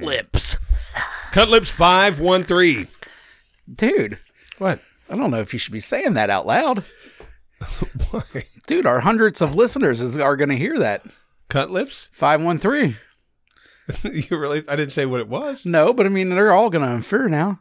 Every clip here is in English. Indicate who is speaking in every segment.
Speaker 1: Hmm.
Speaker 2: Cutlips five one three.
Speaker 1: Dude,
Speaker 3: What?
Speaker 1: I don't know if you should be saying that out loud.
Speaker 3: Why?
Speaker 1: Dude, our hundreds of listeners is, are going to hear that.
Speaker 3: Cut lips?
Speaker 1: 513.
Speaker 3: you really? I didn't say what it was.
Speaker 1: No, but I mean, they're all going to infer now.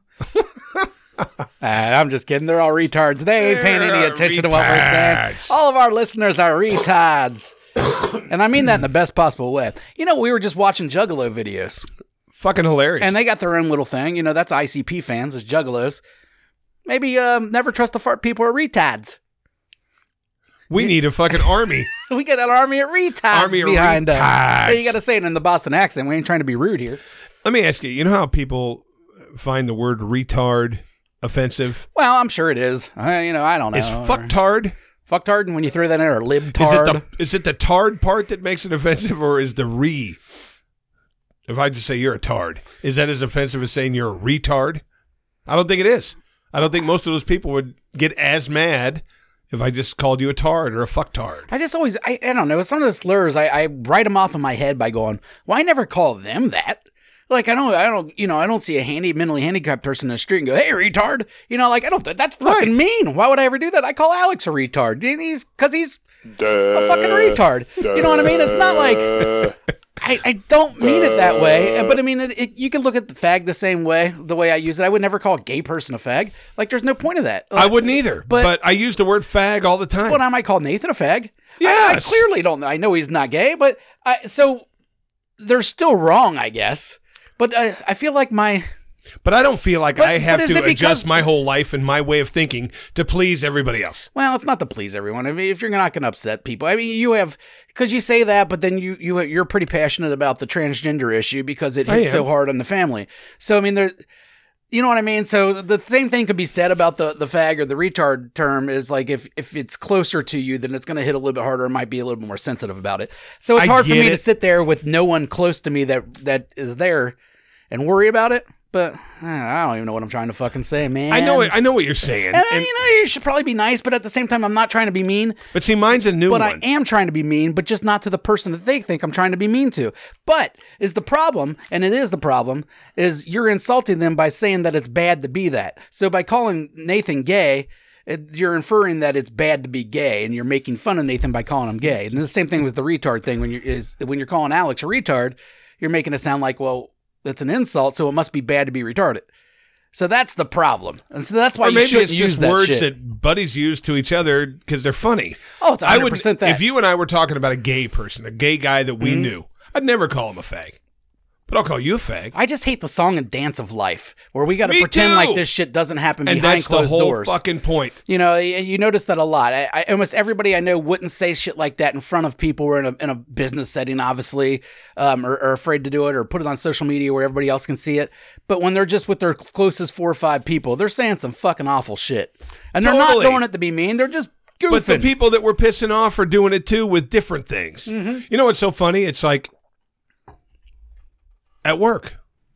Speaker 1: Ah, I'm just kidding. They're all retards. They ain't paying any
Speaker 3: They're
Speaker 1: attention to what we're saying.
Speaker 3: retards.
Speaker 1: All of our listeners are retards. and I mean that in the best possible way. You know, we were just watching Juggalo videos,
Speaker 3: Fucking hilarious.
Speaker 1: and they got their own little thing. You know, that's ICP fans, is Juggalos. Maybe um, never trust the fart people are retards.
Speaker 3: we need a fucking army.
Speaker 1: We got an army of retards
Speaker 3: Army of
Speaker 1: behind us.
Speaker 3: retards.
Speaker 1: Yeah, you got to say it in the Boston accent. We ain't trying to be rude here.
Speaker 3: Let me ask you. You know how people find the word retard offensive?
Speaker 1: Well, I'm sure it is. I, you know, I don't know.
Speaker 3: It's fucktard.
Speaker 1: Fucktard, and when you throw that in, or
Speaker 3: Is it
Speaker 1: libtard.
Speaker 3: the is it the tard part that makes it offensive, or is the re? If I just say you're a tard, is that as offensive as saying you're a retard? I don't think it is. I don't think most of those people would get as mad if I just called you a tard or a fucktard.
Speaker 1: I just always, I, I don't know. Some of those slurs, I, I write them off in my head by going, "Well, I never call them that." Like I don't, I don't, you know, I don't see a handy mentally handicapped person in the street and go, "Hey, retard," you know, like I don't. That's fucking mean. Why would I ever do that? I call Alex a retard, and he's because he's a fucking retard. You know what I mean? It's not like I, I don't mean it that way, but I mean it, it, you can look at the fag the same way. The way I use it, I would never call a gay person a fag. Like there's no point of that.
Speaker 3: I
Speaker 1: Like,
Speaker 3: wouldn't either,
Speaker 1: but-
Speaker 3: but, I use the word fag all the time.
Speaker 1: what am I call Nathan a fag? Yeah, I,
Speaker 3: Yes.
Speaker 1: clearly don't. know. I know he's not gay, but I, so they're still wrong, I guess. But I, I feel like my
Speaker 3: but I don't feel like
Speaker 1: But-
Speaker 3: I have
Speaker 1: but
Speaker 3: to
Speaker 1: is it
Speaker 3: adjust
Speaker 1: because-
Speaker 3: my whole life and my way of thinking to please everybody else.
Speaker 1: well, it's not to please everyone. I mean, if you're not going to upset people, I mean, you have because you say that, but then you you you're pretty passionate about the transgender issue because it
Speaker 3: I
Speaker 1: hits so
Speaker 3: am.
Speaker 1: hard on the family. So I mean, there. You know what I mean? So the same thing could be said about the, the fag or the retard term is like if, if it's closer to you, then it's going to hit a little bit harder and might be a little bit more sensitive about it. So it's
Speaker 3: I
Speaker 1: hard for
Speaker 3: get
Speaker 1: me to
Speaker 3: it.
Speaker 1: sit there with no one close to me that that is there and worry about it. But eh, I don't even know what I'm trying to fucking say, man.
Speaker 3: I know, I know what you're saying,
Speaker 1: And, oh,
Speaker 3: and-
Speaker 1: you know, you should probably be nice, but at the same time, I'm not trying to be mean.
Speaker 3: but see, mine's a new
Speaker 1: But
Speaker 3: one.
Speaker 1: I am trying to be mean, but just not to the person that they think I'm trying to be mean to. But is the problem, and it is the problem, is you're insulting them by saying that it's bad to be that. So by calling Nathan gay, it- you're inferring that it's bad to be gay, and you're making fun of Nathan by calling him gay. And the same thing with the retard thing. When you is when you're calling Alex a retard, you're making it sound like well, that's an insult, so it must be bad to be retarded. So that's the problem, and so that's why
Speaker 3: or
Speaker 1: you
Speaker 3: maybe
Speaker 1: shouldn't
Speaker 3: it's
Speaker 1: use
Speaker 3: just
Speaker 1: that
Speaker 3: words
Speaker 1: shit.
Speaker 3: that buddies use to each other because they're funny.
Speaker 1: oh, it's 100%
Speaker 3: I would,
Speaker 1: that. Mm-hmm.
Speaker 3: if you and I were talking about a gay person, a gay guy that we knew, I'd never call him a fag, but I'll call you a fag.
Speaker 1: I just hate the song and dance of life, where we got to
Speaker 3: Me
Speaker 1: pretend
Speaker 3: too.
Speaker 1: like this shit doesn't happen
Speaker 3: and
Speaker 1: behind
Speaker 3: that's the
Speaker 1: closed
Speaker 3: whole
Speaker 1: doors.
Speaker 3: fucking point.
Speaker 1: You know, y- you notice that a lot. I, I, almost everybody I know wouldn't say shit like that in front of people or in a, in a business setting, obviously, um, or, or afraid to do it or put it on social media where everybody else can see it. But when they're just with their closest four or five people, they're saying some fucking awful shit. And they're
Speaker 3: Totally.
Speaker 1: not doing it to be mean. They're just goofing.
Speaker 3: But the people that we're pissing off are doing it too with different things. You know what's so funny? It's like at work.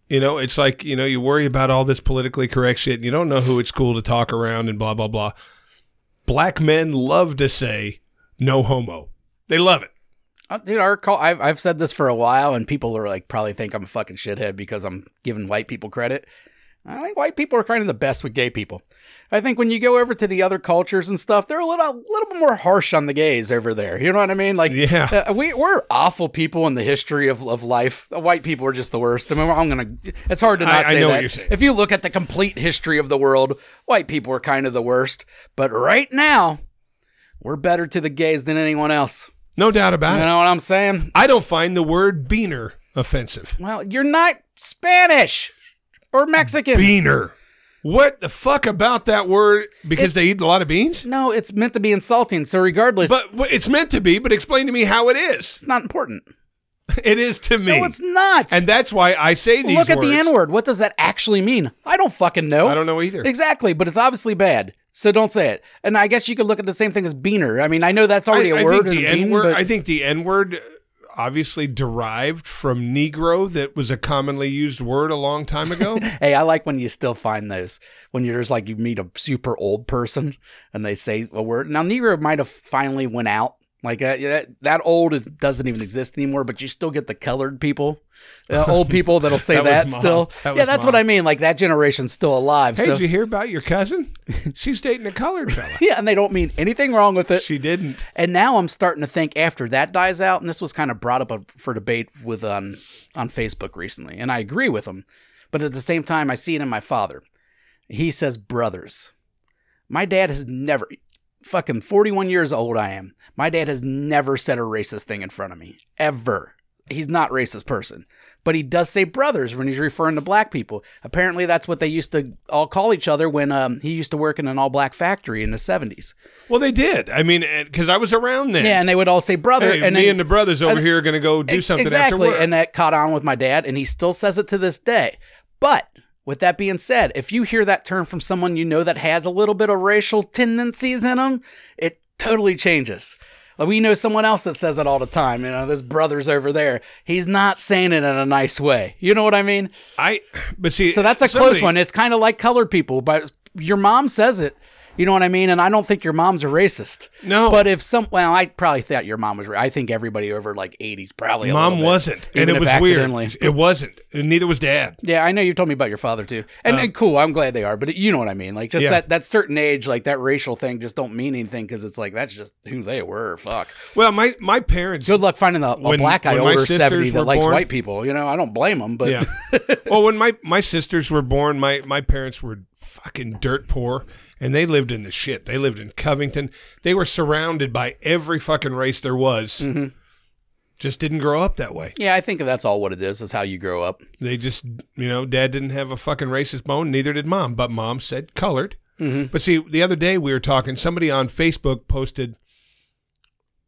Speaker 3: You know, it's like, you know, you worry about all this politically correct shit and you don't know who it's cool to talk around and blah, blah, blah. Black men love to say no homo. They love it.
Speaker 1: Uh, Dude, our call, I've, I've said this for a while, and people are like, probably think I'm a fucking shithead because I'm giving white people credit. I think white people are kind of the best with gay people. I think when you go over to the other cultures and stuff, they're a little, a little bit more harsh on the gays over there. You know what I mean? Like,
Speaker 3: Yeah.
Speaker 1: uh, we, we're awful people in the history of, of life. The White people are just the worst. I mean, I'm going to, it's hard to not
Speaker 3: I- I
Speaker 1: say
Speaker 3: know
Speaker 1: that.
Speaker 3: what you're saying.
Speaker 1: If you look at the complete history of the world, white people are kind of the worst. But right now, we're better to the gays than anyone else.
Speaker 3: No doubt about
Speaker 1: You
Speaker 3: it.
Speaker 1: know what I'm saying?
Speaker 3: I don't find the word beaner offensive.
Speaker 1: Well, you're not Spanish or Mexican.
Speaker 3: Beaner. What the fuck about that word? Because they eat a lot of beans?
Speaker 1: no, it's meant to be insulting. So regardless,
Speaker 3: But w- it's meant to be, but explain to me how it is.
Speaker 1: it's not important.
Speaker 3: It is to me.
Speaker 1: No, it's not.
Speaker 3: And that's why I say these
Speaker 1: look at the
Speaker 3: words.
Speaker 1: N word. What does that actually mean? I don't fucking know.
Speaker 3: I don't know either.
Speaker 1: exactly, but it's obviously bad. So don't say it. And I guess you could look at the same thing as beaner. I mean, I know that's
Speaker 3: I,
Speaker 1: already a
Speaker 3: I
Speaker 1: word.
Speaker 3: think the
Speaker 1: and a bean,
Speaker 3: N word.
Speaker 1: but-
Speaker 3: I think the N word, obviously derived from Negro, that was a commonly used word a long time ago.
Speaker 1: Hey, I like when you still find those when you're just like you meet a super old person and they say a word. Now Negro might have finally went out. Like uh, yeah, that, that old is, doesn't even exist anymore, but you still get the colored people, uh, old people that'll say
Speaker 3: That
Speaker 1: that,
Speaker 3: was mom.
Speaker 1: still. yeah,
Speaker 3: That was
Speaker 1: that's
Speaker 3: mom.
Speaker 1: what I mean. Like that generation's still alive.
Speaker 3: Hey,
Speaker 1: so
Speaker 3: did you hear about your cousin? She's dating a colored fella.
Speaker 1: yeah, and they don't mean anything wrong with it.
Speaker 3: she didn't.
Speaker 1: And now I'm starting to think after that dies out, and this was kind of brought up for debate with on on Facebook recently, and I agree with him, but at the same time, I see it in my father. He says brothers. My dad has never, fucking 41 years old I am. My dad has never said a racist thing in front of me ever. He's not a racist person, but he does say brothers when he's referring to black people. Apparently, that's what they used to all call each other when um, he used to work in an all black factory in the 70s.
Speaker 3: Well, they did. I mean, because I was around then.
Speaker 1: Yeah, and they would all say brother.
Speaker 3: Hey,
Speaker 1: and
Speaker 3: me
Speaker 1: then-
Speaker 3: and the brothers over here are going to go do
Speaker 1: Ex-
Speaker 3: something
Speaker 1: exactly.
Speaker 3: after work.
Speaker 1: And that caught on with my dad, and he still says it to this day. But with that being said, if you hear that term from someone you know that has a little bit of racial tendencies in them, it totally changes. Like we know someone else that says it all the time. You know, this brother's over there. He's not saying it in a nice way. You know what I mean?
Speaker 3: I, but see,
Speaker 1: So that's a
Speaker 3: somebody-
Speaker 1: close one. It's kind of like colored people, but your mom says it. You know what I mean? And I don't think your mom's a racist.
Speaker 3: No.
Speaker 1: But if some, well, I probably thought your mom was. ra- I think everybody over like 80s probably. a
Speaker 3: Mom
Speaker 1: little bit,
Speaker 3: wasn't, and
Speaker 1: even
Speaker 3: it
Speaker 1: if
Speaker 3: was
Speaker 1: accidentally.
Speaker 3: weird. It wasn't, and neither was Dad.
Speaker 1: Yeah, I know you told me about your father too, and, and cool. I'm glad they are, but you know what I mean. Like just
Speaker 3: Um, Yeah.
Speaker 1: that that certain age, like that racial thing, just don't mean anything because it's like that's just who they were. Fuck.
Speaker 3: Well, my my parents.
Speaker 1: Good luck finding a, a
Speaker 3: When-
Speaker 1: black guy
Speaker 3: when my
Speaker 1: over
Speaker 3: sisters
Speaker 1: 70 that
Speaker 3: were
Speaker 1: likes
Speaker 3: born-
Speaker 1: white people. You know, I don't blame them, but
Speaker 3: Yeah. well, when my my sisters were born, my my parents were fucking dirt poor, and they lived in the shit. They lived in Covington. They were surrounded by every fucking race there was. Just didn't grow up that way.
Speaker 1: yeah, I think that's all what it is. Is how you grow up.
Speaker 3: They just, you know, dad didn't have a fucking racist bone, neither did mom, but mom said colored. But see, the other day we were talking, somebody on Facebook posted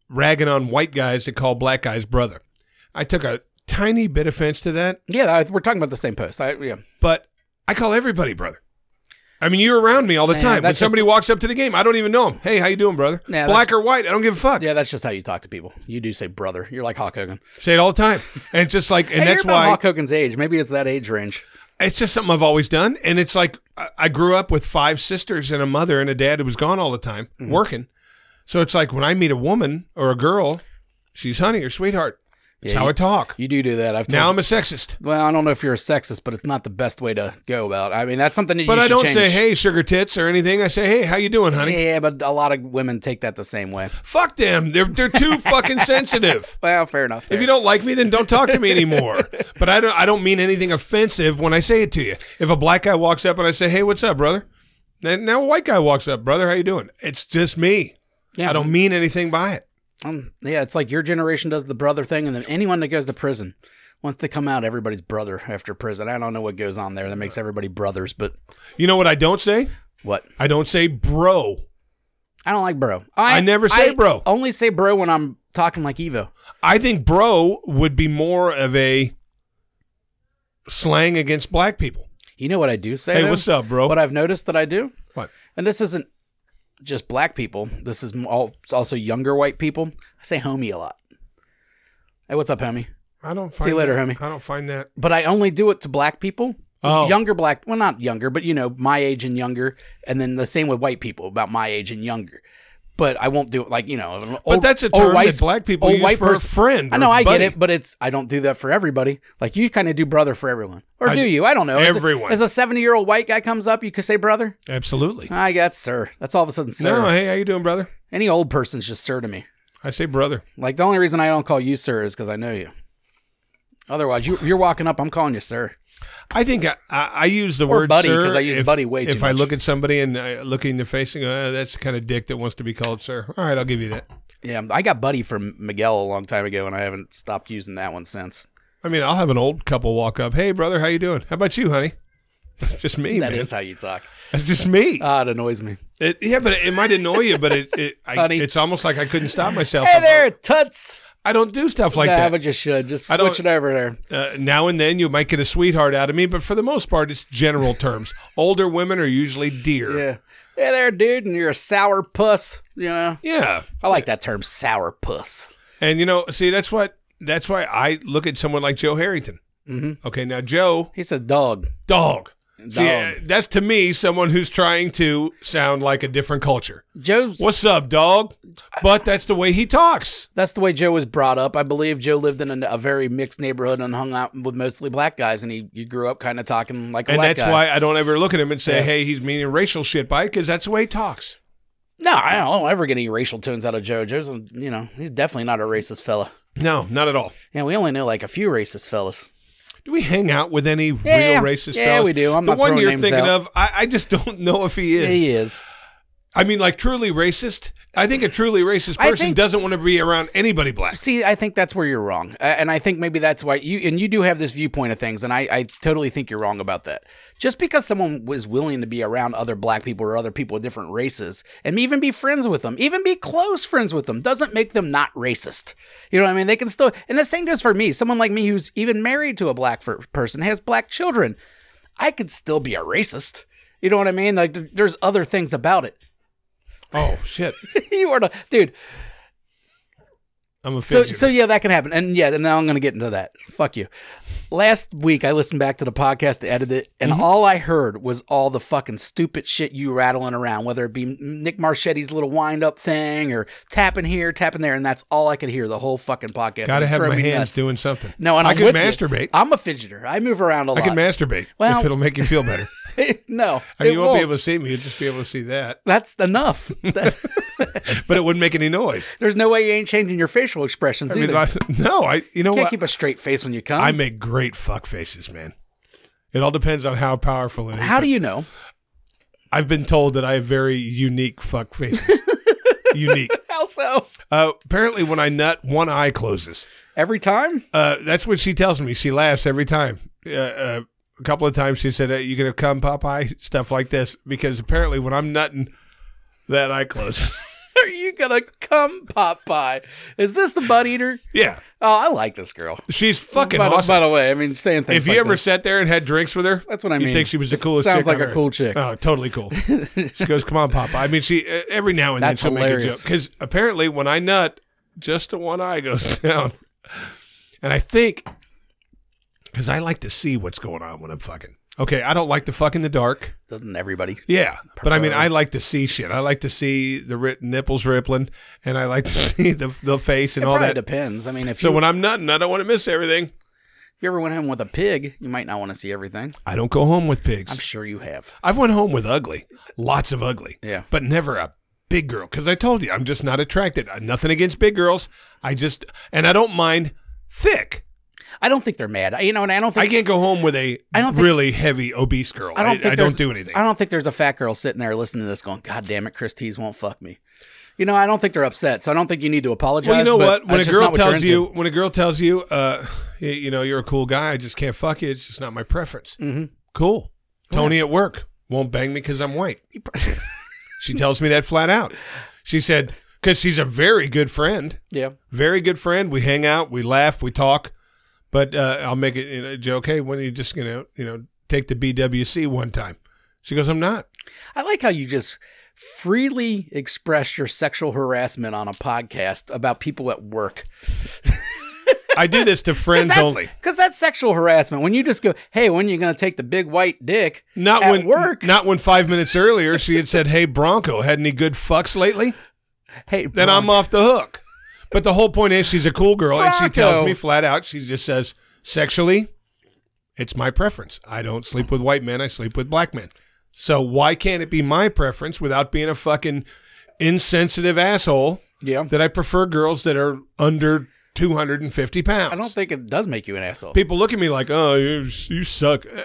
Speaker 3: ragging on white guys to call black guys brother. I took a tiny bit offense to that,
Speaker 1: Yeah, I, we're talking about the same post. I, yeah,
Speaker 3: but I call everybody brother. I mean, you're around me all the
Speaker 1: Yeah,
Speaker 3: time. When
Speaker 1: that's
Speaker 3: somebody
Speaker 1: just-
Speaker 3: walks up to the game, I don't even know him. Hey, how you doing, brother?
Speaker 1: Yeah,
Speaker 3: Black or white, I don't give a fuck.
Speaker 1: yeah, that's just how you talk to people. You do say brother. You're like Hawk Hogan,
Speaker 3: Say it all the time, and it's just like, and
Speaker 1: Hey, you're
Speaker 3: that's
Speaker 1: about
Speaker 3: why
Speaker 1: Hawk Hogan's age. Maybe it's that age range.
Speaker 3: it's just something I've always done. And it's like I- I grew up with five sisters and a mother and a dad who was gone all the time
Speaker 1: Mm-hmm.
Speaker 3: working. So it's like when I meet a woman or a girl, she's honey or sweetheart. It's
Speaker 1: Yeah,
Speaker 3: how
Speaker 1: you-
Speaker 3: I talk.
Speaker 1: You do do that. I've told
Speaker 3: Now I'm a sexist.
Speaker 1: Well, I don't know if you're a sexist, but it's not the best way to go about. it. I mean, that's something that you
Speaker 3: But I
Speaker 1: should
Speaker 3: don't
Speaker 1: change.
Speaker 3: say, hey, sugar tits or anything. I say, hey, how you doing, honey?
Speaker 1: Yeah, but a lot of women take that the same way.
Speaker 3: Fuck them. They're, they're too fucking sensitive.
Speaker 1: Well, fair enough.
Speaker 3: If you don't like me, then don't talk to me anymore. But I don't, I don't mean anything offensive when I say it to you. If a black guy walks up and I say, hey, what's up, brother? Then now a white guy walks up, brother, how you doing? It's just me.
Speaker 1: yeah,
Speaker 3: I don't mean anything by it.
Speaker 1: um, yeah, it's like your generation does the brother thing, and then anyone that goes to prison, once they come out, everybody's brother after prison. I don't know what goes on there that makes everybody brothers, but
Speaker 3: You know what I don't say?
Speaker 1: what?
Speaker 3: I don't say bro.
Speaker 1: I don't like bro.
Speaker 3: I never say bro.
Speaker 1: Only say bro when I'm talking like Evo.
Speaker 3: I think bro would be more of a slang against black people.
Speaker 1: You know what I do say?
Speaker 3: Hey,
Speaker 1: though?
Speaker 3: what's up, bro?
Speaker 1: What I've noticed that I do.
Speaker 3: What?
Speaker 1: And this isn't just black people. This is m- all, it's also younger white people. I say homie a lot. Hey, what's up, homie?
Speaker 3: I don't
Speaker 1: See you later,
Speaker 3: that-
Speaker 1: homie.
Speaker 3: I don't find that.
Speaker 1: But I only do it to black people.
Speaker 3: Oh.
Speaker 1: Younger black, well, not younger, but you know, my age and younger. And then the same with white people, about my age and younger. But I won't do it like, you know, an
Speaker 3: But
Speaker 1: old-
Speaker 3: that's a
Speaker 1: old
Speaker 3: term
Speaker 1: Oh, white-
Speaker 3: that black people
Speaker 1: old
Speaker 3: use
Speaker 1: white
Speaker 3: for a
Speaker 1: person-
Speaker 3: friend
Speaker 1: I
Speaker 3: or
Speaker 1: know, I
Speaker 3: buddy.
Speaker 1: get it, but it's, I don't do that for everybody. Like you kind of do brother for everyone. Or
Speaker 3: I-
Speaker 1: do you? I don't know. As a-
Speaker 3: Everyone.
Speaker 1: As a 70 year old white guy comes up, you could say brother.
Speaker 3: Absolutely.
Speaker 1: I got sir. That's all of a sudden sir.
Speaker 3: No, hey, how you doing, brother?
Speaker 1: Any old person's just sir to me.
Speaker 3: I say brother.
Speaker 1: Like the only reason I don't call you sir is because I know you. Otherwise, you, you're walking up. I'm calling you sir.
Speaker 3: I think I, I, I use the
Speaker 1: Or
Speaker 3: word
Speaker 1: buddy,
Speaker 3: sir
Speaker 1: 'cause I use
Speaker 3: if-
Speaker 1: buddy way too
Speaker 3: If I
Speaker 1: much.
Speaker 3: look at somebody and I look in their face and go, oh, that's the kind of dick that wants to be called sir. All right, I'll give you that.
Speaker 1: Yeah, I got buddy from Miguel a long time ago, and I haven't stopped using that one since.
Speaker 3: I mean, I'll have an old couple walk up. Hey, brother, how you doing? How about you, honey? That's just me,
Speaker 1: That is
Speaker 3: man.
Speaker 1: how you talk.
Speaker 3: That's just me.
Speaker 1: Ah, it annoys me.
Speaker 3: It- yeah, but it, might annoy you, but it, it I,
Speaker 1: Honey.
Speaker 3: it's almost like I couldn't stop myself.
Speaker 1: Hey there, tuts.
Speaker 3: I don't do stuff like
Speaker 1: Like nah,
Speaker 3: that.
Speaker 1: but you should just
Speaker 3: I don't-
Speaker 1: switch it over there.
Speaker 3: uh, now and then you might get a sweetheart out of me, but for the most part, it's general terms. Older women are usually dear.
Speaker 1: Yeah. Hey there, dude, and you're a sour puss. You know,
Speaker 3: Yeah.
Speaker 1: I like that term, sour puss.
Speaker 3: And you know, see, that's what that's why I look at someone like Joe Harrington.
Speaker 1: Mhm.
Speaker 3: Okay, now Joe,
Speaker 1: He said dog.
Speaker 3: dog. See, uh, that's to me someone who's trying to sound like a different culture.
Speaker 1: Joe's.
Speaker 3: What's up, dog? But that's the way he talks.
Speaker 1: That's the way Joe was brought up. I believe Joe lived in a, a very mixed neighborhood and hung out with mostly black guys, and he, he grew up kind of talking like a
Speaker 3: And
Speaker 1: black
Speaker 3: that's
Speaker 1: guy.
Speaker 3: why I don't ever look at him and say,
Speaker 1: Yeah.
Speaker 3: hey, he's meaning racial shit by it, because that's the way he talks.
Speaker 1: No, I don't, I don't ever get any racial tones out of Joe. Joe's, a- you know, he's definitely not a racist fella.
Speaker 3: No, not at all.
Speaker 1: Yeah, we only know like a few racist fellas.
Speaker 3: Do we hang out with any
Speaker 1: Yeah.
Speaker 3: real racist
Speaker 1: Yeah,
Speaker 3: fellas?
Speaker 1: we do. I'm
Speaker 3: the
Speaker 1: not
Speaker 3: one
Speaker 1: throwing
Speaker 3: you're
Speaker 1: names
Speaker 3: thinking
Speaker 1: out.
Speaker 3: of, I, I just don't know if he is.
Speaker 1: Yeah, he is.
Speaker 3: I mean, like truly racist. I think a truly racist
Speaker 1: I
Speaker 3: person
Speaker 1: think-
Speaker 3: doesn't want to be around anybody black.
Speaker 1: See, I think that's where you're wrong, A- and I think maybe that's why you and you do have this viewpoint of things, and I, I totally think you're wrong about that. Just because someone was willing to be around other black people or other people of different races, and even be friends with them, even be close friends with them, doesn't make them not racist. You know what I mean? They can still, and the same goes for me. Someone like me who's even married to a black fir- person has black children, I could still be a racist. You know what I mean? Like, th- there's other things about it.
Speaker 3: Oh shit!
Speaker 1: you are, the, dude.
Speaker 3: I'm a
Speaker 1: So,
Speaker 3: fidgeter.
Speaker 1: so yeah, that can happen. And yeah, and now I'm going to get into that. Fuck you. Last week, I listened back to the podcast to edit it, and
Speaker 3: Mm-hmm.
Speaker 1: all I heard was all the fucking stupid shit you rattling around, whether it be Nick Marchetti's little wind up thing or tapping here, tapping there. And that's all I could hear the whole fucking podcast.
Speaker 3: Gotta
Speaker 1: It
Speaker 3: have
Speaker 1: drove
Speaker 3: my
Speaker 1: me
Speaker 3: hands
Speaker 1: nuts.
Speaker 3: doing something.
Speaker 1: No, and
Speaker 3: I
Speaker 1: I'm
Speaker 3: can
Speaker 1: with you.
Speaker 3: masturbate.
Speaker 1: I'm a fidgeter. I move around a
Speaker 3: I
Speaker 1: lot.
Speaker 3: can masturbate.
Speaker 1: Well-
Speaker 3: if it'll make you feel better.
Speaker 1: no,
Speaker 3: I
Speaker 1: it
Speaker 3: mean, you won't,
Speaker 1: won't
Speaker 3: be able to see me. You'll just be able to see that.
Speaker 1: That's enough. That-
Speaker 3: But it wouldn't make any noise.
Speaker 1: There's no way you ain't changing your facial expressions
Speaker 3: I mean,
Speaker 1: either.
Speaker 3: I, no, I. You know
Speaker 1: Can't
Speaker 3: what?
Speaker 1: keep a straight face when you come.
Speaker 3: I make great fuck faces, man. It all depends on how powerful it is.
Speaker 1: How do you know?
Speaker 3: I've been told that I have very unique fuck faces. unique.
Speaker 1: How so?
Speaker 3: Uh, apparently, when I nut, one eye closes.
Speaker 1: Every time?
Speaker 3: Uh, that's what she tells me. She laughs every time. Uh, uh, a couple of times she said, hey, "You gonna come, Popeye?" Stuff like this, because apparently when I'm nutting, that eye closes.
Speaker 1: Are you gonna come, Popeye? Is this the butt eater?
Speaker 3: yeah,
Speaker 1: Oh, I like this girl.
Speaker 3: she's fucking
Speaker 1: by, the-
Speaker 3: awesome.
Speaker 1: by the way, I mean saying things.
Speaker 3: if you
Speaker 1: like
Speaker 3: ever
Speaker 1: this,
Speaker 3: sat there and had drinks with her,
Speaker 1: that's what I
Speaker 3: you
Speaker 1: mean.
Speaker 3: think she was the
Speaker 1: This
Speaker 3: coolest.
Speaker 1: Sounds
Speaker 3: chick
Speaker 1: like
Speaker 3: on
Speaker 1: a
Speaker 3: Earth.
Speaker 1: cool chick.
Speaker 3: Oh, totally cool. she goes, "Come on, Popeye." I mean, she uh, every now and
Speaker 1: That's
Speaker 3: then she'll make a
Speaker 1: hilarious.
Speaker 3: joke because apparently when I nut, just the one eye goes down, and I think because I like to see what's going on when I'm fucking. Okay, I don't like to fuck in the dark.
Speaker 1: Doesn't everybody?
Speaker 3: Yeah, but I mean,
Speaker 1: Preferably.
Speaker 3: I like to see shit. I like to see the ri- nipples rippling, and I like to see the the face and
Speaker 1: it
Speaker 3: all
Speaker 1: probably
Speaker 3: that.
Speaker 1: depends. I mean, if
Speaker 3: So
Speaker 1: you,
Speaker 3: when I'm nutting, I don't want to miss everything.
Speaker 1: if you ever went home with a pig, you might not want to see everything.
Speaker 3: I don't go home with pigs.
Speaker 1: I'm sure you have.
Speaker 3: I've went home with ugly, lots of ugly,
Speaker 1: Yeah.
Speaker 3: but never a big girl because I told you I'm just not attracted. Uh, Nothing against big girls. I just and I don't mind thick.
Speaker 1: I don't think they're mad. I- You know, and I don't
Speaker 3: I
Speaker 1: think
Speaker 3: can't go home with a
Speaker 1: I don't think-
Speaker 3: really heavy obese girl. I
Speaker 1: I don't think
Speaker 3: I,
Speaker 1: there's-
Speaker 3: don't do anything.
Speaker 1: I don't think there's a fat girl sitting there listening to this going, "God damn it, Chris Tees won't fuck me." You know, I don't think they're upset, so I don't think you need to apologize.
Speaker 3: well, you know
Speaker 1: but
Speaker 3: what? When a
Speaker 1: that's just
Speaker 3: girl
Speaker 1: not what you're
Speaker 3: tells
Speaker 1: into.
Speaker 3: you, when a girl tells you, uh, y- you know, you're a cool guy. I just can't fuck you. It's just not my preference.
Speaker 1: Mhm.
Speaker 3: Cool. Tony at work won't bang me because I'm white.
Speaker 1: You pr-
Speaker 3: She tells me that flat out. She said because she's a very good friend.
Speaker 1: yeah,
Speaker 3: very good friend. We hang out, we laugh, we talk. But uh, I'll make it you know, a joke. Hey, when are you just gonna you know take the BWC one time? She goes, I'm not.
Speaker 1: I like how you just freely express your sexual harassment on a podcast about people at work.
Speaker 3: I do this to friends only.
Speaker 1: Because that's sexual harassment. When you just go, hey, when are you going to take the big white dick?
Speaker 3: Not
Speaker 1: at
Speaker 3: when
Speaker 1: work.
Speaker 3: Not when five minutes earlier she had said, "Hey Bronco, had any good fucks lately?"
Speaker 1: Hey,
Speaker 3: Then I'm off the hook. But the whole point is, she's a cool girl, and she
Speaker 1: Bronco.
Speaker 3: tells me flat out. She just says, sexually, it's my preference. I don't sleep with white men. I sleep with black men. So why can't it be my preference without being a fucking insensitive asshole
Speaker 1: Yeah.
Speaker 3: that I prefer girls that are under 250 pounds?
Speaker 1: I don't think it does make you an asshole.
Speaker 3: People look at me like, oh, you, you suck. Uh,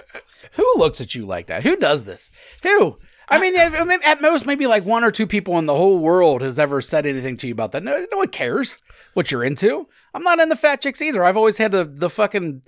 Speaker 1: Who looks at you like that? Who does this? Who? I mean, at- I mean, at most, maybe like one or two people in the whole world has ever said anything to you about that. No, no one cares what you're into. I'm not into fat chicks either. I've always had the, the fucking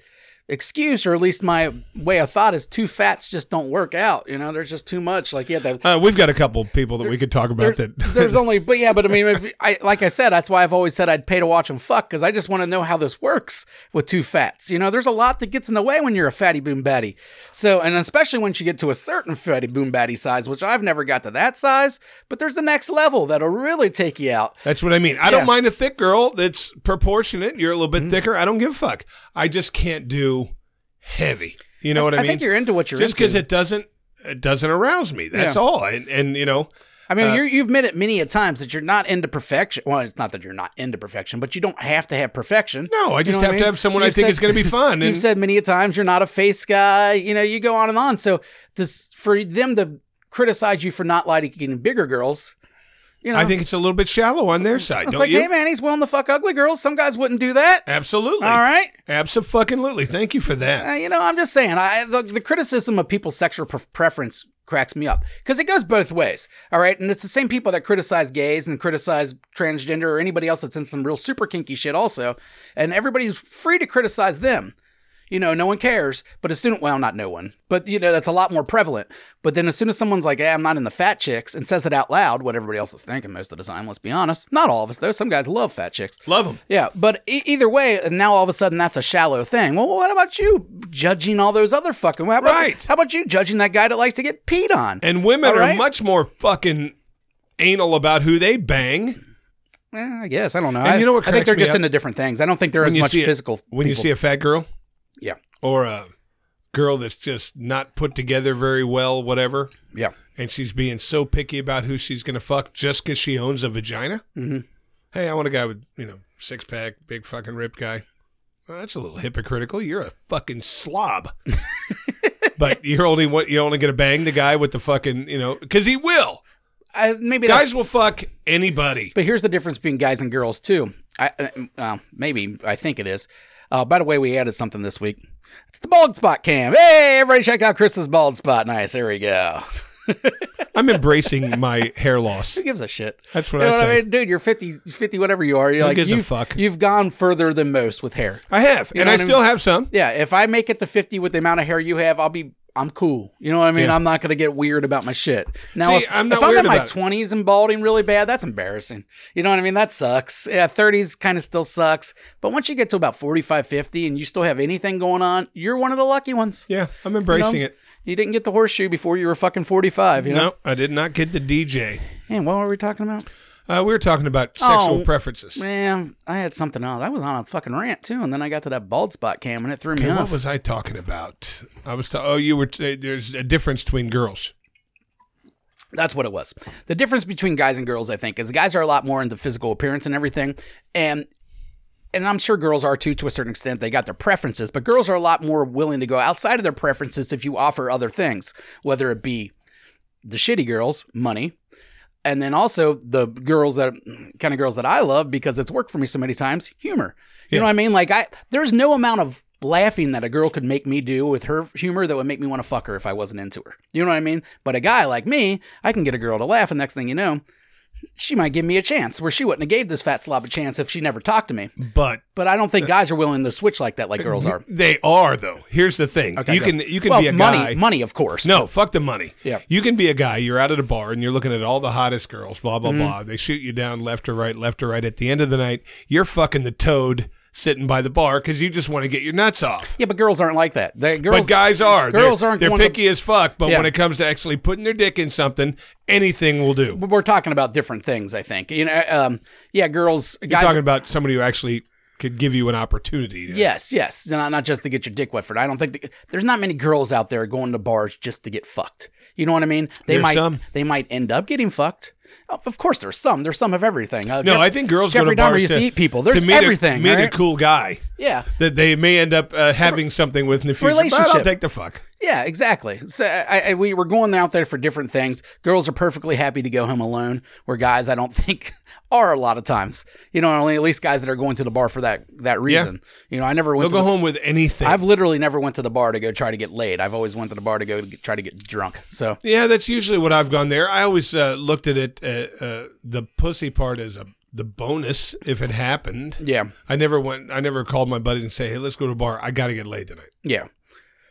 Speaker 1: excuse, or at least my way of thought is two fats just don't work out. You know, there's just too much. Like, yeah, the,
Speaker 3: Uh, we've got a couple people that we could talk about
Speaker 1: there's,
Speaker 3: that.
Speaker 1: there's only, but yeah, but I mean, if I like I said, that's why I've always said I'd pay to watch them fuck because I just want to know how this works with two fats. You know, there's a lot that gets in the way when you're a fatty boom batty. So, and especially once you get to a certain fatty boom batty size, which I've never got to that size, but there's the next level that'll really take you out.
Speaker 3: That's what I mean. I
Speaker 1: Yeah. Mm.
Speaker 3: don't mind a thick girl that's proportionate. You're a little bit thicker. I don't give a fuck. I just can't do heavy. You know what I,
Speaker 1: I
Speaker 3: mean?
Speaker 1: think you're into what you're
Speaker 3: Just because
Speaker 1: into.
Speaker 3: it doesn't it doesn't arouse me. That's
Speaker 1: Yeah.
Speaker 3: all. And, and you know,
Speaker 1: I
Speaker 3: uh,
Speaker 1: mean, you're, you've admitted many a times that you're not into perfection. Well, it's not that you're not into perfection, but you don't have to have perfection.
Speaker 3: no, I
Speaker 1: You
Speaker 3: just
Speaker 1: know what
Speaker 3: have to
Speaker 1: mean?
Speaker 3: have someone
Speaker 1: You
Speaker 3: I think
Speaker 1: said-
Speaker 3: is going to be fun.
Speaker 1: You've
Speaker 3: And
Speaker 1: said many a times you're not a face guy. You know, you go on and on. So just for them to criticize you for not liking bigger girls, you know,
Speaker 3: I think it's a little bit shallow on their side,
Speaker 1: uh, it's
Speaker 3: don't
Speaker 1: like,
Speaker 3: you?
Speaker 1: hey man, he's willing to fuck ugly girls. Some guys wouldn't do that.
Speaker 3: Absolutely.
Speaker 1: All right.
Speaker 3: Absolutely. Thank you for that.
Speaker 1: Uh, you know, I'm just saying. I the, the criticism of people's sexual pre- preference cracks me up because it goes both ways. All right, and it's the same people that criticize gays and criticize transgender or anybody else that's in some real super kinky shit, also. And everybody's free to criticize them. You know, no one cares. But as soon, well, not no one, but you know, that's a lot more prevalent. But then as soon as someone's like, "Hey, I'm not in the fat chicks," and says it out loud, what everybody else is thinking most of the time. Let's be honest. Not all of us though. Some guys love fat chicks.
Speaker 3: Love them.
Speaker 1: Yeah, but e- either way, now all of a sudden that's a shallow thing. Well, what about you judging all those other fucking? How about,
Speaker 3: Right.
Speaker 1: How about you judging that guy that likes to get peed on?
Speaker 3: And women
Speaker 1: All
Speaker 3: are
Speaker 1: right.
Speaker 3: much more fucking anal about who they bang.
Speaker 1: Eh, I guess I don't know.
Speaker 3: And
Speaker 1: I,
Speaker 3: you know what
Speaker 1: I think
Speaker 3: cracks
Speaker 1: they're
Speaker 3: me
Speaker 1: just
Speaker 3: up?
Speaker 1: into different things. I don't think they're as
Speaker 3: you
Speaker 1: much
Speaker 3: see it-
Speaker 1: physical.
Speaker 3: When you see a fat girl,
Speaker 1: yeah,
Speaker 3: or a girl that's just not put together very well, whatever,
Speaker 1: yeah,
Speaker 3: and she's being so picky about who she's going to fuck just because she owns a vagina.
Speaker 1: Mhm.
Speaker 3: Hey, I want a guy with, you know, six pack, big fucking ripped guy. Well, that's a little hypocritical. You're a fucking slob. but you're only what you're only going to bang the guy with the fucking, you know, because he will.
Speaker 1: I, maybe that's
Speaker 3: Guys will fuck anybody.
Speaker 1: But here's the difference between guys and girls too. I I- uh, maybe I think it is. Uh, by the way, we added something this week. It's the bald spot cam. Hey, everybody, check out Chris's bald spot. Nice. There we go.
Speaker 3: I'm embracing my hair loss.
Speaker 1: Who gives a shit?
Speaker 3: That's what
Speaker 1: You know
Speaker 3: I say.
Speaker 1: mean? Dude, you're 50, 50 whatever you are. You're like,
Speaker 3: gives a
Speaker 1: you've,
Speaker 3: fuck?
Speaker 1: you've gone further than most with hair.
Speaker 3: I have, and
Speaker 1: know
Speaker 3: I
Speaker 1: what I
Speaker 3: still
Speaker 1: mean?
Speaker 3: have some.
Speaker 1: Yeah, if I make it to 50 with the amount of hair you have, I'll be, I'm cool. You know what I mean?
Speaker 3: Yeah.
Speaker 1: I'm not going to get weird about my shit. Now,
Speaker 3: See,
Speaker 1: if,
Speaker 3: I'm not
Speaker 1: if I'm
Speaker 3: weird
Speaker 1: in my
Speaker 3: about it.
Speaker 1: 20s and balding really bad, that's embarrassing. You know what I mean? That sucks. Yeah, 30s kind of still sucks. But once you get to about 45, 50 and you still have anything going on, you're one of the lucky ones.
Speaker 3: Yeah, I'm embracing it.
Speaker 1: You didn't get the horseshoe before you were fucking 45, you know?
Speaker 3: No, I did not get the DJ.
Speaker 1: Man, what were we talking about?
Speaker 3: Uh, we were talking about sexual
Speaker 1: Oh.
Speaker 3: preferences.
Speaker 1: Man, I had something else. I was on a fucking rant too, and then I got to that bald spot cam, and it threw me
Speaker 3: And
Speaker 1: off.
Speaker 3: what was I talking about? I was ta- oh, you were. T- there's a difference between girls.
Speaker 1: That's what it was. The difference between guys and girls, I think, is guys are a lot more into physical appearance and everything, and and I'm sure girls are too to a certain extent. They got their preferences, but girls are a lot more willing to go outside of their preferences if you offer other things, whether it be the shitty girls, money, and then also the girls that kind of girls that I love because it's worked for me so many times, humor. You know what I mean? Like I there's no amount of laughing that a girl could make me do with her humor that would make me want to fuck her if I wasn't into her. You know what I mean? But a guy like me, I can get a girl to laugh and next thing you know, she might give me a chance where she wouldn't have gave this fat slob a chance if she never talked to me.
Speaker 3: But
Speaker 1: But I
Speaker 3: Uh,
Speaker 1: don't think guys are willing to switch like that like girls are.
Speaker 3: they are though. Here's the thing. uh, you
Speaker 1: go.
Speaker 3: can you can
Speaker 1: well,
Speaker 3: be a
Speaker 1: money,
Speaker 3: guy.
Speaker 1: money of course.
Speaker 3: No, fuck the money.
Speaker 1: Yeah.
Speaker 3: You can be a guy, you're out at a bar and you're looking at all the hottest girls, blah,
Speaker 1: Mm-hmm.
Speaker 3: blah, blah. They shoot you down left to right, left to right. At the end of the night, you're fucking the toad sitting by the bar because you just want to get your nuts off.
Speaker 1: Yeah, but girls aren't like that. They, girls,
Speaker 3: But guys are.
Speaker 1: girls
Speaker 3: they're,
Speaker 1: aren't
Speaker 3: They're
Speaker 1: going to-
Speaker 3: picky as fuck, but
Speaker 1: Yeah.
Speaker 3: when it comes to actually putting their dick in something, anything will do.
Speaker 1: but we're talking about different things, I think. You know, um, yeah, girls,
Speaker 3: You're
Speaker 1: guys,
Speaker 3: talking about somebody who actually could give you an opportunity. To,
Speaker 1: Yes, yes. Not, not just to get your dick wet for it. I don't think that, there's not many girls out there going to bars just to get fucked. You know what I mean? They
Speaker 3: There's
Speaker 1: might
Speaker 3: some.
Speaker 1: they might end up getting fucked. Oh, Of of course, there's some. There's some of everything. Uh,
Speaker 3: No,
Speaker 1: Jeff-
Speaker 3: I think girls
Speaker 1: Jeffrey
Speaker 3: go to
Speaker 1: Dahmer
Speaker 3: bars
Speaker 1: used
Speaker 3: to,
Speaker 1: to eat people. There's
Speaker 3: to meet
Speaker 1: everything,
Speaker 3: A, meet
Speaker 1: right?
Speaker 3: a cool guy
Speaker 1: yeah,
Speaker 3: that they may end up uh, having something with in the future. But I'll
Speaker 1: Relationship.
Speaker 3: take the fuck.
Speaker 1: yeah, exactly. So I, I, we were going out there for different things. Girls are perfectly happy to go home alone, where guys I don't think are a lot of times. You know, only at least guys that are going to the bar for that that reason. You know, I never went.
Speaker 3: They'll
Speaker 1: to the-
Speaker 3: go home with anything.
Speaker 1: I've literally never went to the bar to go try to get laid. I've always went to the bar to go to get, try to get drunk. So
Speaker 3: Yeah, that's usually what I've gone there. I always uh, looked at it, uh, uh, the pussy part as a the bonus if it happened.
Speaker 1: yeah.
Speaker 3: I never went. I never called my buddies and say, "Hey, let's go to a bar. I got to get laid tonight."
Speaker 1: Yeah.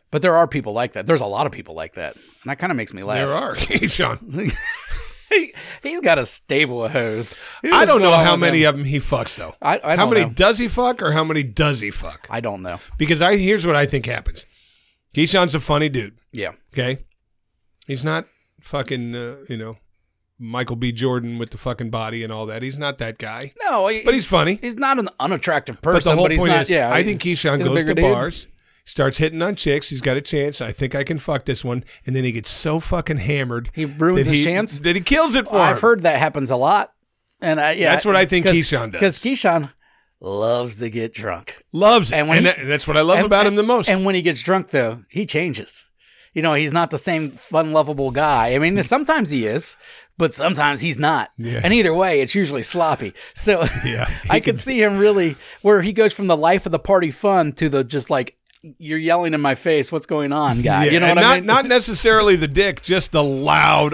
Speaker 1: But there are people like that. There's a lot of people like that. And that kind of makes me laugh.
Speaker 3: There are, Sean.
Speaker 1: He, he's got a stable of hoes. Who
Speaker 3: I
Speaker 1: is
Speaker 3: don't know
Speaker 1: going on
Speaker 3: how
Speaker 1: with
Speaker 3: many
Speaker 1: him?
Speaker 3: of them he fucks though.
Speaker 1: I- I
Speaker 3: how
Speaker 1: don't
Speaker 3: many
Speaker 1: know.
Speaker 3: does he fuck, or how many does he fuck?
Speaker 1: I don't know.
Speaker 3: Because I here's what I think happens. Keyshawn's a funny dude.
Speaker 1: Yeah.
Speaker 3: Okay, he's not fucking uh, you know Michael B. Jordan with the fucking body and all that. He's not that guy,
Speaker 1: No, he,
Speaker 3: but he's funny.
Speaker 1: he's not an unattractive person.
Speaker 3: But the whole
Speaker 1: he's
Speaker 3: point
Speaker 1: not,
Speaker 3: is,
Speaker 1: yeah,
Speaker 3: I
Speaker 1: he-
Speaker 3: think Keyshawn
Speaker 1: he's a
Speaker 3: goes to
Speaker 1: bigger dude.
Speaker 3: bars. starts hitting on chicks. He's got a chance. I think I can fuck this one. And then he gets so fucking hammered.
Speaker 1: He ruins
Speaker 3: that
Speaker 1: his
Speaker 3: he-
Speaker 1: chance?
Speaker 3: That he kills it for
Speaker 1: I've
Speaker 3: him.
Speaker 1: heard that happens a lot. And I, yeah,
Speaker 3: That's what I think Keyshawn
Speaker 1: Because
Speaker 3: does.
Speaker 1: Keyshawn loves to get drunk.
Speaker 3: Loves it.
Speaker 1: And
Speaker 3: And,
Speaker 1: when he-
Speaker 3: that- that's what I love
Speaker 1: And-
Speaker 3: about
Speaker 1: and-
Speaker 3: him the most.
Speaker 1: And when he gets drunk, though, he changes. You know, he's not the same fun, lovable guy. I mean, sometimes he is, but sometimes he's not.
Speaker 3: Yeah.
Speaker 1: And either way, it's usually sloppy. So
Speaker 3: Yeah, he
Speaker 1: I could see him really where he goes from the life of the party fun to the just like, you're yelling in my face, what's going on, guy?
Speaker 3: Yeah,
Speaker 1: You know what
Speaker 3: and not,
Speaker 1: I mean?
Speaker 3: not necessarily the dick, just the loud,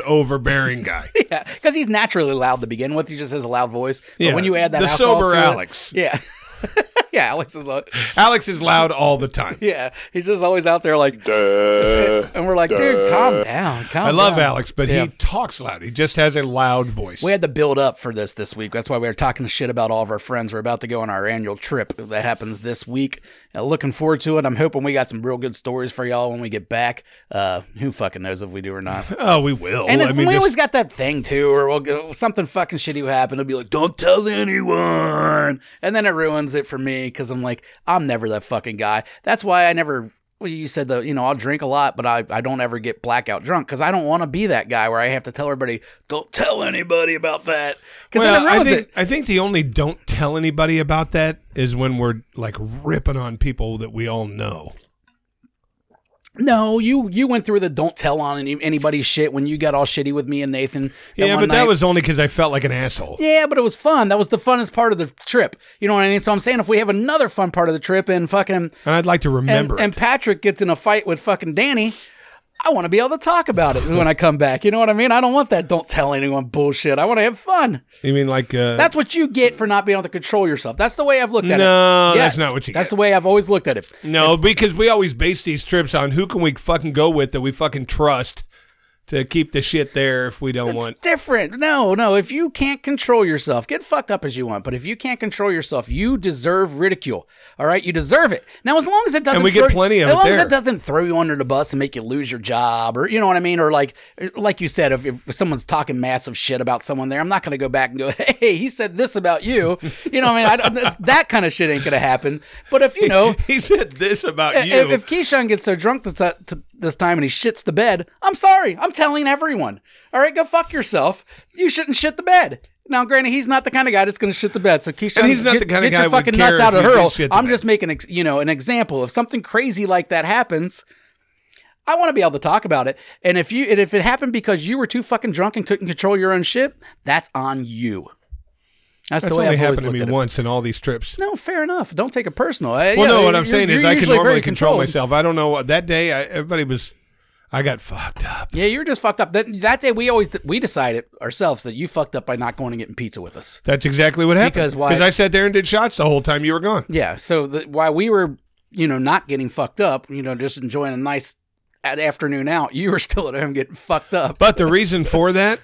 Speaker 3: overbearing guy.
Speaker 1: yeah, because he's naturally loud to begin with. He just has a loud voice. But
Speaker 3: Yeah,
Speaker 1: when you add that
Speaker 3: the
Speaker 1: alcohol
Speaker 3: sober
Speaker 1: to it-
Speaker 3: Alex.
Speaker 1: yeah, yeah, Alex is loud.
Speaker 3: Alex is loud all the time.
Speaker 1: Yeah, he's just always out there like,
Speaker 4: Duh.
Speaker 1: and we're like, dude, calm down, calm.
Speaker 3: I love
Speaker 1: down."
Speaker 3: Alex, but
Speaker 1: Yeah.
Speaker 3: he talks loud. He just has a loud voice.
Speaker 1: We had to build up for this this week. That's why we were talking shit about all of our friends. We're about to go on our annual trip that happens this week. Uh, looking forward to it. I'm hoping we got some real good stories for y'all when we get back. Uh, who fucking knows if we do or not?
Speaker 3: oh, we will.
Speaker 1: And it's,
Speaker 3: I mean,
Speaker 1: we
Speaker 3: just-
Speaker 1: always got that thing too, or we'll go something fucking shitty will happen. It'll be like, "Don't tell anyone," and then it ruins it for me because I'm like, I'm never that fucking guy. That's why I never. Well, you said that you know I'll drink a lot, but I, I don't ever get blackout drunk because I don't want to be that guy where I have to tell everybody, "Don't tell anybody about that," because
Speaker 3: Well,
Speaker 1: then it
Speaker 3: I
Speaker 1: ruins
Speaker 3: think
Speaker 1: it.
Speaker 3: I think the only don't tell anybody about that is when we're like ripping on people that we all know.
Speaker 1: No, you you went through the don't tell on any, anybody's shit when you got all shitty with me and Nathan. that
Speaker 3: yeah,
Speaker 1: one
Speaker 3: but
Speaker 1: night.
Speaker 3: that was only because I felt like an asshole.
Speaker 1: Yeah, but it was fun. That was the funnest part of the trip. You know what I mean? So I'm saying if we have another fun part of the trip and fucking
Speaker 3: And I'd like to remember
Speaker 1: and, and
Speaker 3: it.
Speaker 1: Patrick gets in a fight with fucking Danny, I want to be able to talk about it when I come back. You know what I mean? I don't want that don't tell anyone bullshit. I want to have fun.
Speaker 3: You mean like uh,
Speaker 1: That's what you get for not being able to control yourself. That's the way I've looked at
Speaker 3: No,
Speaker 1: it.
Speaker 3: that's not what you
Speaker 1: That's
Speaker 3: get.
Speaker 1: the way I've always looked at it.
Speaker 3: no? Because we always base these trips on who can we fucking go with that we fucking trust to keep the shit there if we don't
Speaker 1: It's
Speaker 3: want.
Speaker 1: different. No, no. If you can't control yourself, get fucked up as you want. But if you can't control yourself, you deserve ridicule. All right, you deserve it. Now, as long as it doesn't,
Speaker 3: we get
Speaker 1: throw-
Speaker 3: plenty of
Speaker 1: As
Speaker 3: it
Speaker 1: long as
Speaker 3: there.
Speaker 1: it doesn't throw you under the bus and make you lose your job, or you know what I mean, or like, like you said, if, if someone's talking massive shit about someone there, I'm not going to go back and go, hey, he said this about you. You know what I mean? I don't, that's- that kind of shit ain't going to happen. But if you know,
Speaker 3: He said this about you.
Speaker 1: if, if Keyshawn gets so drunk this, uh, t- this time and he shits the bed, I'm sorry. I'm telling everyone. All right, go fuck yourself. You shouldn't shit the bed. Now, granted, he's not the kind of guy that's going to shit the bed. So Keyshawn,
Speaker 3: And he's not
Speaker 1: get,
Speaker 3: the kind of
Speaker 1: get
Speaker 3: guy
Speaker 1: your
Speaker 3: that would
Speaker 1: fucking
Speaker 3: care
Speaker 1: nuts
Speaker 3: if
Speaker 1: out of
Speaker 3: you did
Speaker 1: hurl.
Speaker 3: shit the
Speaker 1: I'm
Speaker 3: bed.
Speaker 1: just making ex- you know an example. If something crazy like that happens. I want to be able to talk about it, and if you and if it happened because you were too fucking drunk and couldn't control your own shit, that's on you. That's,
Speaker 3: That's
Speaker 1: the way
Speaker 3: only
Speaker 1: I've always
Speaker 3: happened to
Speaker 1: looked
Speaker 3: me
Speaker 1: at it.
Speaker 3: once in all these trips.
Speaker 1: No, fair enough. Don't take it personal. Uh,
Speaker 3: Well, no, what I'm saying is I can normally control myself. I don't know. That day, I, everybody was, I got fucked up.
Speaker 1: Yeah, you were just fucked up. That, that day, we always we decided ourselves that you fucked up by not going and getting pizza with us.
Speaker 3: That's exactly what happened.
Speaker 1: Because why-
Speaker 3: I sat there and did shots the whole time you were gone.
Speaker 1: Yeah, so the, while we were, you know, not getting fucked up, you know, just enjoying a nice a- afternoon out, you were still at home getting fucked up.
Speaker 3: But the reason for that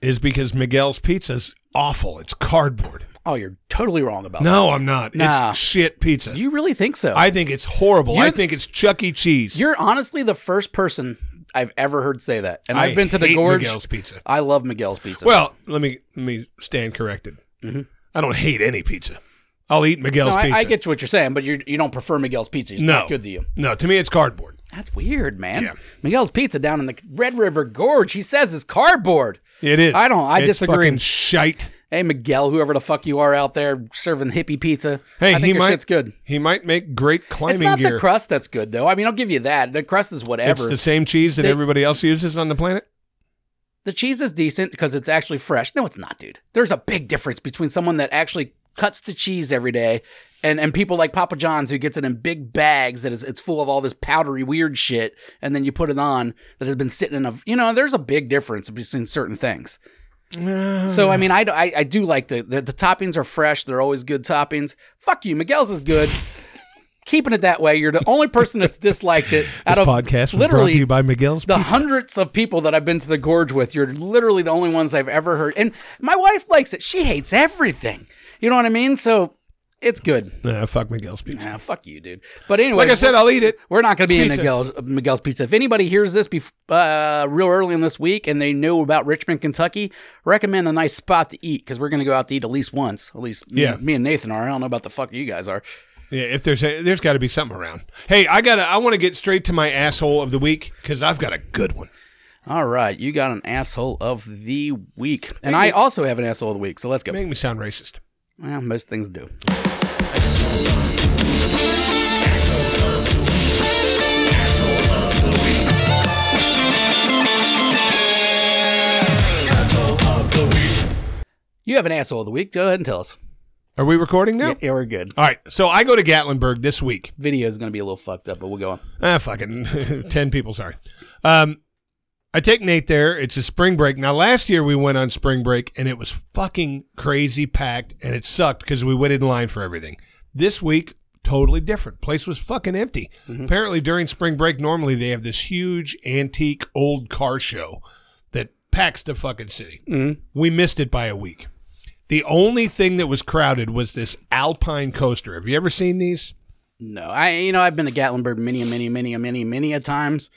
Speaker 3: is because Miguel's pizza's awful. It's cardboard.
Speaker 1: Oh, you're totally wrong about that.
Speaker 3: No, I'm not.
Speaker 1: Nah.
Speaker 3: It's shit pizza.
Speaker 1: You really think so?
Speaker 3: I think it's horrible. I
Speaker 1: You're-
Speaker 3: think it's Chuck E. Cheese.
Speaker 1: you're honestly the first person I've ever heard say that, and I've
Speaker 3: I
Speaker 1: been to the
Speaker 3: hate
Speaker 1: gorge.
Speaker 3: Miguel's pizza.
Speaker 1: I love Miguel's pizza.
Speaker 3: Well, let me let me stand corrected. I don't hate any pizza. I'll eat Miguel's
Speaker 1: Mm-hmm. no, I,
Speaker 3: pizza.
Speaker 1: I get what you're saying, but you you don't prefer Miguel's pizza. It's
Speaker 3: no
Speaker 1: not good to you.
Speaker 3: No, to me it's cardboard.
Speaker 1: That's weird, man.
Speaker 3: Yeah.
Speaker 1: Miguel's Pizza down in the Red River Gorge, he says is cardboard.
Speaker 3: It is.
Speaker 1: I don't- I
Speaker 3: It's
Speaker 1: disagree.
Speaker 3: fucking shite.
Speaker 1: Hey, Miguel, whoever the fuck you are out there serving hippie pizza,
Speaker 3: Hey,
Speaker 1: I think
Speaker 3: he
Speaker 1: your
Speaker 3: might.
Speaker 1: shit's good.
Speaker 3: He might make great climbing
Speaker 1: It's not
Speaker 3: gear.
Speaker 1: the crust that's good though. I mean, I'll give you that. The crust is
Speaker 3: it's
Speaker 1: whatever.
Speaker 3: the same cheese that
Speaker 1: They-
Speaker 3: everybody else uses on the planet.
Speaker 1: the cheese is decent because it's actually fresh. No, it's not, dude. There's a big difference between someone that actually cuts the cheese every day and, and people like Papa John's who gets it in big bags that is it's full of all this powdery weird shit and then you put it on that has been sitting in a you know there's a big difference between certain things. So I mean I, do- I, I do like the, the the toppings are fresh they're always good toppings. Fuck you, Miguel's is good. Keeping it that way, you're the only person that's disliked it out of literally
Speaker 3: by Miguel's.
Speaker 1: the hundreds of people that I've been to the gorge with, you're literally the only ones I've ever heard. And my wife likes it. She hates everything. You know what I mean? So it's good.
Speaker 3: nah, fuck Miguel's pizza.
Speaker 1: Nah, fuck you, dude. But anyway,
Speaker 3: Like I said, I'll eat it.
Speaker 1: we're not going to be in
Speaker 3: Pizza.
Speaker 1: Miguel's, Miguel's Pizza. If anybody hears this bef- uh, real early in this week and they know about Richmond, Kentucky, recommend a nice spot to eat because we're going to go out to eat at least once. At least me,
Speaker 3: Yeah.
Speaker 1: me and Nathan are. I don't know about the fuck you guys are.
Speaker 3: Yeah, if there's a, there's got to be something around. Hey, I gotta I want to get straight to my asshole of the week because I've got a good one.
Speaker 1: All right, you got an asshole of the week, and I also have an asshole of the week. So let's go.
Speaker 3: Make me sound racist.
Speaker 1: Well, most things do. You have an asshole of the week. Go ahead and tell us.
Speaker 3: Are we recording now?
Speaker 1: Yeah, yeah, we're good.
Speaker 3: All right. So I go to Gatlinburg this week.
Speaker 1: Video is going to be a little fucked up, but we'll go on.
Speaker 3: Ah, fucking ten people. Sorry. Um, I take Nate there. It's a spring break. Now, last year we went on spring break and it was fucking crazy packed and it sucked because we waited in line for everything. This week, totally different. Place was fucking empty. Apparently, during spring break, normally they have this huge antique old car show that packs the fucking city. We missed it by a week. The only thing that was crowded was this Alpine coaster. Have you ever seen these?
Speaker 1: No, I you know I've been to Gatlinburg many, many, many, many, many a times,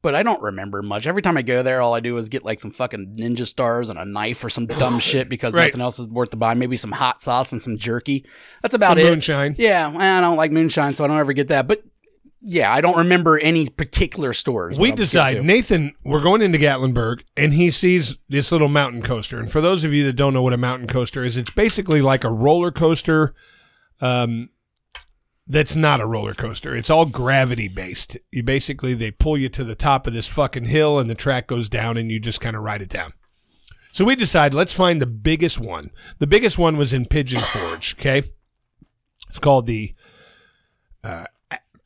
Speaker 1: but I don't remember much. Every time I go there, all I do is get like some fucking ninja stars and a knife or some dumb shit because
Speaker 3: Right.
Speaker 1: nothing else is worth to buy. Maybe some hot sauce and some jerky. That's about
Speaker 3: Some
Speaker 1: it.
Speaker 3: moonshine.
Speaker 1: Yeah, I don't like moonshine, so I don't ever get that. But yeah, I don't remember any particular stores.
Speaker 3: we decide Nathan, we're going into Gatlinburg, and he sees this little mountain coaster. And for those of you that don't know what a mountain coaster is, it's basically like a roller coaster. Um, that's not a roller coaster. It's all gravity based. You basically they pull you to the top of this fucking hill, and the track goes down, and you just kind of ride it down. So we decide let's find the biggest one. The biggest one was in Pigeon Forge. Okay, it's called the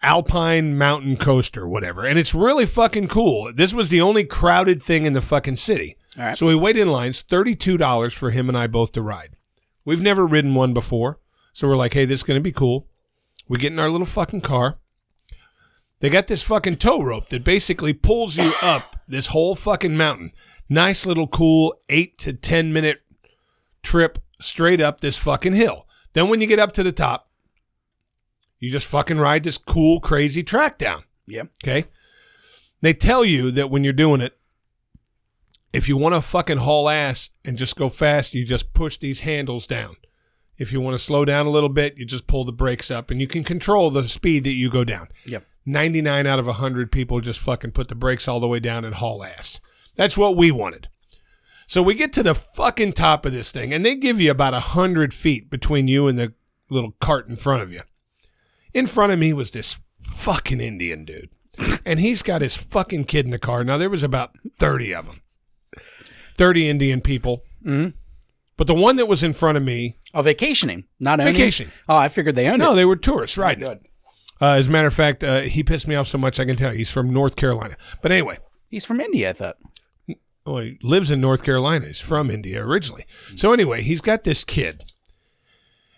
Speaker 3: Alpine Mountain Coaster, whatever. And it's really fucking cool. This was the only crowded thing in the fucking city.
Speaker 1: All right.
Speaker 3: So we waited in lines, $32 for him and I both to ride. We've never ridden one before. So we're like, hey, this is going to be cool. We get in our little fucking car. They got this fucking tow rope that basically pulls you up this whole fucking mountain. Nice little cool eight to 10 minute trip straight up this fucking hill. Then when you get up to the top, you just fucking ride this cool, crazy track down.
Speaker 1: Yeah.
Speaker 3: Okay. They tell you that when you're doing it, if you want to fucking haul ass and just go fast, you just push these handles down. If you want to slow down a little bit, you just pull the brakes up and you can control the speed that you go down.
Speaker 1: Yep.
Speaker 3: 99 out of 100 people just fucking put the brakes all the way down and haul ass. That's what we wanted. So we get to the fucking top of this thing, and they give you about 100 feet between you and the little cart in front of you. In front of me was this fucking Indian dude, and he's got his fucking kid in the car. Now, there was about 30 of them, 30 Indian people.
Speaker 1: Mhm.
Speaker 3: But the one that was in front of me,
Speaker 1: Oh, vacationing, not owning.
Speaker 3: Vacation.
Speaker 1: Oh, I figured they owned
Speaker 3: no,
Speaker 1: it.
Speaker 3: they were tourists riding. it.
Speaker 1: Good.
Speaker 3: Uh, as a matter of fact, uh, he pissed me off so much I can tell you. He's from North Carolina. But anyway,
Speaker 1: He's from India, I thought.
Speaker 3: well, Oh, he lives in North Carolina. He's from India originally. So anyway, he's got this kid,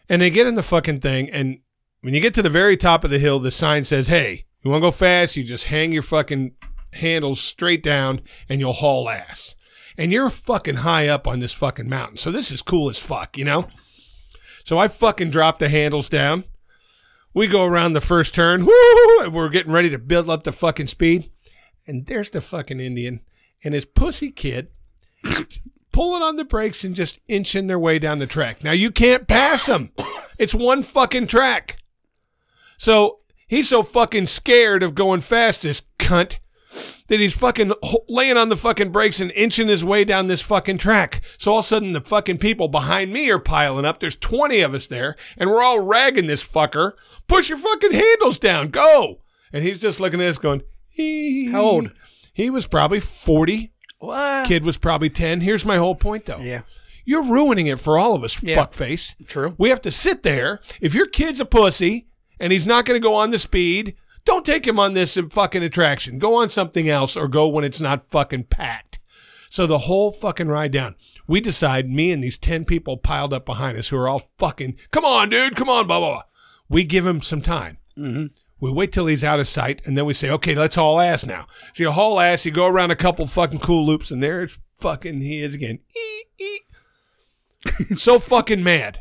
Speaker 3: and they get in the fucking thing. And when you get to the very top of the hill, the sign says, "Hey, you want to go fast? You just hang your fucking handles straight down, and you'll haul ass." And you're fucking high up on this fucking mountain, so this is cool as fuck, you know. So I fucking drop the handles down. We go around the first turn, woo, and we're getting ready to build up the fucking speed. And there's the fucking Indian and his pussy kid pulling on the brakes and just inching their way down the track. Now you can't pass them. It's one fucking track. So he's so fucking scared of going fast, this cunt, that he's fucking ho- laying on the fucking brakes and inching his way down this fucking track. So all of a sudden, the fucking people behind me are piling up. There's 20 of us there, and we're all ragging this fucker. Push your fucking handles down. Go. And he's just looking at us going, "Ee."
Speaker 1: How old?
Speaker 3: He was probably 40.
Speaker 1: What?
Speaker 3: Kid was probably 10. Here's my whole point, though.
Speaker 1: Yeah.
Speaker 3: You're ruining it for all of us,
Speaker 1: Yeah.
Speaker 3: fuckface.
Speaker 1: True.
Speaker 3: We have to sit there. If your kid's a pussy and he's not going to go on the speed, don't take him on this fucking attraction. Go on something else or go when it's not fucking packed. So the whole fucking ride down, we decide, me and these 10 people piled up behind us who are all fucking, come on, dude, come on, blah, blah, blah. We give him some time.
Speaker 1: Mm-hmm.
Speaker 3: We wait till he's out of sight, and then we say, okay, let's haul ass now. So you haul ass, you go around a couple fucking cool loops, and there it's fucking he is again. Eek, eek. so fucking mad.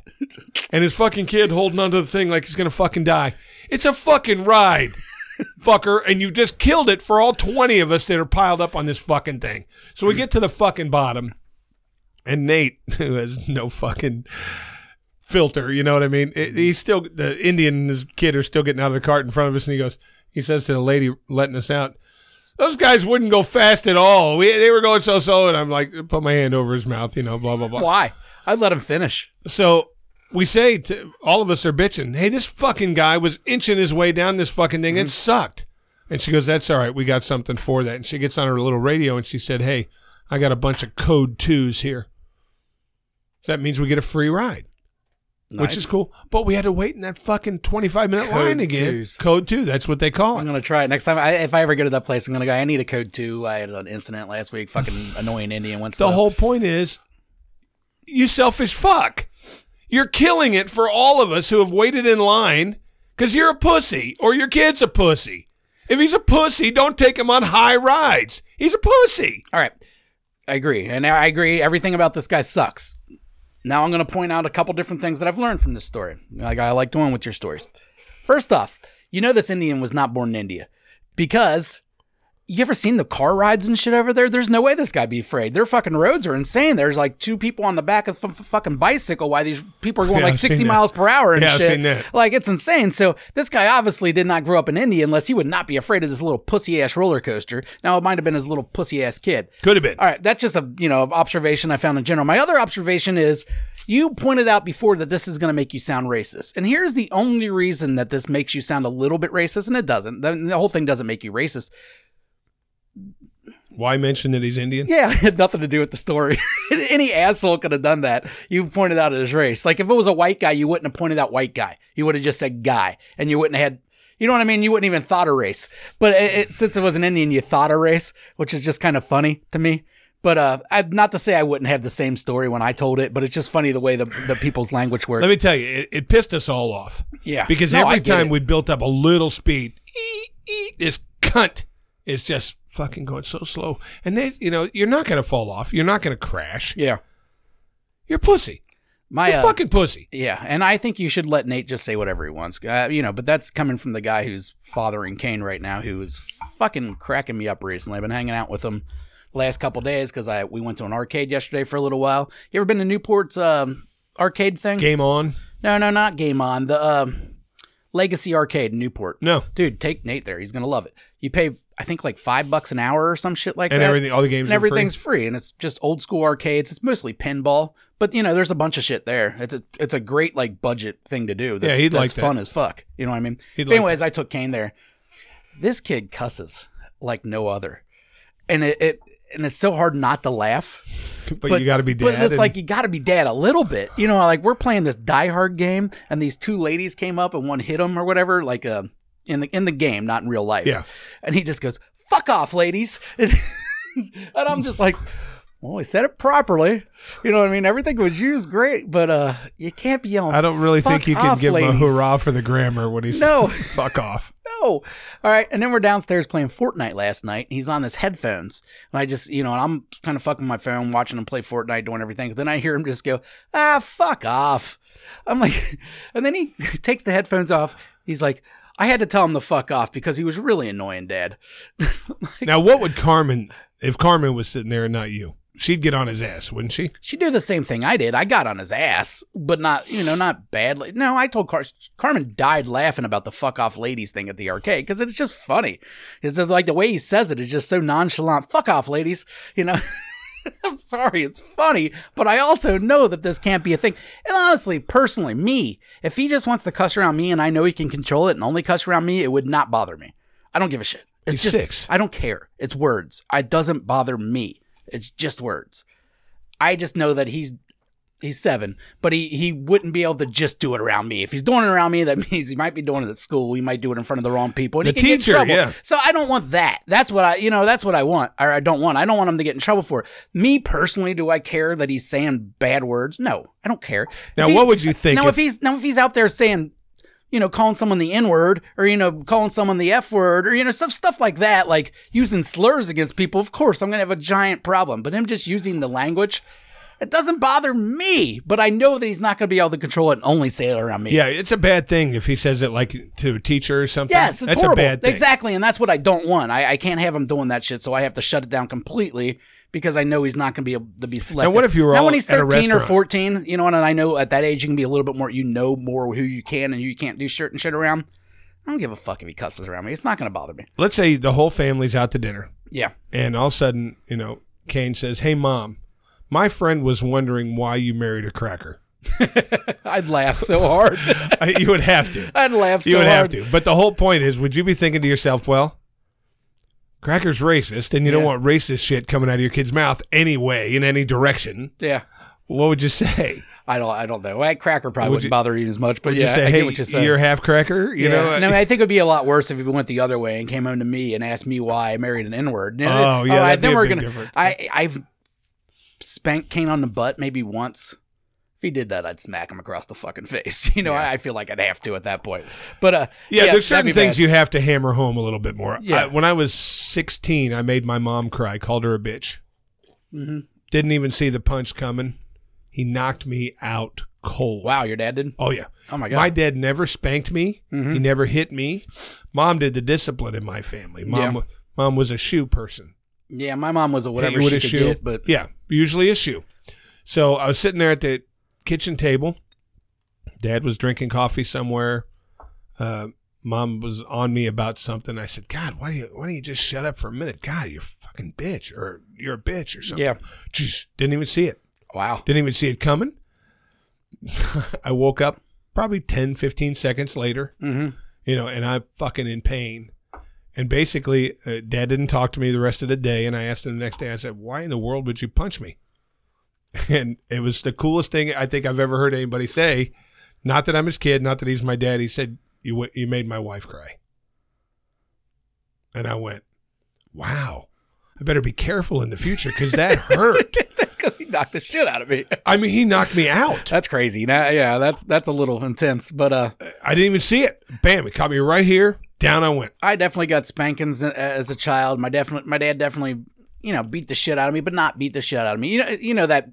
Speaker 3: And his fucking kid holding onto the thing like he's gonna fucking die. It's a fucking ride, fucker, and you've just killed it for all 20 of us that are piled up on this fucking thing. So we get to the fucking bottom, and Nate, who has no fucking filter. You know what I mean? It, he's still the Indian and his kid are still getting out of the cart in front of us, and he goes, he says to the lady letting us out, "Those guys wouldn't go fast at all. We, they were going so so." And I'm like, put my hand over his mouth, you know, blah blah blah.
Speaker 1: Why? I'd let him finish.
Speaker 3: So we say to all of us are bitching, hey, this fucking guy was inching his way down this fucking thing.
Speaker 1: Mm-hmm.
Speaker 3: It sucked. And she goes, that's all right. We got something for that. And she gets on her little radio and she said, hey, I got a bunch of code twos here. So that means we get a free ride, which is
Speaker 1: Nice.
Speaker 3: cool. But we had to wait in that fucking 25 minute
Speaker 1: Code
Speaker 3: line again.
Speaker 1: twos.
Speaker 3: Code two. That's what they call
Speaker 1: I'm
Speaker 3: it.
Speaker 1: gonna try it next time. I, if I ever go to that place, I'm gonna go. I need a code two. I had an incident last week. Fucking annoying Indian went.
Speaker 3: The
Speaker 1: slow."
Speaker 3: whole point is, you selfish fuck. You're killing it for all of us who have waited in line because you're a pussy or your kid's a pussy. If he's a pussy, don't take him on high rides. He's a pussy.
Speaker 1: All right, I agree, and I agree. Everything about this guy sucks. Now I'm gonna point out a couple different things that I've learned from this story. Like I like going with your stories. First off, you know this Indian was not born in India because you ever seen the car rides and shit over there? There's no way this guy be afraid. Their fucking roads are insane. There's like two people on the back of a f- fucking bicycle while these people are going
Speaker 3: Yeah,
Speaker 1: like
Speaker 3: I've seen
Speaker 1: 60
Speaker 3: that.
Speaker 1: miles per hour and
Speaker 3: Yeah, I've
Speaker 1: shit.
Speaker 3: seen that.
Speaker 1: Like it's insane. So this guy obviously did not grow up in India unless he would not be afraid of this little pussy ass roller coaster. Now it might have been his little pussy ass kid.
Speaker 3: Could have been.
Speaker 1: All right, that's just a you know observation I found in general. My other observation is you pointed out before that this is going to make you sound racist, and here's the only reason that this makes you sound a little bit racist, and it doesn't. The, the whole thing doesn't make you racist.
Speaker 3: Why mention that he's Indian?
Speaker 1: Yeah, it had nothing to do with the story. Any asshole could have done that. You pointed out his race. Like if it was a white guy, you wouldn't have pointed out white guy. You would have just said guy, and you wouldn't have had. You know what I mean? You wouldn't even thought a race. But it, it, since it was an Indian, you thought a race, which is just kind of funny to me. But uh, I, not to say I wouldn't have the same story when I told it, but it's just funny the way the, the people's language works.
Speaker 3: Let me tell you, it, it pissed us all off.
Speaker 1: Yeah.
Speaker 3: Because
Speaker 1: No, I
Speaker 3: every
Speaker 1: get
Speaker 3: time
Speaker 1: it.
Speaker 3: we built up a little speed, ee, ee, this cunt is just fucking going so slow. And they, you know, you're not going to fall off. You're not going to crash.
Speaker 1: yeah,
Speaker 3: You're a pussy.
Speaker 1: my
Speaker 3: You're a
Speaker 1: uh,
Speaker 3: fucking pussy.
Speaker 1: Yeah, and I think you should let Nate just say whatever he wants. Uh, you know, but that's coming from the guy who's fathering Kane right now, who is fucking cracking me up recently. I've been hanging out with him last couple days because I we went to an arcade yesterday for a little while. You ever been to Newport's um, arcade thing?
Speaker 3: Game on.
Speaker 1: No, no, not Game On. The um, Legacy Arcade in Newport.
Speaker 3: No.
Speaker 1: Dude, take Nate there. He's gonna love it. You pay, I think, like five bucks an hour or some shit like
Speaker 3: and
Speaker 1: that.
Speaker 3: everything, all the games,
Speaker 1: and
Speaker 3: are free.
Speaker 1: everything's free. and it's just old school arcades. It's mostly pinball, but you know, there's a bunch of shit there. It's a it's a great like budget thing to do. That's,
Speaker 3: he'd
Speaker 1: that's
Speaker 3: like that.
Speaker 1: fun as fuck. You know what I mean?
Speaker 3: He'd
Speaker 1: But
Speaker 3: like
Speaker 1: anyways, I took Kane there. This kid cusses like no other, and it, it and it's so hard not to laugh.
Speaker 3: but, you got to be dead.
Speaker 1: But it's
Speaker 3: and-
Speaker 1: like you got to be dad a little bit. You know, like we're playing this Die Hard game, and these two ladies came up and one hit him or whatever, like uh, in the in the game, not in real life.
Speaker 3: Yeah.
Speaker 1: And he just goes, "Fuck off, ladies," and, and I'm just like. Well, he said it properly. You know what I mean? Everything was used great, but uh you can't be yelling.
Speaker 3: I don't really think
Speaker 1: "Fuck
Speaker 3: you can
Speaker 1: off,
Speaker 3: give him a
Speaker 1: ladies."
Speaker 3: hurrah for the grammar when he's
Speaker 1: No.
Speaker 3: fuck off.
Speaker 1: no. "Oh, All right. And then we're downstairs playing Fortnite last night. He's on his headphones. And I just, you know, and I'm kind of fucking my phone, watching him play Fortnite, doing everything. Then I hear him just go, ah, fuck off. I'm like, and then he takes the headphones off. He's like, I had to tell him to fuck off because he was really annoying, Dad.
Speaker 3: Now, what would Carmen if Carmen was sitting there and not you? She'd get on his ass, wouldn't she?
Speaker 1: She did the same thing I did. I got on his ass, but not, you know, not badly. No, I told Car- Carmen died laughing about the fuck off ladies thing at the arcade because it's just funny. It's just like the way he says it is just so nonchalant. Fuck off, ladies. You know, I'm sorry, it's funny, but I also know that this can't be a thing. And honestly, personally, me, if he just wants to cuss around me and I know he can control it and only cuss around me, it would not bother me. I don't give a shit. It's
Speaker 3: He's
Speaker 1: just,
Speaker 3: six.
Speaker 1: I don't care. It's words. It doesn't bother me. It's just words. I just know that he's he's seven, but he he wouldn't be able to just do it around me. If he's doing it around me, that means he might be doing it at school. We might do it in front of the wrong people, and
Speaker 3: The
Speaker 1: he can
Speaker 3: teacher,
Speaker 1: get in trouble.
Speaker 3: yeah.
Speaker 1: So I don't want that. That's what I you know that's what I want, or I don't want. I don't want him to get in trouble for it. Me personally, do I care that he's saying bad words? No, I don't care.
Speaker 3: Now,
Speaker 1: If he-
Speaker 3: what would you think?
Speaker 1: now
Speaker 3: if-
Speaker 1: if he's now if he's out there saying you know calling someone the n word or you know calling someone the f word or you know stuff stuff like that like using slurs against people of course i'm gonna have a giant problem but him just using the language it doesn't bother me but i know that he's not gonna be able to control it and only say it around me
Speaker 3: yeah, it's a bad thing if he says it like to a teacher or something.
Speaker 1: Yes, it's
Speaker 3: that's
Speaker 1: horrible.
Speaker 3: a bad thing.
Speaker 1: Exactly, and that's what I don't want. I, I can't have him doing that shit, so I have to shut it down completely because I know he's not going to be able to be selective.
Speaker 3: what if you were
Speaker 1: now
Speaker 3: all
Speaker 1: when he's
Speaker 3: at a
Speaker 1: thirteen or
Speaker 3: restaurant?
Speaker 1: fourteen, you know, and I know at that age you can be a little bit more. You know more who you can and who you can't do shit and shit around. I don't give a fuck if he cusses around me. It's not going to bother me.
Speaker 3: Let's say the whole family's out to dinner,
Speaker 1: Yeah,
Speaker 3: and all of a sudden, you know, Kane says, "Hey, mom, my friend was wondering why you married a cracker."
Speaker 1: I'd laugh so hard.
Speaker 3: I- you would have to.
Speaker 1: I'd laugh so
Speaker 3: you would
Speaker 1: hard.
Speaker 3: have to. But the whole point is, would you be thinking to yourself, well, Cracker's racist, and you don't
Speaker 1: Yeah.
Speaker 3: want racist shit coming out of your kid's mouth anyway in any direction?
Speaker 1: Yeah.
Speaker 3: What would you say?
Speaker 1: I don't. I don't know. That cracker probably
Speaker 3: Would
Speaker 1: wouldn't
Speaker 3: you-
Speaker 1: bother you as much, but
Speaker 3: Would
Speaker 1: yeah,
Speaker 3: you say,
Speaker 1: I
Speaker 3: hey,
Speaker 1: get what you're saying.
Speaker 3: you're half cracker? You
Speaker 1: Yeah.
Speaker 3: know, uh,
Speaker 1: no, I think it'd be a lot worse if you went the other way and came home to me and asked me why I married an N-word. You know,
Speaker 3: Oh, yeah,
Speaker 1: I-
Speaker 3: that'd be
Speaker 1: then
Speaker 3: a
Speaker 1: we're
Speaker 3: big
Speaker 1: gonna.
Speaker 3: difference.
Speaker 1: I I've spanked Kane on the butt maybe once. If he did that, I'd smack him across the fucking face. You know, I, I feel like I'd have to at that point. But uh,
Speaker 3: yeah, there's
Speaker 1: that'd
Speaker 3: certain
Speaker 1: be
Speaker 3: things
Speaker 1: bad.
Speaker 3: you have to hammer home a little bit more.
Speaker 1: Yeah.
Speaker 3: I, when I was 16, I made my mom cry, called her a bitch.
Speaker 1: Mhm.
Speaker 3: Didn't even see the punch coming. He knocked me out cold.
Speaker 1: Wow, your dad did.
Speaker 3: Oh, yeah.
Speaker 1: Oh my
Speaker 3: My
Speaker 1: god.
Speaker 3: dad never spanked me.
Speaker 1: Mm-hmm.
Speaker 3: He never hit me. Mom did the discipline in my family. Mom,
Speaker 1: Yeah.
Speaker 3: mom was a shoe person.
Speaker 1: yeah, my mom was a whatever
Speaker 3: Hit you
Speaker 1: she
Speaker 3: with
Speaker 1: could
Speaker 3: a shoe.
Speaker 1: get, but
Speaker 3: yeah, usually a shoe. So I was sitting there at the kitchen table. Dad was drinking coffee somewhere. Uh, mom was on me about something. I said, "God, why do you why don't you just shut up for a minute? God, you're a fucking bitch, or you're a bitch, or something."
Speaker 1: Yeah.
Speaker 3: Jeez, didn't even see it.
Speaker 1: wow.
Speaker 3: Didn't even see it coming. I woke up probably 10, 15 seconds later
Speaker 1: hmm
Speaker 3: you know, and I'm fucking in pain. And basically, uh, dad didn't talk to me the rest of the day. And I asked him the next day, I said, Why in the world would you punch me? And it was the coolest thing I think I've ever heard anybody say. Not that I'm his kid, not that he's my dad. He said, You, w- you made my wife cry. And I went, Wow, I better be careful in the future because that hurt.
Speaker 1: That's because he knocked the shit out of me.
Speaker 3: I mean, he knocked me out.
Speaker 1: That's crazy. Now, yeah, that's that's a little intense, but uh,
Speaker 3: I didn't even see it. Bam, it caught me right here. Down I went.
Speaker 1: I definitely got spankings a- as a child. My definite, my dad definitely, you know, beat the shit out of me, but not beat the shit out of me. You know, you know that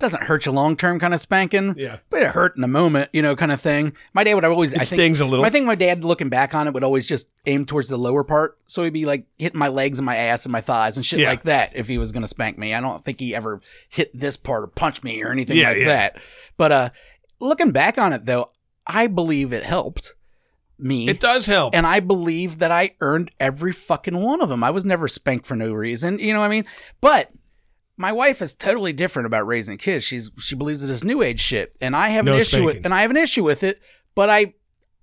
Speaker 1: doesn't hurt you long term kind of spanking.
Speaker 3: Yeah.
Speaker 1: but it hurt in the moment, you know, kind of thing. My dad would always,
Speaker 3: It
Speaker 1: I think,
Speaker 3: stings a little.
Speaker 1: I think my dad, looking back on it, would always just aim towards the lower part, so he'd be like hitting my legs and my ass and my thighs and shit
Speaker 3: Yeah.
Speaker 1: like that if he was gonna spank me. I don't think he ever hit this part or punched me or anything
Speaker 3: Yeah,
Speaker 1: like
Speaker 3: yeah.
Speaker 1: that. But uh, looking back on it though, I believe it helped me.
Speaker 3: It does help.
Speaker 1: And I believe that I earned every fucking one of them. I was never spanked for no reason. You know what I mean? But my wife is totally different about raising kids. She's she believes in this new age shit, and I have
Speaker 3: No
Speaker 1: an issue with
Speaker 3: spanking.
Speaker 1: and I have an issue with it. But I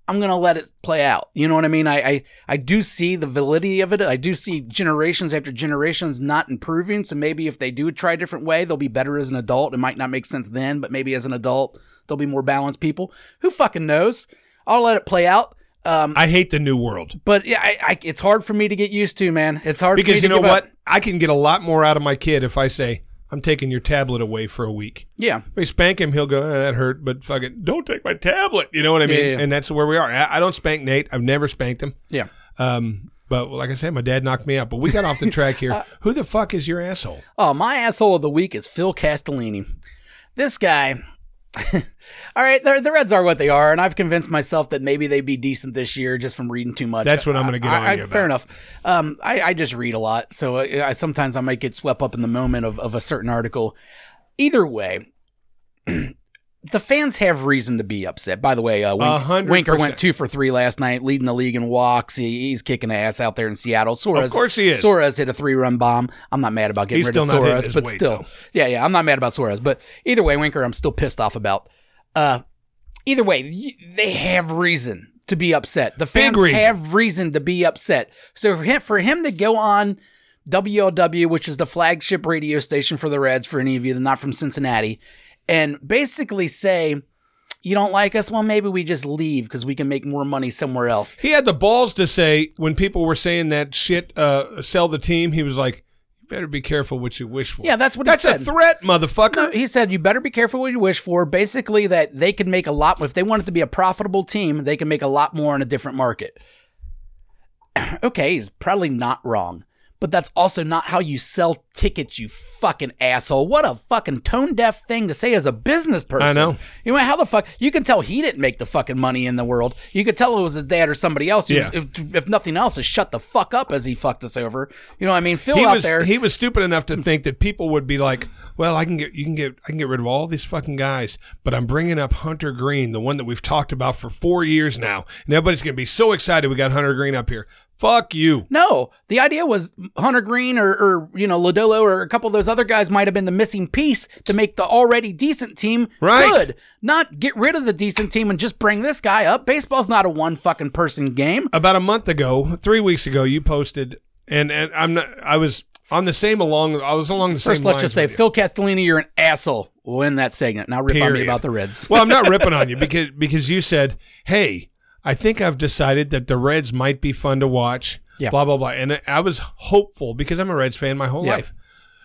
Speaker 1: I'm gonna let it play out. You know what I mean? I, I I do see the validity of it. I do see generations after generations not improving. So maybe if they do try a different way, they'll be better as an adult. It might not make sense then, but maybe as an adult, they'll be more balanced people. Who fucking knows? I'll let it play out. Um,
Speaker 3: I hate the new world.
Speaker 1: but yeah, I, I, it's hard for me to get used to, man. It's hard for me
Speaker 3: Because
Speaker 1: to
Speaker 3: you know
Speaker 1: give up.
Speaker 3: what? I can get a lot more out of my kid if I say, I'm taking your tablet away for a week.
Speaker 1: Yeah,
Speaker 3: If I spank him, he'll go, "Eh, that hurt, but fucking don't take my tablet. You know what I mean?
Speaker 1: Yeah, yeah.
Speaker 3: And that's where we are. I, I don't spank Nate. I've never spanked him.
Speaker 1: yeah.
Speaker 3: Um, but like I said, my dad knocked me out. But we got off the track here.
Speaker 1: Uh,
Speaker 3: Who the fuck is your asshole?
Speaker 1: Oh, my asshole of the week is Phil Castellini. This guy. All right, the, the Reds are what they are, and I've convinced myself that maybe they'd be decent this year just from reading too much.
Speaker 3: That's what I'm gonna get
Speaker 1: I-
Speaker 3: on
Speaker 1: I-
Speaker 3: you
Speaker 1: Fair enough. Um, I, I just read a lot, so I, I sometimes I might get swept up in the moment of, of a certain article. Either way, the fans have reason to be upset. By the way, uh,
Speaker 3: A
Speaker 1: Wink,
Speaker 3: hundred
Speaker 1: Winker went
Speaker 3: percent.
Speaker 1: two for three last night, leading the league in walks. He, he's kicking ass out there in Seattle. Suarez,
Speaker 3: course he is.
Speaker 1: Suarez hit a three-run bomb. I'm not mad about getting
Speaker 3: He's
Speaker 1: rid of
Speaker 3: still not hitting
Speaker 1: Suarez,
Speaker 3: his
Speaker 1: but
Speaker 3: weight,
Speaker 1: still,
Speaker 3: though.
Speaker 1: yeah, yeah, I'm not mad about Suarez, but either way, Winker, I'm still pissed off about. Uh, either way, y- they have reason to be upset. The fans
Speaker 3: reason.
Speaker 1: have reason to be upset. So for him, for him to go on WLW, which is the flagship radio station for the Reds, for any of you that are not from Cincinnati, and basically say. You don't like us? Well, maybe we just leave because we can make more money somewhere else.
Speaker 3: He had the balls to say, when people were saying that shit, uh, sell the team, he was like, you better be careful what you wish for.
Speaker 1: Yeah, that's what he
Speaker 3: That's a
Speaker 1: said.
Speaker 3: threat, motherfucker.
Speaker 1: No, he said you better be careful what you wish for. Basically, that they could make a lot. If they wanted to be a profitable team, they can make a lot more in a different market. okay, he's probably not wrong, but that's also not how you sell tickets, you fucking asshole. What a fucking tone deaf thing to say as a business person.
Speaker 3: I know.
Speaker 1: You know how the fuck you can tell he didn't make the fucking money in the world. You could tell it was his dad or somebody else. who-
Speaker 3: Yeah.
Speaker 1: If, if nothing else, is shut the fuck up as he fucked us over. You know what I mean? Phil
Speaker 3: He
Speaker 1: out
Speaker 3: was
Speaker 1: there.
Speaker 3: he was stupid enough to think that people would be like, "Well, I can get you can get I can get rid of all these fucking guys, but I'm bringing up Hunter Green, the one that we've talked about for four years now, and everybody's gonna be so excited we got Hunter Green up here. Fuck you.
Speaker 1: No, the idea was Hunter Green or, or you know Lodolo or a couple of those other guys might have been the missing piece to make the already decent team
Speaker 3: Right.
Speaker 1: good. Not get rid of the decent team and just bring this guy up. Baseball's not a one fucking person game.
Speaker 3: about a month ago, three weeks ago, you posted, and and I'm not. I was on the same along. I was along the
Speaker 1: First,
Speaker 3: same.
Speaker 1: let's just
Speaker 3: lines
Speaker 1: say
Speaker 3: with you.
Speaker 1: Phil Castellini, you're an asshole. We'll end that segment. Now rip on me
Speaker 3: Period.
Speaker 1: about the Reds.
Speaker 3: well, I'm not ripping on you because because you said, "Hey, I think I've decided that the Reds might be fun to watch."
Speaker 1: Yeah.
Speaker 3: Blah blah blah. And I was hopeful because I'm a Reds fan my whole
Speaker 1: Yeah.
Speaker 3: life.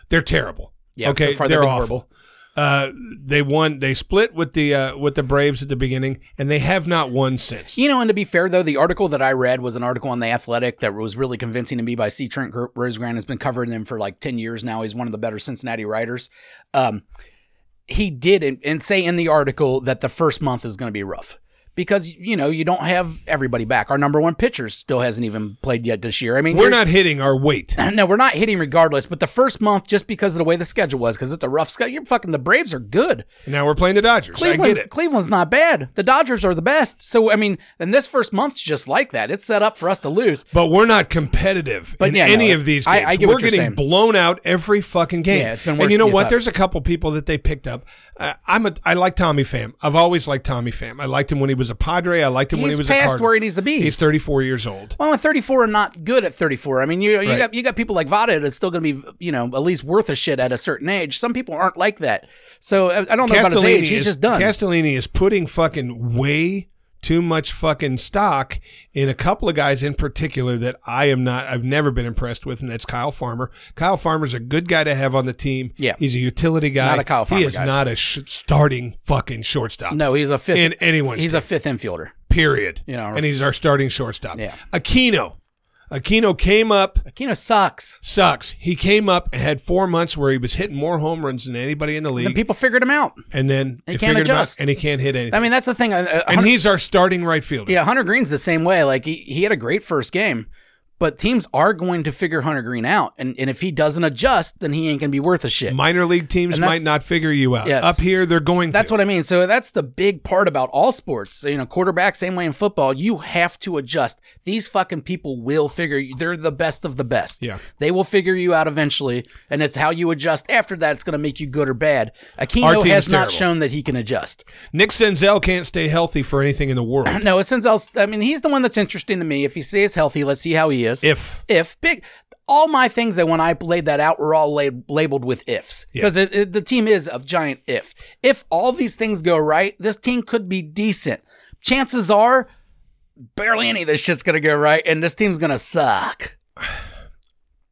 Speaker 3: They're terrible.
Speaker 1: Yeah, so
Speaker 3: okay,
Speaker 1: far they've
Speaker 3: they're
Speaker 1: been
Speaker 3: awful. Uh, they won. They split with the uh, with the Braves at the beginning, and they have not won since.
Speaker 1: You know, and to be fair though, the article that I read was an article on the Athletic that was really convincing to me by C. Trent Gro- Rosegran. Has been covering them for like ten years now. He's one of the better Cincinnati writers. Um, he did and, and say in the article that the first month is going to be rough because you know you don't have everybody back. Our number one pitcher still hasn't even played yet this year. I mean,
Speaker 3: We're
Speaker 1: you're-
Speaker 3: not hitting our weight.
Speaker 1: no, we're not hitting regardless. But the first month, just because of the way the schedule was, because it's a rough schedule. You're fucking the Braves are good.
Speaker 3: Now we're playing the Dodgers. I
Speaker 1: Cleveland,
Speaker 3: get it.
Speaker 1: Cleveland's not bad. The Dodgers are the best. So I mean, and this first month's just like that. It's set up for us to lose.
Speaker 3: But we're not competitive
Speaker 1: But
Speaker 3: in
Speaker 1: yeah,
Speaker 3: any
Speaker 1: no,
Speaker 3: of these
Speaker 1: I-
Speaker 3: games.
Speaker 1: I get
Speaker 3: we're
Speaker 1: what you're
Speaker 3: getting
Speaker 1: saying.
Speaker 3: blown out every fucking game.
Speaker 1: Yeah, it's been worse
Speaker 3: And you know
Speaker 1: than you
Speaker 3: what?
Speaker 1: thought.
Speaker 3: There's a couple people that they picked up. Uh, I'm a. I like Tommy Pham. I've always liked Tommy Pham. I liked him when he was a Padre. I liked him when he
Speaker 1: He's
Speaker 3: was a
Speaker 1: past
Speaker 3: Cardinal.
Speaker 1: where he needs to be.
Speaker 3: He's 34 years old.
Speaker 1: well, at 34 and not good at 34. I mean, you you
Speaker 3: Right.
Speaker 1: got you got people like Vada that's still going to be you know at least worth a shit at a certain age. Some people aren't like that. So I, I don't know about his age. He's
Speaker 3: is,
Speaker 1: just done.
Speaker 3: Castellini is putting fucking way too much fucking stock in a couple of guys in particular that I am not. I've never been impressed with, and that's Kyle Farmer. Kyle Farmer's a good guy to have on the team.
Speaker 1: Yeah.
Speaker 3: he's a utility guy.
Speaker 1: Not a Kyle Farmer
Speaker 3: He is
Speaker 1: guy.
Speaker 3: not a sh- starting fucking shortstop.
Speaker 1: no, he's a fifth.
Speaker 3: in anyone's
Speaker 1: he's a fifth infielder.
Speaker 3: period.
Speaker 1: You know, or-
Speaker 3: and he's our starting shortstop.
Speaker 1: Yeah.
Speaker 3: Aquino. Aquino came up,
Speaker 1: Aquino sucks.
Speaker 3: sucks. He came up and had four months where he was hitting more home runs than anybody in the
Speaker 1: And
Speaker 3: league,
Speaker 1: people figured him out.
Speaker 3: and then
Speaker 1: He
Speaker 3: they
Speaker 1: can't
Speaker 3: figured him out,
Speaker 1: adjust.
Speaker 3: and he can't hit anything.
Speaker 1: I mean, that's the thing. Uh, uh,
Speaker 3: and he's our starting right fielder.
Speaker 1: Yeah, Hunter Green's the same way. Like he, he had a great first game, but teams are going to figure Hunter Green out. And and if he doesn't adjust, then he ain't gonna be worth a shit.
Speaker 3: Minor league teams
Speaker 1: And that's-
Speaker 3: might not figure you out.
Speaker 1: Yes.
Speaker 3: Up here, they're going.
Speaker 1: that's
Speaker 3: to.
Speaker 1: what I mean. So that's the big part about all sports. So, you know, quarterback, same way in football, you have to adjust. These fucking people will figure you. They're the best of the best.
Speaker 3: Yeah.
Speaker 1: They will figure you out eventually. And it's how you adjust after that. It's going to make you good or bad.
Speaker 3: Our
Speaker 1: Aquino
Speaker 3: team's
Speaker 1: has not
Speaker 3: terrible.
Speaker 1: shown that he can adjust.
Speaker 3: Nick Senzel can't stay healthy for anything in the world.
Speaker 1: No, Senzel's. I mean, he's the one that's interesting to me. If he stays healthy, let's see how he is.
Speaker 3: If.
Speaker 1: if big, all my things that when I laid that out were all laid, labeled with ifs because the team is a giant if. If all these things go right, this team could be decent. Chances are, barely any of this shit's gonna go right, and this team's gonna suck.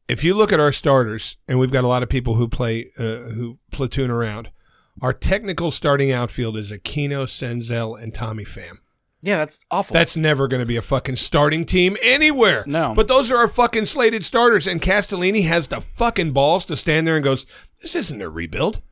Speaker 3: if you look at our starters, and we've got a lot of people who play uh, who platoon around, our technical starting outfield is Aquino, Senzel, and Tommy Pham.
Speaker 1: Yeah, that's awful.
Speaker 3: That's never going to be a fucking starting team anywhere.
Speaker 1: No.
Speaker 3: But those are our fucking slated starters, and Castellini has the fucking balls to stand there and goes, "This isn't a rebuild.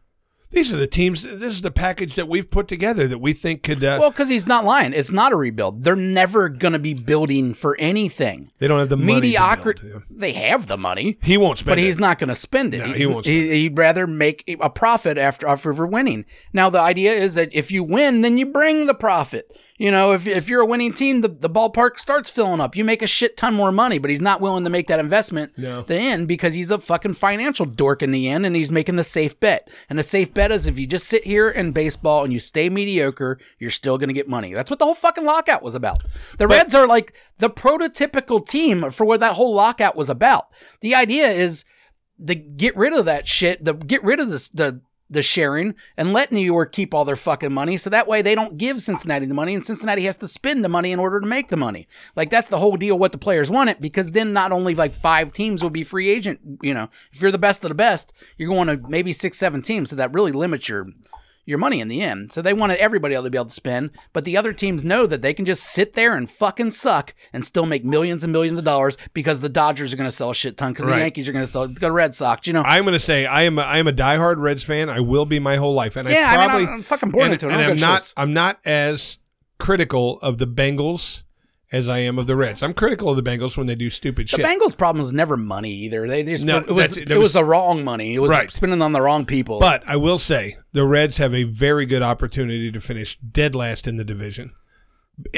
Speaker 3: These are the teams. This is the package that we've put together that we think could." Uh,
Speaker 1: well, because he's not lying. It's not a rebuild. They're never gonna be building for anything.
Speaker 3: they don't have the money. to
Speaker 1: Mediocrity.
Speaker 3: build.
Speaker 1: They have the money.
Speaker 3: He won't spend.
Speaker 1: but he's
Speaker 3: it.
Speaker 1: not going to spend it.
Speaker 3: No, he
Speaker 1: He's-
Speaker 3: won't spend
Speaker 1: He'd rather make a profit after after winning. Now the idea is that if you win, then you bring the profit. You know, if, if you're a winning team, the, the ballpark starts filling up. You make a shit ton more money, but he's not willing to make that investment
Speaker 3: No.
Speaker 1: the end because he's a fucking financial dork in the end and he's making the safe bet. And the safe bet is if you just sit here in baseball and you stay mediocre, you're still going to get money. That's what the whole fucking lockout was about. The Reds are like the prototypical team for what that whole lockout was about. The idea is the get rid of that shit, the get rid of this the the sharing and let New York keep all their fucking money so that way they don't give Cincinnati the money and Cincinnati has to spend the money in order to make the money. Like that's the whole deal what the players want it because then not only like five teams will be free agent, you know. If you're the best of the best, you're going to maybe 6 7 teams so that really limits your your money in the end. So they wanted everybody else to be able to spend, but the other teams know that they can just sit there and fucking suck and still make millions and millions of dollars because the Dodgers are going to sell a shit ton because
Speaker 3: Right.
Speaker 1: the Yankees are going to sell the Red Sox. You know,
Speaker 3: I'm going to say I am a, I am a diehard Reds fan. I will be my whole life, and
Speaker 1: yeah,
Speaker 3: I
Speaker 1: I
Speaker 3: probably
Speaker 1: mean, I'm, I'm fucking born
Speaker 3: and,
Speaker 1: into it.
Speaker 3: and
Speaker 1: I don't
Speaker 3: I'm
Speaker 1: got a
Speaker 3: not
Speaker 1: choice.
Speaker 3: I'm not as critical of the Bengals as I am of the Reds. I'm critical of the Bengals when they do stupid
Speaker 1: The
Speaker 3: shit.
Speaker 1: Bengals' problem was never money either. They just
Speaker 3: No,
Speaker 1: it was
Speaker 3: that's it.
Speaker 1: it
Speaker 3: There was-
Speaker 1: was the wrong money. It was
Speaker 3: Right.
Speaker 1: spending on the wrong people.
Speaker 3: But I will say the Reds have a very good opportunity to finish dead last in the division.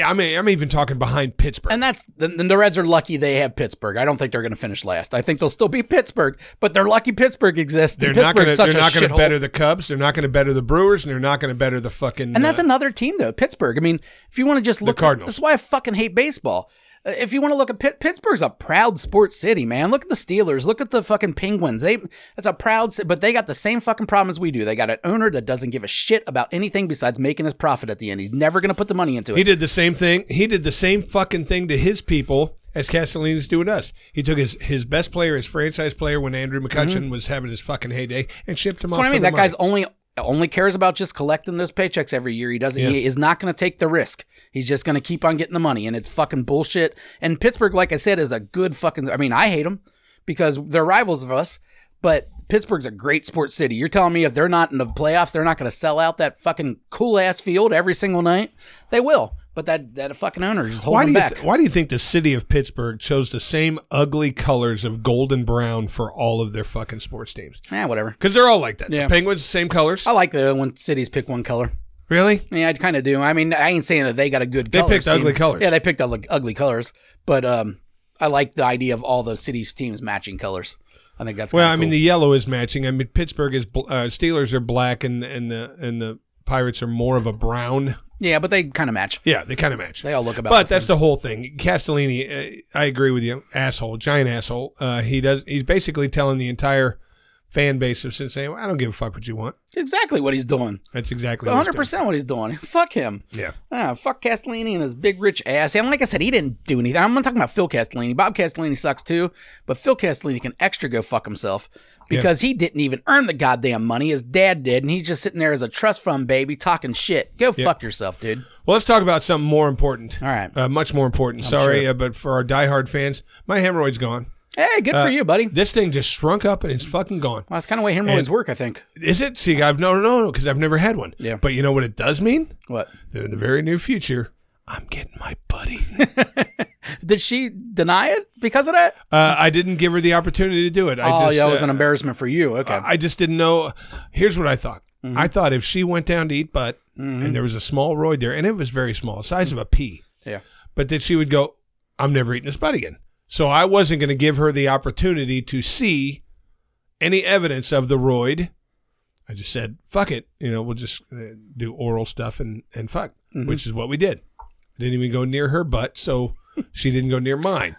Speaker 3: I mean, I'm even talking behind Pittsburgh.
Speaker 1: and that's then the Reds are lucky they have Pittsburgh. I don't think they're going to finish last. I think they'll still be Pittsburgh, but they're lucky Pittsburgh exists.
Speaker 3: they're
Speaker 1: and
Speaker 3: not going
Speaker 1: Pittsburgh's
Speaker 3: to.
Speaker 1: such
Speaker 3: They're
Speaker 1: a
Speaker 3: not going to
Speaker 1: shithole.
Speaker 3: better the Cubs. They're not going to better the Brewers, and they're not going to better the fucking.
Speaker 1: And that's
Speaker 3: uh,
Speaker 1: another team though, Pittsburgh. I mean, if you want to just look,
Speaker 3: Cardinals.
Speaker 1: That's why I fucking hate baseball. Uh, If you want to look at Pitt, Pittsburgh's a proud sports city, man. Look at the Steelers. Look at the fucking Penguins. They that's a proud, ci- but they got the same fucking problem as we do. They got an owner that doesn't give a shit about anything besides making his profit at the end. He's never going to put the money into it.
Speaker 3: He did the same thing. He did the same fucking thing to his people as Castellini's doing us. He took his, his best player, his franchise player, when Andrew McCutcheon was having his fucking heyday, and shipped him
Speaker 1: Mm-hmm. That's
Speaker 3: off.
Speaker 1: what I
Speaker 3: for
Speaker 1: mean.
Speaker 3: the
Speaker 1: That guy's
Speaker 3: money.
Speaker 1: only only cares about just collecting those paychecks every year. He doesn't. He is not going to take the risk. He's just going to keep on getting the money, and it's fucking bullshit. And Pittsburgh, like I said, is a good fucking. I mean, I hate them because they're rivals of us, but. Pittsburgh's a great sports city. You're telling me if they're not in the playoffs, they're not going to sell out that fucking cool ass field every single night. They will, but that that fucking owner is just holding
Speaker 3: Why do,
Speaker 1: them
Speaker 3: you
Speaker 1: back.
Speaker 3: th- why do you think the city of Pittsburgh chose the same ugly colors of gold and brown for all of their fucking sports teams?
Speaker 1: yeah, Eh, whatever.
Speaker 3: Because they're all like that.
Speaker 1: Yeah.
Speaker 3: The Penguins, same colors.
Speaker 1: I like the when cities pick one color.
Speaker 3: Really?
Speaker 1: Yeah, I kind of do. I mean, I ain't saying that they got a good. They color
Speaker 3: picked
Speaker 1: scheme.
Speaker 3: ugly colors.
Speaker 1: Yeah, they picked ugly, ugly colors, but um, I like the idea of all the city's teams matching colors. I think that's
Speaker 3: Well,
Speaker 1: kinda
Speaker 3: I mean,
Speaker 1: cool.
Speaker 3: the yellow is matching. I mean, Pittsburgh is bl- uh, Steelers are black, and and the and the Pirates are more of a brown.
Speaker 1: yeah, but they kind of match.
Speaker 3: Yeah, they kind of match.
Speaker 1: They all look about.
Speaker 3: but
Speaker 1: the same.
Speaker 3: that's the whole thing. Castellini, uh, I agree with you. Asshole, giant asshole. Uh, he does. He's basically telling the entire fan base of Cincinnati, "Well, "I don't give a fuck what you want."
Speaker 1: exactly what he's doing.
Speaker 3: That's exactly
Speaker 1: One
Speaker 3: what he's
Speaker 1: hundred percent what he's doing. Fuck him.
Speaker 3: doing. Yeah,
Speaker 1: Ah, fuck Castellini and his big rich ass. And like I said, he didn't do anything. I'm not talking about Phil Castellini. Bob Castellini sucks too, but Phil Castellini can extra go fuck himself because he didn't even earn the goddamn money. His dad did, and he's just sitting there as a trust fund baby talking shit. Go fuck yourself, dude.
Speaker 3: Well, let's talk about something more important.
Speaker 1: All right.
Speaker 3: uh, much more important. Sorry,
Speaker 1: sure.
Speaker 3: uh, but for our diehard fans, my hemorrhoid's gone.
Speaker 1: Hey, good for you, buddy.
Speaker 3: This thing just shrunk up and it's fucking gone.
Speaker 1: Well, that's kind of way hemorrhoids work, I think.
Speaker 3: Is it? See, I've no, no, no, because I've never had one.
Speaker 1: Yeah.
Speaker 3: But you know what it does mean?
Speaker 1: What
Speaker 3: That in the very near future, I'm getting my buddy.
Speaker 1: did she deny it because of that?
Speaker 3: uh, I didn't give her the opportunity to do it. I
Speaker 1: oh,
Speaker 3: just,
Speaker 1: yeah, it was
Speaker 3: uh,
Speaker 1: an embarrassment for you. Okay,
Speaker 3: I just didn't know. Here's what I thought.
Speaker 1: Mm-hmm.
Speaker 3: I thought if she went down to eat butt and there was a small roid there, and it was very small, size of a pea,
Speaker 1: yeah.
Speaker 3: but that she would go, I'm never eating this butt again. So I wasn't going to give her the opportunity to see any evidence of the roid. I just said, fuck it. You know, we'll just uh, do oral stuff and, and fuck,
Speaker 1: Mm-hmm.
Speaker 3: which is what we did. I didn't even go near her butt, so she didn't go near mine.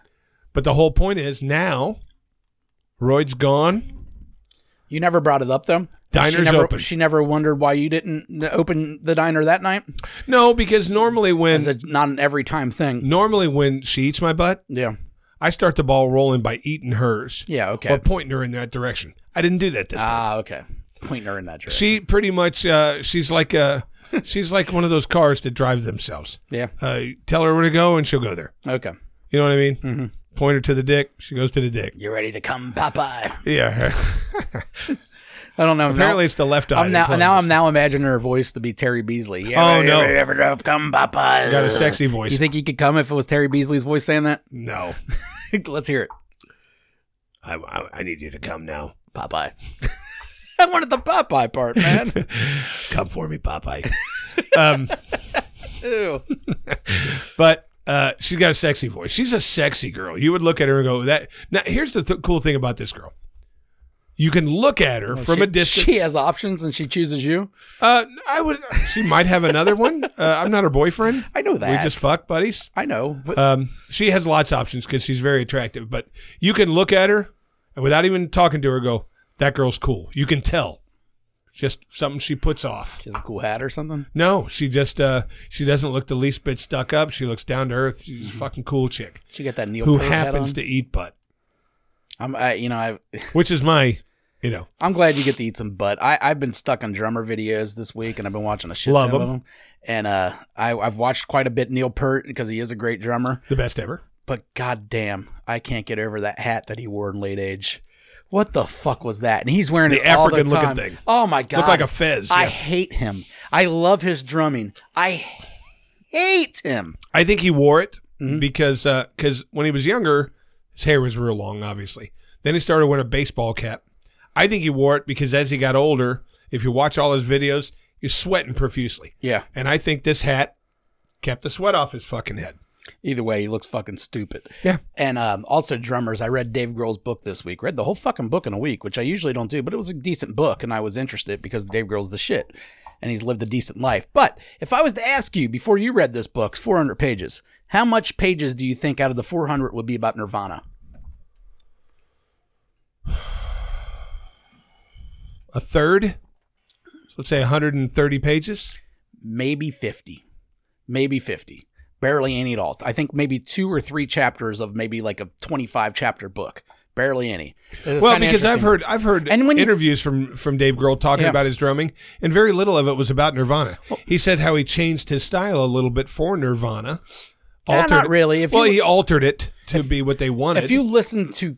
Speaker 3: But the whole point is now, roid's gone.
Speaker 1: You never brought it up though. she
Speaker 3: Diner's
Speaker 1: never,
Speaker 3: open.
Speaker 1: She never wondered why you didn't open the diner that night.
Speaker 3: No, because normally when
Speaker 1: It's a not an every time thing.
Speaker 3: normally when she eats my butt,
Speaker 1: Yeah,
Speaker 3: I start the ball rolling by eating hers
Speaker 1: yeah. Okay.
Speaker 3: or pointing her in that direction. I didn't do that this time.
Speaker 1: ah, okay. Pointing her in that direction.
Speaker 3: She pretty much uh, she's like a she's like one of those cars that drive themselves.
Speaker 1: Yeah.
Speaker 3: Uh, tell her where to go and she'll go there.
Speaker 1: Okay.
Speaker 3: You know what I mean? Mm-hmm. Point her to the dick. She goes to the dick.
Speaker 1: You ready to come, Popeye?
Speaker 3: Yeah.
Speaker 1: I don't know.
Speaker 3: Apparently it's the left eye.
Speaker 1: I'm now.
Speaker 3: that
Speaker 1: Now
Speaker 3: closes.
Speaker 1: I'm now imagining her voice to be Terry Beasley. Yeah,
Speaker 3: Oh,
Speaker 1: ready,
Speaker 3: no.
Speaker 1: ready, ready to come, Popeye.
Speaker 3: got a sexy voice.
Speaker 1: You think he could come if it was Terry Beasley's voice saying that?
Speaker 3: no.
Speaker 1: Let's hear it.
Speaker 3: I, I I need you to come now.
Speaker 1: Popeye. I wanted the Popeye part, man.
Speaker 3: Come for me, Popeye.
Speaker 1: Ew.
Speaker 3: Um, but uh, she's got a sexy voice. She's a sexy girl. You would look at her and go, "That." Now, here's the th- cool thing about this girl: you can look at her from
Speaker 1: Oh, she,
Speaker 3: a distance.
Speaker 1: She has options and she chooses you.
Speaker 3: uh, I would. She might have another one. Uh, I'm not her boyfriend.
Speaker 1: I know
Speaker 3: We
Speaker 1: that.
Speaker 3: just fuck buddies.
Speaker 1: I know. But
Speaker 3: Um, she has lots of options because she's very attractive. But you can look at her and without even talking to her, go, "That girl's cool." You can tell. Just something she puts off.
Speaker 1: she has a cool hat or something.
Speaker 3: No, she just uh, she doesn't look the least bit stuck up. She looks down to earth. She's a
Speaker 1: Mm-hmm.
Speaker 3: fucking cool chick
Speaker 1: She got that Neil
Speaker 3: who
Speaker 1: Peart hat
Speaker 3: happens
Speaker 1: on.
Speaker 3: to eat butt.
Speaker 1: I'm, I, you know, I,
Speaker 3: which is my You know,
Speaker 1: I'm glad you get to eat some butt. I, I've been stuck on drummer videos this week, and I've been watching a shit
Speaker 3: Love
Speaker 1: ton
Speaker 3: 'em.
Speaker 1: of them. And uh, I, I've watched quite a bit Neil Peart because he is a great drummer.
Speaker 3: the best ever.
Speaker 1: But goddamn, I can't get over that hat that he wore in late age. What the fuck was that? And he's wearing
Speaker 3: The
Speaker 1: it all the
Speaker 3: African-looking
Speaker 1: time.
Speaker 3: thing.
Speaker 1: Oh my god,
Speaker 3: Looked like a fez.
Speaker 1: I
Speaker 3: yeah.
Speaker 1: hate him. I love his drumming. I hate him.
Speaker 3: I think he wore it
Speaker 1: Mhm.
Speaker 3: because because when he was younger, his hair was real long, obviously. Then he started wearing a baseball cap. I think he wore it because as he got older, if you watch all his videos, he's sweating profusely,
Speaker 1: Yeah.
Speaker 3: and I think this hat kept the sweat off his fucking head.
Speaker 1: Either way, he looks fucking stupid.
Speaker 3: Yeah.
Speaker 1: And um, also drummers. I read Dave Grohl's book this week. Read the whole fucking book in a week, which I usually don't do, but it was a decent book, and I was interested because Dave Grohl's the shit, and he's lived a decent life. But if I was to ask you before you read this book, it's 400 pages. How much pages do you think out of the 400 would be about Nirvana?
Speaker 3: A third, so let's say 130 pages.
Speaker 1: Maybe 50, maybe 50, barely any at all. I think maybe two or three chapters of maybe like a 25 chapter book, barely any. It was
Speaker 3: well,
Speaker 1: kinda
Speaker 3: because I've
Speaker 1: interesting.
Speaker 3: heard I've heard
Speaker 1: And when you-
Speaker 3: interviews from from Dave Grohl talking
Speaker 1: Yeah.
Speaker 3: about his drumming, and very little of it was about Nirvana. he said how he changed his style a little bit for Nirvana.
Speaker 1: Yeah, Ah, not really. If
Speaker 3: well,
Speaker 1: you-
Speaker 3: he altered it to be what they wanted.
Speaker 1: if you listen to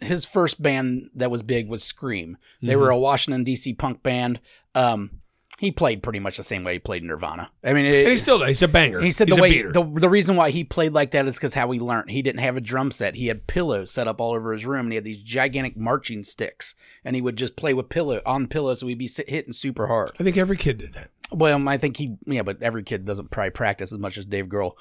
Speaker 1: his first band that was big was Scream. They were a Washington D.C. punk band. Um, he played pretty much the same way he played in Nirvana. I mean, it,
Speaker 3: and he still he's a banger.
Speaker 1: he said
Speaker 3: he's
Speaker 1: the
Speaker 3: a
Speaker 1: way
Speaker 3: beater.
Speaker 1: the, the reason why he played like that is because how he learned. He didn't have a drum set. He had pillows set up all over his room, and he had these gigantic marching sticks, and he would just play with pillow on pillows. So he'd be sit, hitting super hard.
Speaker 3: I think every kid did that.
Speaker 1: Well, I think he, yeah, but every kid doesn't probably practice as much as Dave Grohl.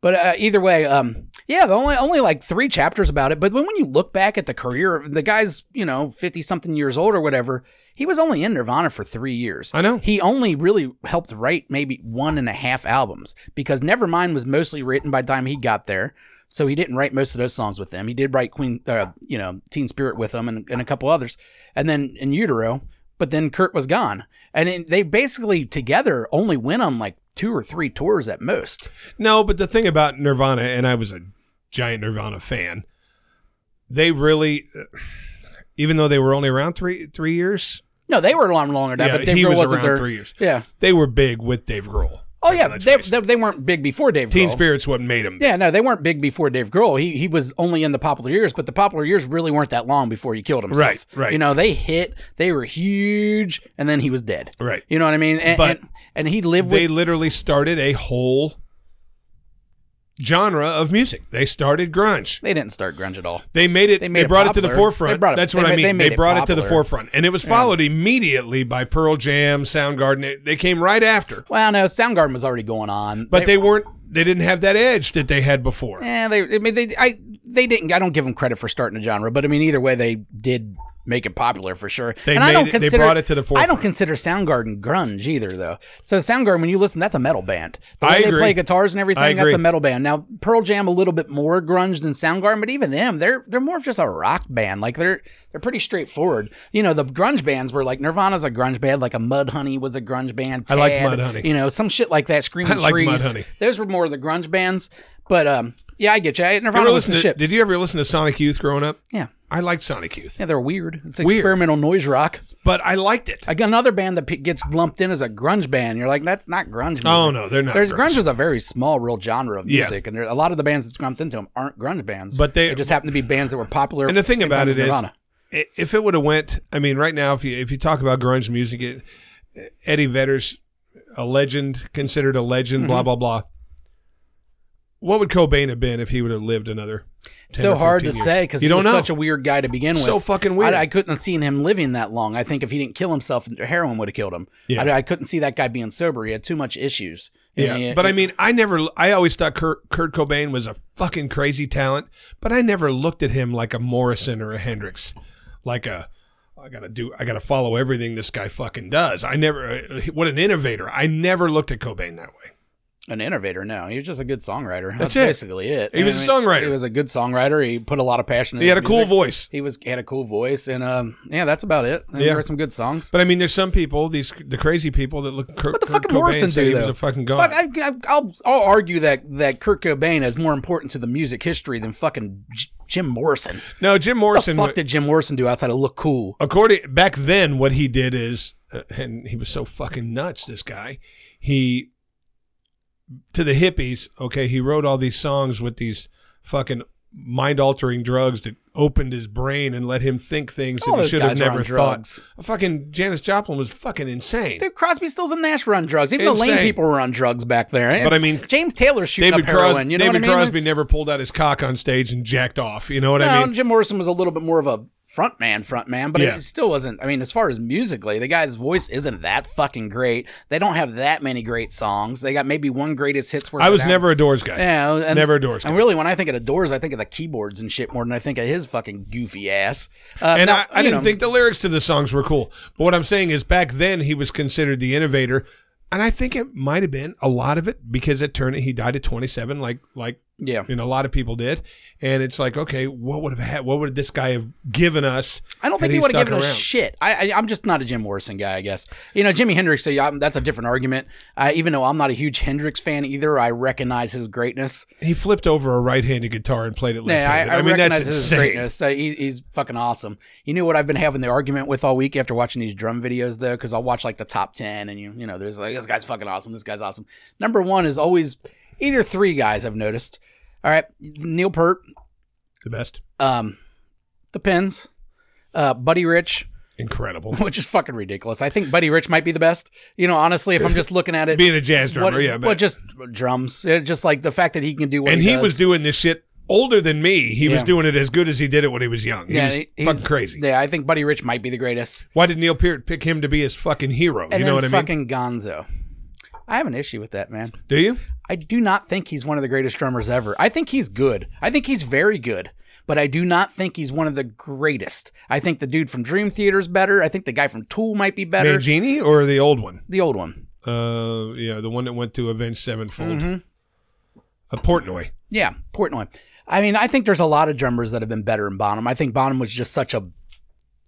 Speaker 1: But uh, either way, um, yeah, the only only like three chapters about it. But when, when you look back at the career, of the guy's you know fifty something years old or whatever. He was only in Nirvana for three years.
Speaker 3: I know.
Speaker 1: He only really helped write maybe one and a half albums because Nevermind was mostly written by the time he got there. So he didn't write most of those songs with them. He did write Queen, uh, you know, Teen Spirit with them and, and a couple others. And then In Utero, but then Kurt was gone. And it, they basically together only went on like two or three tours at most.
Speaker 3: No, but the thing about Nirvana, and I was a giant Nirvana fan. They really, uh, even though they were only around three three years,
Speaker 1: No, they were a lot longer than that,
Speaker 3: Yeah,
Speaker 1: but Dave
Speaker 3: he
Speaker 1: Grohl
Speaker 3: was
Speaker 1: was not
Speaker 3: around
Speaker 1: there.
Speaker 3: three years.
Speaker 1: Yeah.
Speaker 3: they were big with Dave Grohl.
Speaker 1: Oh yeah,
Speaker 3: let's
Speaker 1: they,
Speaker 3: face
Speaker 1: they, they weren't big before Dave
Speaker 3: Teen
Speaker 1: Grohl.
Speaker 3: Spirit's what made him.
Speaker 1: Yeah, no, they weren't big before Dave Grohl. He he was only in the popular years, but the popular years really weren't that long before he killed himself.
Speaker 3: Right, right.
Speaker 1: You know, they hit, they were huge, and then he was dead.
Speaker 3: Right.
Speaker 1: You know what I mean? And,
Speaker 3: But
Speaker 1: and, and he lived
Speaker 3: they
Speaker 1: with
Speaker 3: literally started a whole genre of music. They started grunge.
Speaker 1: they didn't start grunge at all.
Speaker 3: They made it. They,
Speaker 1: They made it
Speaker 3: brought it to the
Speaker 1: popular.
Speaker 3: forefront.
Speaker 1: They brought it-
Speaker 3: That's
Speaker 1: they
Speaker 3: what I
Speaker 1: ma-
Speaker 3: mean.
Speaker 1: they
Speaker 3: They,
Speaker 1: made it
Speaker 3: brought it to the
Speaker 1: popular.
Speaker 3: forefront, and it was followed immediately by Pearl Jam, Soundgarden. They- They came right after,
Speaker 1: Well, no, Soundgarden was already going on.
Speaker 3: but they, weren't. They didn't have that edge that they had before.
Speaker 1: Yeah, they. I mean, they. I. They didn't. I don't give them credit for starting a genre, but I mean, either way, they did make it popular for sure.
Speaker 3: They
Speaker 1: and I
Speaker 3: made
Speaker 1: don't
Speaker 3: it- they
Speaker 1: consider.
Speaker 3: brought it to the
Speaker 1: I don't
Speaker 3: forefront.
Speaker 1: consider Soundgarden grunge either, though. So Soundgarden, when you listen, that's a metal band. The way
Speaker 3: I
Speaker 1: they
Speaker 3: agree.
Speaker 1: play guitars and everything,
Speaker 3: I
Speaker 1: that's
Speaker 3: agree.
Speaker 1: a metal band. Now Pearl Jam a little bit more grunge than Soundgarden, but even them, they're they're more of just a rock band. Like they're they're pretty straightforward. You know, the grunge bands were like Nirvana's a grunge band, like a Mudhoney was a grunge band.
Speaker 3: I like
Speaker 1: Tad,
Speaker 3: Mudhoney.
Speaker 1: You know, some shit like that. Screaming
Speaker 3: I like
Speaker 1: Trees.
Speaker 3: Mudhoney.
Speaker 1: Those were more of the grunge bands, but um, yeah, I get you. I,
Speaker 3: You
Speaker 1: Nirvana
Speaker 3: ever
Speaker 1: was
Speaker 3: listen
Speaker 1: the
Speaker 3: to-
Speaker 1: shit.
Speaker 3: Did you ever listen to Sonic Youth growing up?
Speaker 1: yeah,
Speaker 3: I liked Sonic Youth,
Speaker 1: yeah, they're weird. It's
Speaker 3: Weird.
Speaker 1: experimental noise rock.
Speaker 3: but I liked it.
Speaker 1: Like another band that p- gets lumped in as a grunge band, you're like, that's not grunge. Music.
Speaker 3: Oh, no, they're not
Speaker 1: There's
Speaker 3: grunge.
Speaker 1: grunge is a very small, real genre of
Speaker 3: Yeah.
Speaker 1: music, and there, a lot of the bands that's lumped into them aren't grunge bands.
Speaker 3: But they-
Speaker 1: just happen to be bands that were popular.
Speaker 3: And the thing
Speaker 1: same
Speaker 3: about
Speaker 1: time as
Speaker 3: it is,
Speaker 1: Nirvana.
Speaker 3: i- if it would have went, I mean, right now, if you if you talk about grunge music, it, Eddie Vedder's a legend, considered a legend, blah
Speaker 1: Mm-hmm.
Speaker 3: blah blah. What would Cobain have been if he would have lived another? 10
Speaker 1: so
Speaker 3: or
Speaker 1: hard to
Speaker 3: 15 years?
Speaker 1: say because he
Speaker 3: you don't
Speaker 1: was
Speaker 3: know.
Speaker 1: such a weird guy to begin with.
Speaker 3: So fucking weird.
Speaker 1: I, I couldn't have seen him living that long. I think if he didn't kill himself, heroin would have killed him.
Speaker 3: Yeah.
Speaker 1: I, I couldn't see that guy being sober. He had too much issues.
Speaker 3: yeah,
Speaker 1: And he-
Speaker 3: but I mean, I never, I always thought Kurt, Kurt Cobain was a fucking crazy talent, but I never looked at him like a Morrison or a Hendrix, like a, I gotta do, I gotta follow uh, everything this guy fucking does. I never, what an innovator. I never looked at Cobain that way.
Speaker 1: an innovator. No, he was just a good songwriter.
Speaker 3: That's
Speaker 1: That's,
Speaker 3: it.
Speaker 1: basically it.
Speaker 3: He was a songwriter.
Speaker 1: He was a good songwriter. He put a lot of passion.
Speaker 3: He had a cool voice.
Speaker 1: He was had a cool voice, and um, yeah, that's about it. And
Speaker 3: Yeah.
Speaker 1: There were some good songs.
Speaker 3: But I mean, there's some people, these the crazy people that look. Kurt,
Speaker 1: What the
Speaker 3: Kurt
Speaker 1: fuck did
Speaker 3: Cobain
Speaker 1: Morrison
Speaker 3: said
Speaker 1: do
Speaker 3: He
Speaker 1: though?
Speaker 3: was a fucking god.
Speaker 1: Fuck, I, I, I'll I'll argue that that Kurt Cobain is more important to the music history than fucking J- Jim Morrison.
Speaker 3: no, Jim
Speaker 1: What the
Speaker 3: Morrison.
Speaker 1: fuck did Jim Morrison do outside of look cool?
Speaker 3: according back then what he did is uh, and he was so fucking nuts this guy he to the hippies okay he wrote all these songs with these fucking mind altering drugs that opened his brain and let him think things
Speaker 1: All
Speaker 3: that he
Speaker 1: those
Speaker 3: should have
Speaker 1: guys were on
Speaker 3: never thought
Speaker 1: drugs.
Speaker 3: fucking janis joplin was fucking insane
Speaker 1: Dude, Crosby, Stills, and Nash were on drugs. Even the lame
Speaker 3: Insane.
Speaker 1: people were on drugs back there.
Speaker 3: But I mean,
Speaker 1: James Taylor's shooting
Speaker 3: david,
Speaker 1: up heroin.
Speaker 3: Cros-
Speaker 1: you know
Speaker 3: david
Speaker 1: what I mean?
Speaker 3: crosby
Speaker 1: It's-
Speaker 3: never pulled out his cock on stage and jacked off you know what
Speaker 1: no,
Speaker 3: i mean
Speaker 1: Jim Morrison was a little bit more of a front man, front man, but
Speaker 3: Yeah.
Speaker 1: it still wasn't. I mean, as far as musically, the guy's voice isn't that fucking great. They don't have that many great songs. They got maybe one greatest hits. worth
Speaker 3: i
Speaker 1: of
Speaker 3: was
Speaker 1: that.
Speaker 3: never a doors guy
Speaker 1: Yeah, and,
Speaker 3: never a Doors guy.
Speaker 1: And really, when I think of the Doors, I think of the keyboards and shit more than I think of his fucking goofy ass. Uh,
Speaker 3: And
Speaker 1: now,
Speaker 3: I, I
Speaker 1: you
Speaker 3: didn't
Speaker 1: know,
Speaker 3: think the lyrics to the songs were cool. But what I'm saying is back then he was considered the innovator. And I think it might have been a lot of it because it turned he died at 27, like like
Speaker 1: Yeah,
Speaker 3: you know a lot of people did. And it's like, okay, what would have had, what would this guy have given us?
Speaker 1: I don't think
Speaker 3: had
Speaker 1: he would have
Speaker 3: stuck
Speaker 1: given a
Speaker 3: around?
Speaker 1: shit. I, I, I'm just not a Jim Morrison guy, I guess. You know, Jimi Hendrix, so yeah, I'm- that's a different argument. Uh, even though I'm not a huge Hendrix fan either, I recognize his greatness.
Speaker 3: He flipped over a right-handed guitar and played it
Speaker 1: Yeah, I,
Speaker 3: left-handed.
Speaker 1: I,
Speaker 3: mean, that's
Speaker 1: recognize his
Speaker 3: insane.
Speaker 1: greatness. Uh, he, he's fucking awesome. You know what I've been having the argument with all week after watching these drum videos, though? Because I'll watch like the top 10 and you, you know, there's like, this guy's fucking awesome. This guy's awesome. Number one is always either three guys I've noticed. All right. Neil Peart,
Speaker 3: The best,
Speaker 1: um, depends. Uh, Buddy Rich,
Speaker 3: incredible.
Speaker 1: which is fucking ridiculous. I think Buddy Rich might be the best. You know, honestly, if I'm just looking at it,
Speaker 3: Being a jazz drummer,
Speaker 1: what,
Speaker 3: yeah, but
Speaker 1: what just drums, Yeah, just like the fact that he can do what
Speaker 3: and
Speaker 1: he,
Speaker 3: he
Speaker 1: does.
Speaker 3: was doing this shit older than me. He was
Speaker 1: Yeah.
Speaker 3: doing it as good as he did it when he was young. He
Speaker 1: Yeah,
Speaker 3: was
Speaker 1: he- he's-
Speaker 3: fucking crazy.
Speaker 1: Yeah, I think Buddy Rich might be the greatest.
Speaker 3: Why did Neil Peart pick him to be his fucking hero?
Speaker 1: And
Speaker 3: you know
Speaker 1: then
Speaker 3: what I mean?
Speaker 1: fucking Gonzo. I have an issue with that man.
Speaker 3: Do you?
Speaker 1: I do not think he's one of the greatest drummers ever. I think he's good. I think he's very good, but I do not think he's one of the greatest. I think the dude from Dream Theater is better. I think the guy from Tool might be better.
Speaker 3: Mangini or the old one?
Speaker 1: the old one.
Speaker 3: Uh, yeah, the one that went to Avenged Sevenfold.
Speaker 1: Mm-hmm.
Speaker 3: A Portnoy.
Speaker 1: Yeah, Portnoy. I mean, I think there's a lot of drummers that have been better than Bonham. I think Bonham was just such a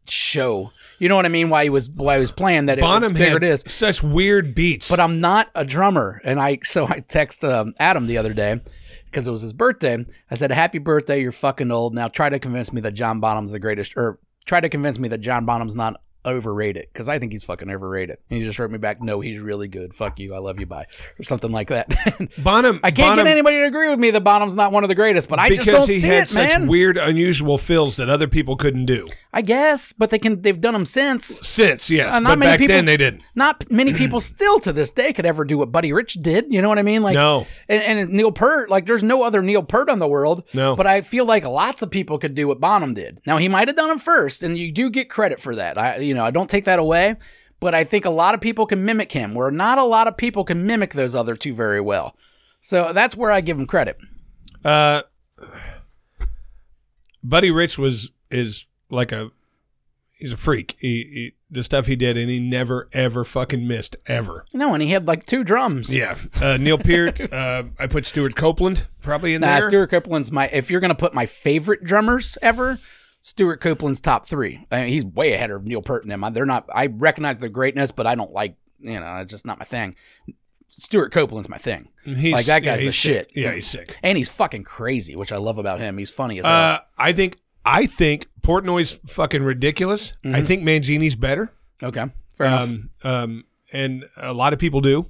Speaker 1: show. You know what I mean? Why he was why he was playing that
Speaker 3: Bonham
Speaker 1: it was bigger
Speaker 3: had
Speaker 1: it is.
Speaker 3: such weird beats.
Speaker 1: But I'm not a drummer, and I so I text um, Adam the other day because it was his birthday. I said, "Happy birthday! You're fucking old. Now try to convince me that John Bonham's the greatest, or try to convince me that John Bonham's not." Overrated because I think he's fucking overrated. And he just wrote me back, No, he's really good. Fuck you. I love you. Bye. Or something like that.
Speaker 3: Bonham,
Speaker 1: I can't get
Speaker 3: Bonham,
Speaker 1: anybody to agree with me that Bonham's not one of the greatest, but I
Speaker 3: because
Speaker 1: just don't
Speaker 3: he
Speaker 1: see
Speaker 3: had
Speaker 1: it,
Speaker 3: such
Speaker 1: man.
Speaker 3: weird, unusual fills that other people couldn't do.
Speaker 1: I guess, but they can. They've done them since.
Speaker 3: Since yes,
Speaker 1: Uh, not
Speaker 3: but
Speaker 1: many
Speaker 3: back
Speaker 1: people-
Speaker 3: then they didn't.
Speaker 1: Not many people still to this day could ever do what Buddy Rich did. You know what I mean? Like
Speaker 3: No.
Speaker 1: And, and Neil Peart, like there's no other Neil Peart in the world.
Speaker 3: No.
Speaker 1: But I feel like lots of people could do what Bonham did. Now he might have done them first, and you do get credit for that. I, you know, I don't take that away. But I think a lot of people can mimic him, where not a lot of people can mimic those other two very well. So that's where I give him credit.
Speaker 3: Uh, Buddy Rich was is like a he's a freak. He, he the stuff he did, and he never ever fucking missed ever.
Speaker 1: No, and he had like two drums.
Speaker 3: Yeah, uh, Neil Peart. uh, I put Stuart Copeland probably in
Speaker 1: Nah,
Speaker 3: there.
Speaker 1: Stuart Copeland's my. If you're gonna put my favorite drummers ever, Stuart Copeland's top three. I mean, he's way ahead of Neil Peart and them. They're not. I recognize their greatness, but I don't like. You know, it's just not my thing. Stuart Copeland's my thing,
Speaker 3: He's-
Speaker 1: like, that guy's the
Speaker 3: he's
Speaker 1: shit.
Speaker 3: Sick. Yeah, he's sick.
Speaker 1: and he's fucking crazy, which I love about him. He's funny as hell.
Speaker 3: Uh, I think I think Portnoy's fucking ridiculous.
Speaker 1: Mm-hmm.
Speaker 3: I think Mangini's better.
Speaker 1: okay, fair enough.
Speaker 3: Um, um, and a lot of people do,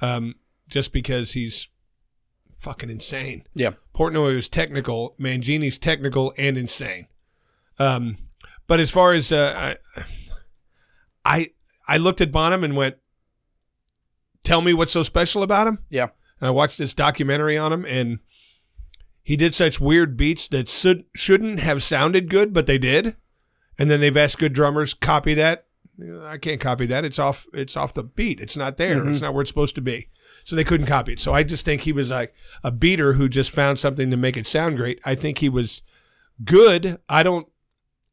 Speaker 3: um, just because he's fucking insane.
Speaker 1: Yeah,
Speaker 3: Portnoy was technical. Mangini's technical and insane. Um, but as far as uh, I, I I looked at Bonham and went, "Tell me what's so special about him."
Speaker 1: yeah.
Speaker 3: and I watched this documentary on him, and he did such weird beats that should, shouldn't have sounded good, but they did. And then they've asked good drummers copy that. I can't copy that. It's off. It's off the beat. It's not there. It's not where it's supposed to be. So they couldn't copy it. So I just think he was like a beater who just found something to make it sound great. I think he was good. I don't.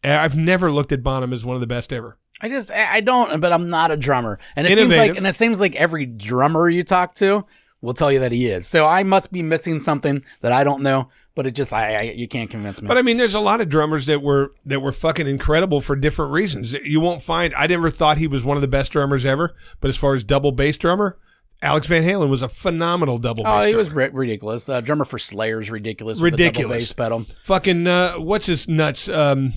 Speaker 3: I've never looked at Bonham as one of the best ever.
Speaker 1: I just I I don't, but I'm not a drummer, and it seems
Speaker 3: Innovative.
Speaker 1: like and it seems like every drummer you talk to will tell you that he is. So I must be missing something that I don't know. But it just I, I you can't convince me.
Speaker 3: But I mean, there's a lot of drummers that were that were fucking incredible for different reasons. You won't find. I never thought he was one of the best drummers ever. But as far as double bass drummer, Alex Van Halen was a phenomenal double
Speaker 1: Oh,
Speaker 3: bass.
Speaker 1: he
Speaker 3: drummer.
Speaker 1: was ri- ridiculous. The drummer for Slayer's ridiculous. with the double
Speaker 3: Ridiculous.
Speaker 1: bass pedal.
Speaker 3: fucking uh, what's his nuts? Um,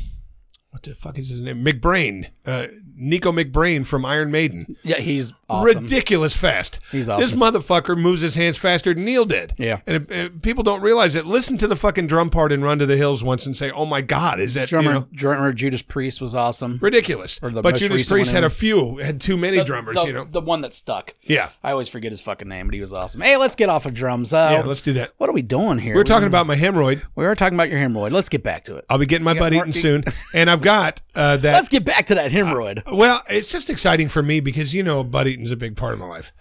Speaker 3: what the fuck is his name? McBrain, uh, Nico McBrain from Iron Maiden.
Speaker 1: Yeah, he's awesome.
Speaker 3: Ridiculous fast.
Speaker 1: He's
Speaker 3: This
Speaker 1: awesome.
Speaker 3: motherfucker moves his hands faster than Neil did.
Speaker 1: Yeah.
Speaker 3: and if, if people don't realize it. Listen to the fucking drum part in "Run to the Hills" once and say, "Oh my god, is that
Speaker 1: drummer,
Speaker 3: you know,
Speaker 1: drummer Judas Priest was awesome.
Speaker 3: ridiculous?"
Speaker 1: Or the
Speaker 3: But
Speaker 1: most
Speaker 3: Judas
Speaker 1: recent
Speaker 3: Priest
Speaker 1: one
Speaker 3: had
Speaker 1: in-
Speaker 3: a few, had too many
Speaker 1: The-
Speaker 3: drummers.
Speaker 1: the-
Speaker 3: you know,
Speaker 1: the one that stuck.
Speaker 3: yeah,
Speaker 1: I always forget his fucking name, but he was awesome. Hey, let's get off of drums. Uh,
Speaker 3: yeah. Let's do that.
Speaker 1: what are we doing here?
Speaker 3: We're talking about my hemorrhoid.
Speaker 1: We are talking about your hemorrhoid. Let's get back to it.
Speaker 3: I'll be getting my
Speaker 1: got
Speaker 3: butt
Speaker 1: more
Speaker 3: eaten
Speaker 1: to-
Speaker 3: soon, and I've got uh, that.
Speaker 1: Let's get back to that hemorrhoid.
Speaker 3: Well, it's just exciting for me because you know butt eating's a big part of my life,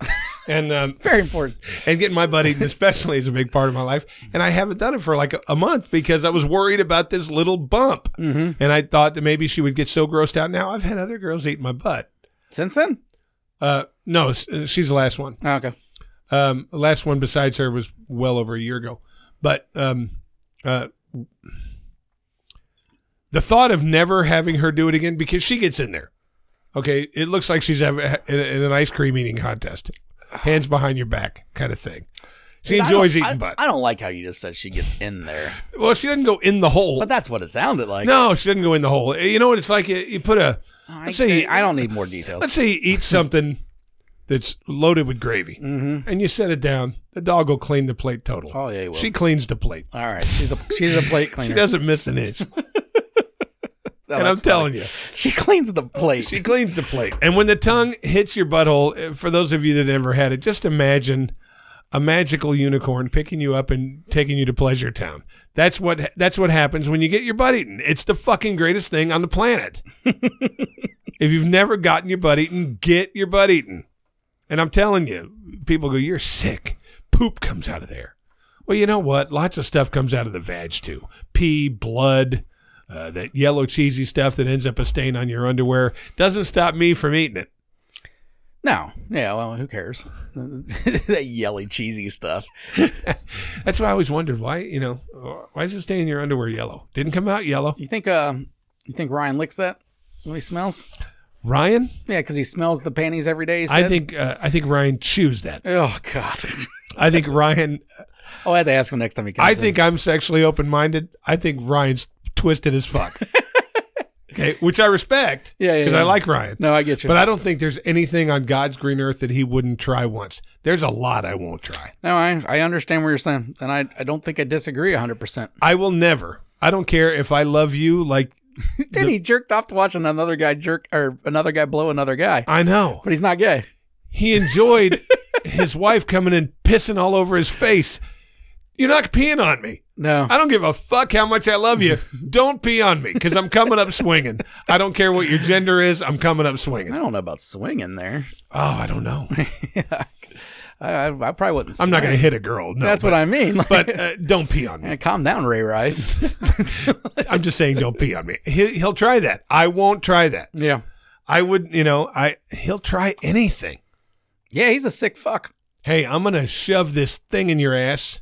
Speaker 3: and um,
Speaker 1: Very important.
Speaker 3: and getting my butt eaten especially is a big part of my life. And I haven't done it for like a, a month because I was worried about this little bump,
Speaker 1: Mm-hmm.
Speaker 3: and I thought that maybe she would get so grossed out. Now I've had other girls eat my butt.
Speaker 1: Since then?
Speaker 3: Uh, no, s- uh, she's the last one.
Speaker 1: Oh, okay.
Speaker 3: Um, the last one besides her was well over a year ago, but um, uh. The thought of never having her do it again because she gets in there. Okay, it looks like she's having in, in an ice cream eating contest, hands behind your back kind of thing. She
Speaker 1: Dude, I
Speaker 3: enjoys
Speaker 1: don't-
Speaker 3: eating
Speaker 1: I-
Speaker 3: butt.
Speaker 1: I don't like how you just said she gets in there,
Speaker 3: well, she doesn't go in the hole.
Speaker 1: but that's what it sounded like.
Speaker 3: No, she doesn't go in the hole. You know what it's like? You, you put a
Speaker 1: I,
Speaker 3: let's say
Speaker 1: I don't need more details.
Speaker 3: let's say you eat something that's loaded with gravy, and you set it down. The dog will clean the plate total.
Speaker 1: Mm-hmm. Oh, yeah, he will.
Speaker 3: She cleans the plate.
Speaker 1: All right, she's a she's a plate
Speaker 3: She
Speaker 1: cleaner.
Speaker 3: doesn't miss an inch.
Speaker 1: Oh,
Speaker 3: and I'm
Speaker 1: that's
Speaker 3: telling you,
Speaker 1: funny. she cleans the plate.
Speaker 3: she cleans the plate. And when the tongue hits your butthole, eh, for those of you that never had it, just imagine a magical unicorn picking you up and taking you to Pleasure Town. That's what that's what happens when you get your butt eaten. It's the fucking greatest thing on the planet. if you've never gotten your butt eaten, get your butt eaten. And I'm telling you, people go, "You're sick." Poop comes out of there. Well, you know what? Lots of stuff comes out of the vag too. Pee, blood, uh, that yellow cheesy stuff that ends up a stain on your underwear doesn't stop me from eating it.
Speaker 1: no, yeah, well, who cares? that yelly cheesy stuff.
Speaker 3: That's why I always wondered why you know why is the stain in your underwear yellow? Didn't come out yellow.
Speaker 1: You think uh, you think Ryan licks that when he smells?
Speaker 3: Ryan,
Speaker 1: Yeah, because he smells the panties every day. He
Speaker 3: I
Speaker 1: said.
Speaker 3: think uh, I think Ryan chews that.
Speaker 1: Oh God.
Speaker 3: I think Ryan.
Speaker 1: Oh, I have to ask him next time he comes.
Speaker 3: I
Speaker 1: in.
Speaker 3: think I'm sexually open minded. I think Ryan's twisted as fuck. okay, which I respect.
Speaker 1: Yeah, yeah,
Speaker 3: Because
Speaker 1: yeah.
Speaker 3: I like Ryan.
Speaker 1: No, I get you.
Speaker 3: But I don't think there's anything on God's green earth that he wouldn't try once. There's a lot I won't try.
Speaker 1: no, I I understand what you're saying, and I I don't think I disagree 100. percent
Speaker 3: I will never. I don't care if I love you like
Speaker 1: Dude, he jerked off to watching another guy jerk or another guy blow another guy,
Speaker 3: I know.
Speaker 1: but he's not gay.
Speaker 3: He enjoyed his wife coming and pissing all over his face. You're not peeing on me.
Speaker 1: No,
Speaker 3: I don't give a fuck how much I love you. Don't pee on me because I'm coming up swinging. I don't care what your gender is. I'm coming up swinging.
Speaker 1: I
Speaker 3: Oh,
Speaker 1: don't know about swinging there.
Speaker 3: I don't know.
Speaker 1: I I, I probably wouldn't.
Speaker 3: I'm not going to
Speaker 1: swing.
Speaker 3: hit a girl. No,
Speaker 1: That's
Speaker 3: but,
Speaker 1: what I mean. Like,
Speaker 3: But uh, don't pee on me.
Speaker 1: yeah, calm down, Ray Rice.
Speaker 3: I'm just saying, don't pee on me. He, he'll try that. I won't try that.
Speaker 1: yeah,
Speaker 3: I would, you know, I he'll try anything.
Speaker 1: yeah, he's a sick fuck.
Speaker 3: hey, I'm going to shove this thing in your ass.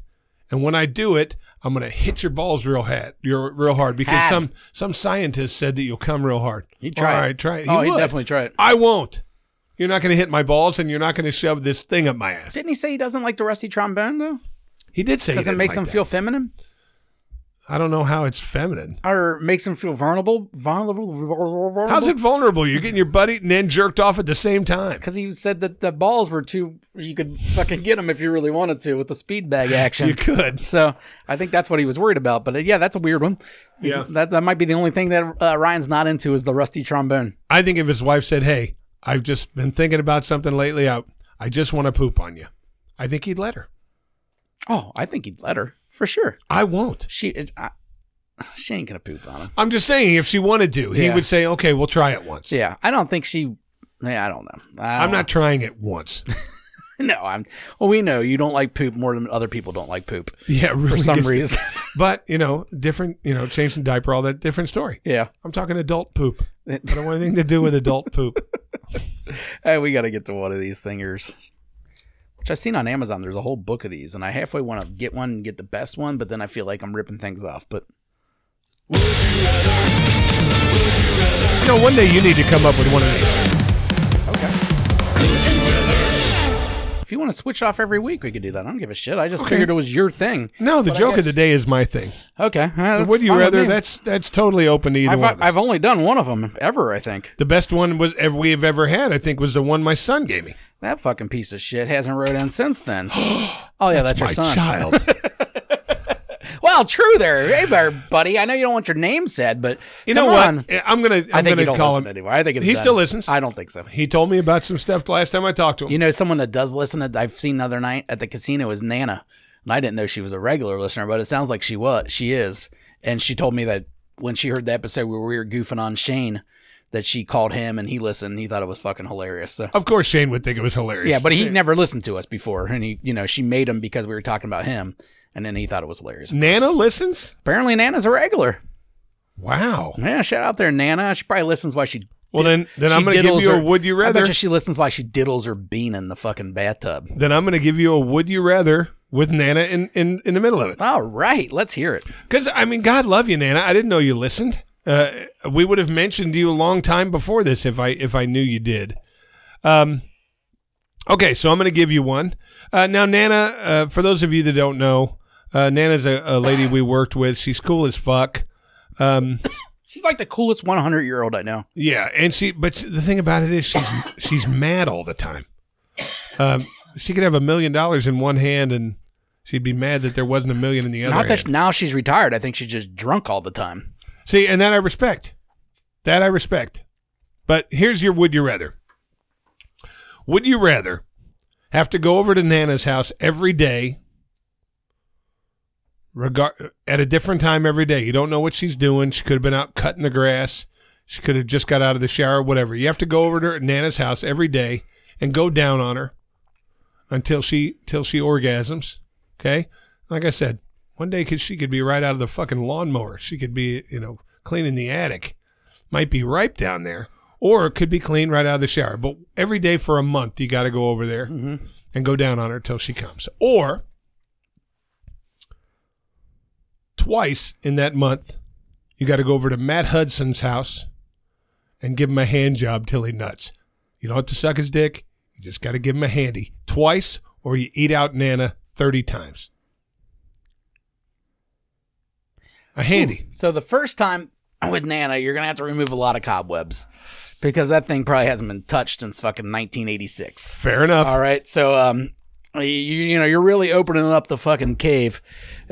Speaker 3: And when I do it, I'm going to hit your balls real hard, your, real hard because
Speaker 1: Had.
Speaker 3: some some scientist said that you'll come real hard.
Speaker 1: He'd try
Speaker 3: All
Speaker 1: it.
Speaker 3: right, try it.
Speaker 1: oh,
Speaker 3: he
Speaker 1: he'd
Speaker 3: would.
Speaker 1: definitely try it.
Speaker 3: I won't. You're not going to hit my balls and you're not going to shove this thing up my ass.
Speaker 1: Didn't he say he doesn't like the rusty trombone though?
Speaker 3: He did say he
Speaker 1: Because it
Speaker 3: didn't
Speaker 1: makes
Speaker 3: like
Speaker 1: him
Speaker 3: that.
Speaker 1: feel feminine
Speaker 3: I don't know how it's feminine.
Speaker 1: or makes him feel vulnerable. Vulnerable. vulnerable
Speaker 3: How's it vulnerable? You're getting your butt eaten and jerked off at the same time.
Speaker 1: Because he said that the balls were too. You could fucking get them if you really wanted to with the speed bag action.
Speaker 3: You could.
Speaker 1: So I think that's what he was worried about. But uh, yeah, that's a weird one.
Speaker 3: Yeah.
Speaker 1: That, that might be the only thing that uh, Ryan's not into is the rusty trombone.
Speaker 3: I think if his wife said, "Hey, I've just been thinking about something lately. I I just want to poop on you," I think he'd let her.
Speaker 1: Oh, I think he'd let her for sure.
Speaker 3: I won't.
Speaker 1: She it, I, she ain't gonna poop on him.
Speaker 3: I'm just saying, if she wanted to, he
Speaker 1: Yeah.
Speaker 3: would say, "Okay, we'll try it once."
Speaker 1: Yeah, I don't think she. Yeah, I don't know. I
Speaker 3: I'm
Speaker 1: don't-
Speaker 3: not trying it once.
Speaker 1: No, I'm. Well, we know you don't like poop more than other people don't like poop
Speaker 3: Yeah, really
Speaker 1: for some
Speaker 3: gets-
Speaker 1: reason.
Speaker 3: But you know, different. You know, changing diaper, all that different story.
Speaker 1: yeah.
Speaker 3: I'm talking adult poop. I don't want anything to do with adult poop.
Speaker 1: Hey, we got to get to one of these thingers. which I've seen on Amazon. There's a whole book of these, and I halfway want to get one and get the best one, but then I feel like I'm ripping things off. But
Speaker 3: You know, one day you need to come up with one of these.
Speaker 1: if you want to switch off every week, we could do that. I don't give a shit. I just figured it was your thing.
Speaker 3: No, the
Speaker 1: But I
Speaker 3: joke
Speaker 1: guess-
Speaker 3: of the day is my thing.
Speaker 1: Okay. eh, that's
Speaker 3: Would you
Speaker 1: fine with
Speaker 3: rather?
Speaker 1: me.
Speaker 3: That's that's totally open to either
Speaker 1: I've,
Speaker 3: one. of us.
Speaker 1: I've only done one of them ever, I think.
Speaker 3: the best one was ever, we've ever had. I think was the one my son gave me.
Speaker 1: That fucking piece of shit hasn't wrote in since then. oh yeah, that's, your
Speaker 3: my
Speaker 1: son.
Speaker 3: child.
Speaker 1: Well, true there, hey there, buddy. I know you don't want your name said, but
Speaker 3: You know
Speaker 1: come
Speaker 3: what?
Speaker 1: on.
Speaker 3: I'm gonna. I'm
Speaker 1: I think
Speaker 3: gonna
Speaker 1: you don't
Speaker 3: call
Speaker 1: listen
Speaker 3: him.
Speaker 1: anymore. I think it's
Speaker 3: he
Speaker 1: done.
Speaker 3: still listens.
Speaker 1: I don't think so.
Speaker 3: He told me about some stuff the last time I talked to him.
Speaker 1: You know, someone that does listen that I've seen the other night at the casino is Nana, and I didn't know she was a regular listener, but it sounds like she was. She is, and she told me that when she heard the episode where we were goofing on Shane, that she called him and he listened. And he thought it was fucking hilarious. So.
Speaker 3: of course, Shane would think it was hilarious.
Speaker 1: Yeah, but he never listened to us before, and he, you know, she made him because we were talking about him, and then he thought it was hilarious.
Speaker 3: Nana listens.
Speaker 1: Apparently, Nana's a regular.
Speaker 3: Wow.
Speaker 1: Yeah, shout out there, Nana. She probably listens while she.
Speaker 3: Well, then, then
Speaker 1: she
Speaker 3: I'm gonna give
Speaker 1: diddles
Speaker 3: you a
Speaker 1: her-
Speaker 3: would you
Speaker 1: I
Speaker 3: rather.
Speaker 1: bet you she listens while she diddles her bean in the fucking bathtub.
Speaker 3: then I'm gonna give you a would you rather with Nana in in, in the middle of it.
Speaker 1: All right, let's hear it.
Speaker 3: Because I mean, God love you, Nana. I didn't know you listened. Uh, we would have mentioned you a long time before this if I if I knew you did. Um, okay, so I'm going to give you one uh, now, Nana. Uh, for those of you that don't know, uh, Nana's a, a lady we worked with. She's cool as fuck. Um,
Speaker 1: She's like the coolest 100 year old I know.
Speaker 3: yeah, and she. But the thing about it is, she's she's mad all the time. Um, she could have a million dollars in one hand, and she'd be mad that there wasn't a million in the other.
Speaker 1: Not
Speaker 3: hand.
Speaker 1: that now she's retired. I think she's just drunk all the time.
Speaker 3: See, and that I respect. That I respect. But here's your would you rather. Would you rather have to go over to Nana's house every day regard at a different time every day. You don't know what she's doing. She could have been out cutting the grass. She could have just got out of the shower, whatever. You have to go over to her- Nana's house every day and go down on her until she till she orgasms. Okay? Like I said, one day could, she could be right out of the fucking lawnmower. She could be, you know, cleaning the attic. Might be ripe down there. Or it could be clean right out of the shower. But every day for a month, you got to go over there and go down on her till she comes. Or twice in that month, you got to go over to Matt Hudson's house and give him a hand job till he nuts. You don't have to suck his dick. You just got to give him a handy twice, or you eat out Nana 30 times. A handy.
Speaker 1: So the first time with Nana, you're gonna have to remove a lot of cobwebs because that thing probably hasn't been touched since fucking 1986.
Speaker 3: Fair enough.
Speaker 1: All right, so um, you you know you're really opening up the fucking cave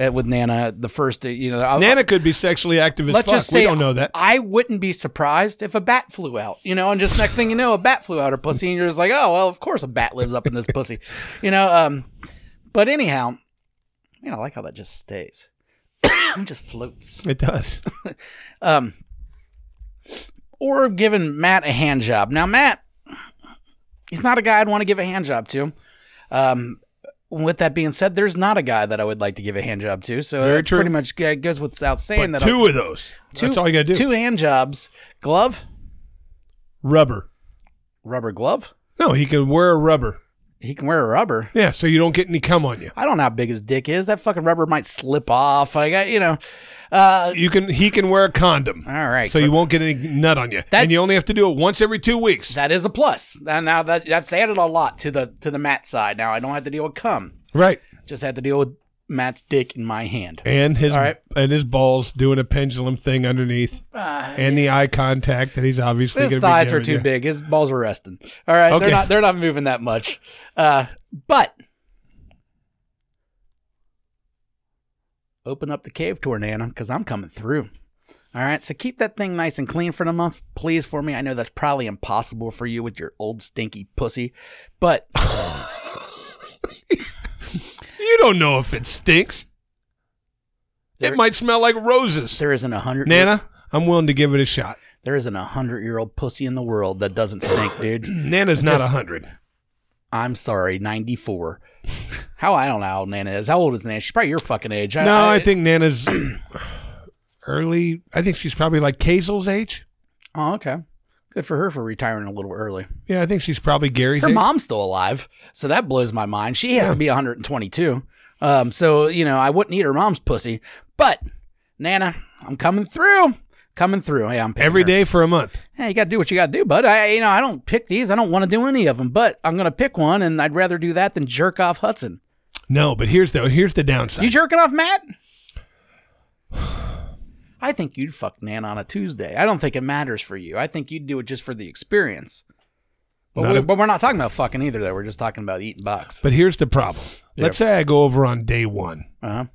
Speaker 1: uh, with Nana. The first uh, you know, I'll,
Speaker 3: Nana could be sexually active as
Speaker 1: let's
Speaker 3: fuck.
Speaker 1: just say
Speaker 3: we don't know that.
Speaker 1: I wouldn't be surprised if a bat flew out, you know, and just next thing you know, a bat flew out her pussy, and you're just like, oh well, of course a bat lives up in this pussy, you know. Um, but anyhow, man, I like how that just stays, it just floats.
Speaker 3: it does.
Speaker 1: um, or giving Matt a hand job. Now, Matt, he's not a guy I'd want to give a hand job to. Um, with that being said, there's not a guy that I would like to give a hand job to. So
Speaker 3: Very
Speaker 1: that's
Speaker 3: true.
Speaker 1: pretty much g- goes without saying
Speaker 3: But
Speaker 1: that I'll-
Speaker 3: two of those. That's all you got to do.
Speaker 1: Two hand jobs, glove,
Speaker 3: Rubber.
Speaker 1: rubber glove.
Speaker 3: No, he could wear a rubber.
Speaker 1: He can wear a rubber.
Speaker 3: Yeah, so you don't get any cum on you.
Speaker 1: I don't know how big his dick is. That fucking rubber might slip off. I got you know. Uh,
Speaker 3: You can. He can wear a condom.
Speaker 1: all right.
Speaker 3: So you won't get any nut on you,
Speaker 1: That-
Speaker 3: and you only have to do it once every two weeks.
Speaker 1: that is a plus. Now, now that that's added a lot to the to the Matt side. Now I don't have to deal with cum.
Speaker 3: right,
Speaker 1: just had to deal with Matt's dick in my hand.
Speaker 3: and his
Speaker 1: All right.
Speaker 3: and his balls doing a pendulum thing underneath, and the eye contact that he's obviously.
Speaker 1: Uh, His
Speaker 3: gonna
Speaker 1: thighs
Speaker 3: be
Speaker 1: are
Speaker 3: giving
Speaker 1: too
Speaker 3: you.
Speaker 1: big. His balls are resting. All right,
Speaker 3: Okay.
Speaker 1: they're not they're not moving that much. Uh, but open up the cave tour, Nana, because I'm coming through. All right, so keep that thing nice and clean for the month, please, for me. I know that's probably impossible for you with your old stinky pussy, but
Speaker 3: You don't know if it stinks.
Speaker 1: There-
Speaker 3: it might smell like roses.
Speaker 1: there isn't a hundred
Speaker 3: Nana, I'm willing to give it a shot.
Speaker 1: there isn't a hundred year old pussy in the world that doesn't stink, dude.
Speaker 3: Nana's not a
Speaker 1: Just-
Speaker 3: hundred.
Speaker 1: I'm sorry, 94. how I don't know how old Nana is. How old is Nana? She's probably your fucking age.
Speaker 3: No, I think Nana's early. I think she's probably like Kaisel's age.
Speaker 1: Oh, okay. Good for her for retiring a little early.
Speaker 3: Yeah, I think she's probably Gary's
Speaker 1: Her
Speaker 3: age.
Speaker 1: mom's still alive, so that blows my mind. She has to be 122. Um, so you know, I wouldn't eat her mom's pussy, but Nana, I'm coming through, coming through. Hey, I'm picking
Speaker 3: every
Speaker 1: her.
Speaker 3: day for a month.
Speaker 1: Hey, you got to do what you got to do, bud. I, you know, I don't pick these. I don't want to do any of them, but I'm gonna pick one, and I'd rather do that than jerk off Hudson.
Speaker 3: No, but here's the here's the downside.
Speaker 1: You jerking off Matt? I think you'd fuck Nana on a Tuesday. I don't think it matters for you. I think you'd do it just for the experience. But,
Speaker 3: Not
Speaker 1: we,
Speaker 3: a-
Speaker 1: but we're not talking about fucking either, though. We're just talking about eating bucks.
Speaker 3: but here's the problem. Let's say I go over on day one
Speaker 1: Uh-huh.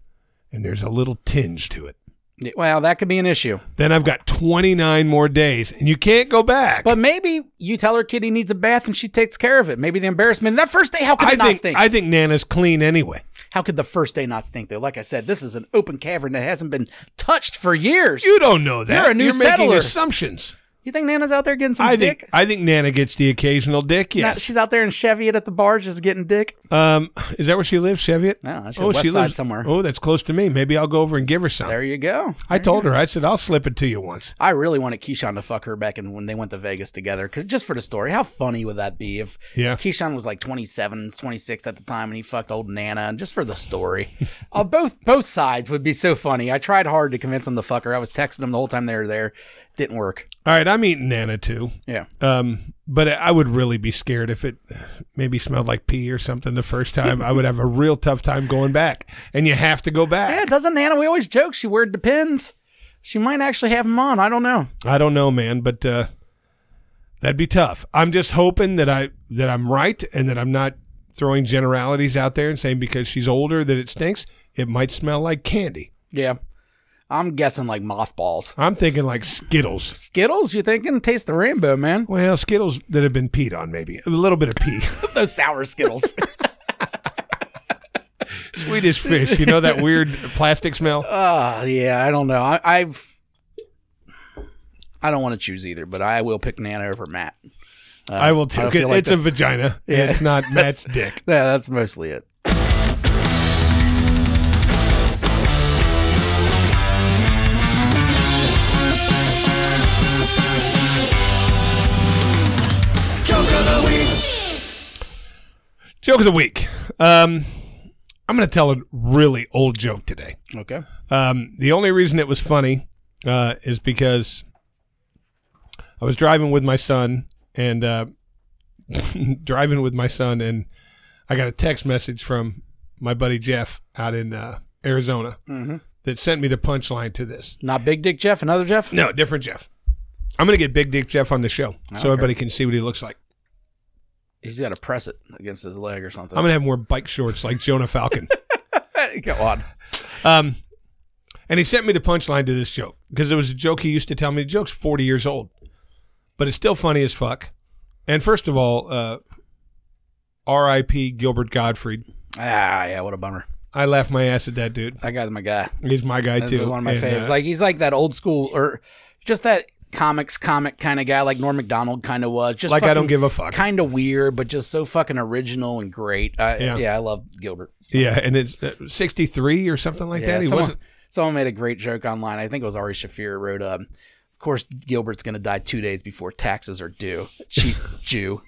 Speaker 3: and there's a little tinge to it.
Speaker 1: Yeah, Well, that could be an issue.
Speaker 3: Then I've got 29 more days, and you can't go back.
Speaker 1: But maybe you tell her kitty needs a bath and she takes care of it. Maybe the embarrassment. That first day, how could
Speaker 3: I
Speaker 1: it not
Speaker 3: think
Speaker 1: stink?
Speaker 3: I think Nana's clean anyway.
Speaker 1: how could the first day not stink, though? Like I said, this is an open cavern that hasn't been touched for years. You,
Speaker 3: You don't know that.
Speaker 1: You're a new
Speaker 3: making
Speaker 1: settler.
Speaker 3: assumptions.
Speaker 1: think Nana's out there getting some
Speaker 3: I
Speaker 1: dick?
Speaker 3: think I think Nana gets the occasional dick.
Speaker 1: Not-
Speaker 3: Yes.
Speaker 1: she's out there in Cheviot at the bar just getting dick.
Speaker 3: um, is that where she lives, Cheviot?
Speaker 1: No, she's west side somewhere.
Speaker 3: Oh, that's close to me. Maybe I'll go over and give her some.
Speaker 1: There you go.
Speaker 3: I told her. I said I'll slip it to you once.
Speaker 1: I really wanted Keyshawn to fuck her back in when they went to Vegas together, 'cause- just for the story. How funny would that be if
Speaker 3: Yeah.
Speaker 1: Keyshawn was like 27, 26 at the time, and he fucked old Nana, and just for the story, uh, both both sides would be so funny. I tried hard to convince him to fuck her. I was texting him the whole time they were there. Didn't work. Uh,
Speaker 3: All right, I'm eating Nana too.
Speaker 1: Yeah.
Speaker 3: Um, but I would really be scared if it maybe smelled like pee or something the first time. I would have a real tough time going back. And you have to go
Speaker 1: Yeah,
Speaker 3: back.
Speaker 1: doesn't Nana? We always joke she wear the pins. She might actually have them on. I don't know.
Speaker 3: I don't know, man, but uh, that'd be tough. I'm just hoping that I that I'm right and that I'm not throwing generalities out there and saying because she's older that it stinks. It might smell like candy.
Speaker 1: Yeah. I'm guessing like mothballs.
Speaker 3: I'm thinking like Skittles.
Speaker 1: Skittles, you thinking? Taste the rainbow, man.
Speaker 3: Well, Skittles that have been peed on, maybe a little bit of pee.
Speaker 1: Those sour Skittles.
Speaker 3: Swedish fish, you know that weird plastic smell.
Speaker 1: Uh, yeah, I don't know. I, I've I don't want to choose either, but I will pick Nana over Matt. Uh,
Speaker 3: I will too.
Speaker 1: don't
Speaker 3: It,
Speaker 1: feel like
Speaker 3: it's a
Speaker 1: that's-
Speaker 3: vagina. It's not Matt's dick.
Speaker 1: yeah, that's mostly it.
Speaker 3: Joke of the week. Um, I'm going to tell a really old joke today.
Speaker 1: Okay.
Speaker 3: Um, the only reason it was funny uh, is because I was driving with my son and uh, driving with my son, and I got a text message from my buddy Jeff out in uh, Arizona that sent me the punchline to this.
Speaker 1: Not Big Dick Jeff, another Jeff.
Speaker 3: No, different Jeff. I'm going to get Big Dick Jeff on the show so everybody can see what he looks like.
Speaker 1: He's got to press it against his leg or something.
Speaker 3: I'm going to have him wear bike shorts like Jonah Falcon.
Speaker 1: Go on.
Speaker 3: Um, and he sent me the punchline to this joke because it was a joke he used to tell me. The joke's 40 years old, but it's still funny as fuck. And first of all, uh, R.I.P. Gilbert Gottfried.
Speaker 1: Ah, yeah, what a bummer.
Speaker 3: I laughed my ass at that dude.
Speaker 1: That guy's my guy.
Speaker 3: He's my guy
Speaker 1: That's
Speaker 3: too.
Speaker 1: one of my
Speaker 3: And,
Speaker 1: faves.
Speaker 3: uh,
Speaker 1: like he's like that old school or just that comics comic kind of guy, like Norm Macdonald kind of was. Just
Speaker 3: like I don't
Speaker 1: fucking
Speaker 3: give a fuck.
Speaker 1: kind of weird, but just so fucking original and great. I,
Speaker 3: Yeah.
Speaker 1: yeah. I love Gilbert.
Speaker 3: Yeah, and it's uh, 63 or something like that. He
Speaker 1: someone,
Speaker 3: wasn't.
Speaker 1: someone made a great joke online. I think it was Ari Shafir wrote, um, "Of course, Gilbert's going to die two days before taxes are due." Cheap Jew.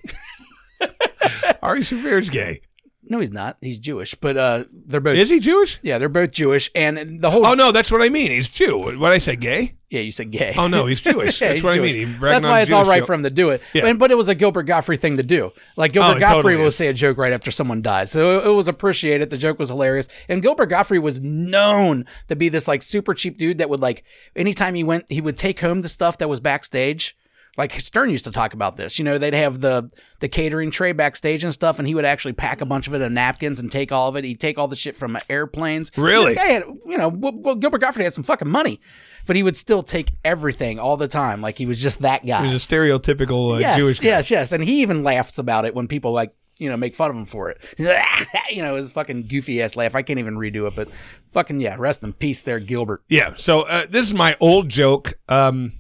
Speaker 3: Ari Shaffir's gay.
Speaker 1: No, he's not. He's Jewish, but uh, they're both.
Speaker 3: Is he Jewish?
Speaker 1: yeah, they're both Jewish, and the whole.
Speaker 3: Oh no, that's what I mean. He's Jew. What I say, gay?
Speaker 1: yeah, you said gay.
Speaker 3: Oh no, he's Jewish.
Speaker 1: Yeah,
Speaker 3: that's
Speaker 1: he's
Speaker 3: what
Speaker 1: Jewish.
Speaker 3: I mean. He bragged
Speaker 1: That's
Speaker 3: on
Speaker 1: why it's all
Speaker 3: Jewish
Speaker 1: right
Speaker 3: joke.
Speaker 1: for him to do it.
Speaker 3: Yeah.
Speaker 1: And, but it was a Gilbert Godfrey thing to do. Like Gilbert
Speaker 3: Oh, it
Speaker 1: Godfrey
Speaker 3: totally
Speaker 1: will
Speaker 3: is.
Speaker 1: say a joke right after someone dies. So it, it was appreciated. The joke was hilarious. And Gilbert Godfrey was known to be this like super cheap dude that would like anytime he went, he would take home the stuff that was backstage. Like Stern used to talk about this, you know, they'd have the the catering tray backstage and stuff, and he would actually pack a bunch of it in napkins and take all of it. He'd take all the shit from airplanes.
Speaker 3: Really?
Speaker 1: This guy had, you know, well, well, Gilbert Gottfried had some fucking money, but he would still take everything all the time. Like he was just that guy.
Speaker 3: He's a stereotypical uh,
Speaker 1: yes,
Speaker 3: Jewish guy.
Speaker 1: yes, yes. And he even laughs about it when people like, you know, make fun of him for it. you know, his fucking goofy ass laugh. I can't even redo it, but fucking yeah, rest in peace there, Gilbert.
Speaker 3: Yeah. So uh, this is my old joke, um,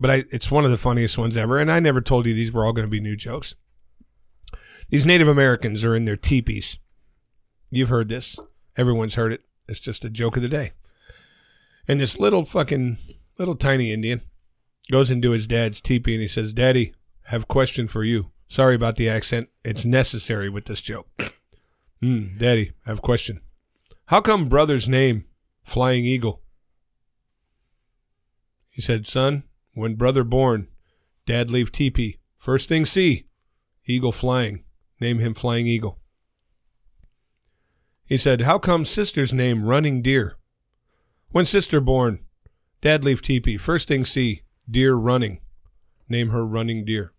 Speaker 3: but I, it's one of the funniest ones ever. And I never told you these were all going to be new jokes. These Native Americans are in their teepees. You've heard this. Everyone's heard it. It's just a joke of the day. And this little fucking little tiny Indian Goes into his dad's teepee and he says, Daddy, have a question for you. Sorry about the accent. It's necessary with this joke. Hmm, Daddy, have a question. How come brother's name, Flying Eagle? He said, Son, when brother born, dad leave teepee. First thing see, eagle flying. Name him Flying Eagle. He said, How come sister's name Running Deer? When sister born, Dad leave teepee. First thing see, deer running. Name her Running Deer.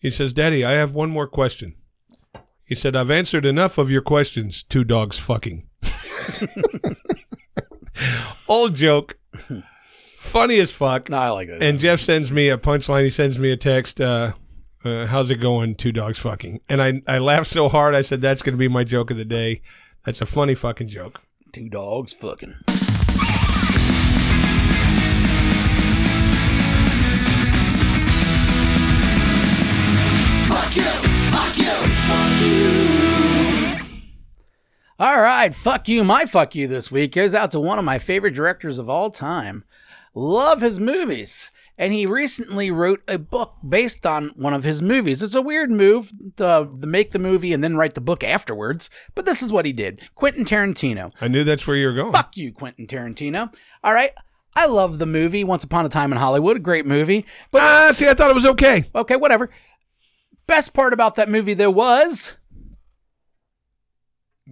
Speaker 3: He says, Daddy, I have one more question. He said, I've answered enough of your questions. Two dogs fucking. Old joke. Funny as fuck.
Speaker 1: No, I like that.
Speaker 3: And Jeff sends me a punchline. He sends me a text. Uh, uh, how's it going? Two dogs fucking. And I, I laughed so hard. I said, that's going to be my joke of the day. That's a funny fucking joke.
Speaker 1: Two dogs fucking. All right, fuck you. My fuck you this week goes out to one of my favorite directors of all time. Love his movies. And he recently wrote a book based on one of his movies. It's a weird move to, to make the movie and then write the book afterwards, but this is what he did. Quentin Tarantino.
Speaker 3: I knew that's where you were going.
Speaker 1: Fuck you, Quentin Tarantino. All right. I love the movie Once Upon a Time in Hollywood, a great movie. But
Speaker 3: Ah, see, I thought it was okay.
Speaker 1: okay, whatever. Best part about that movie there was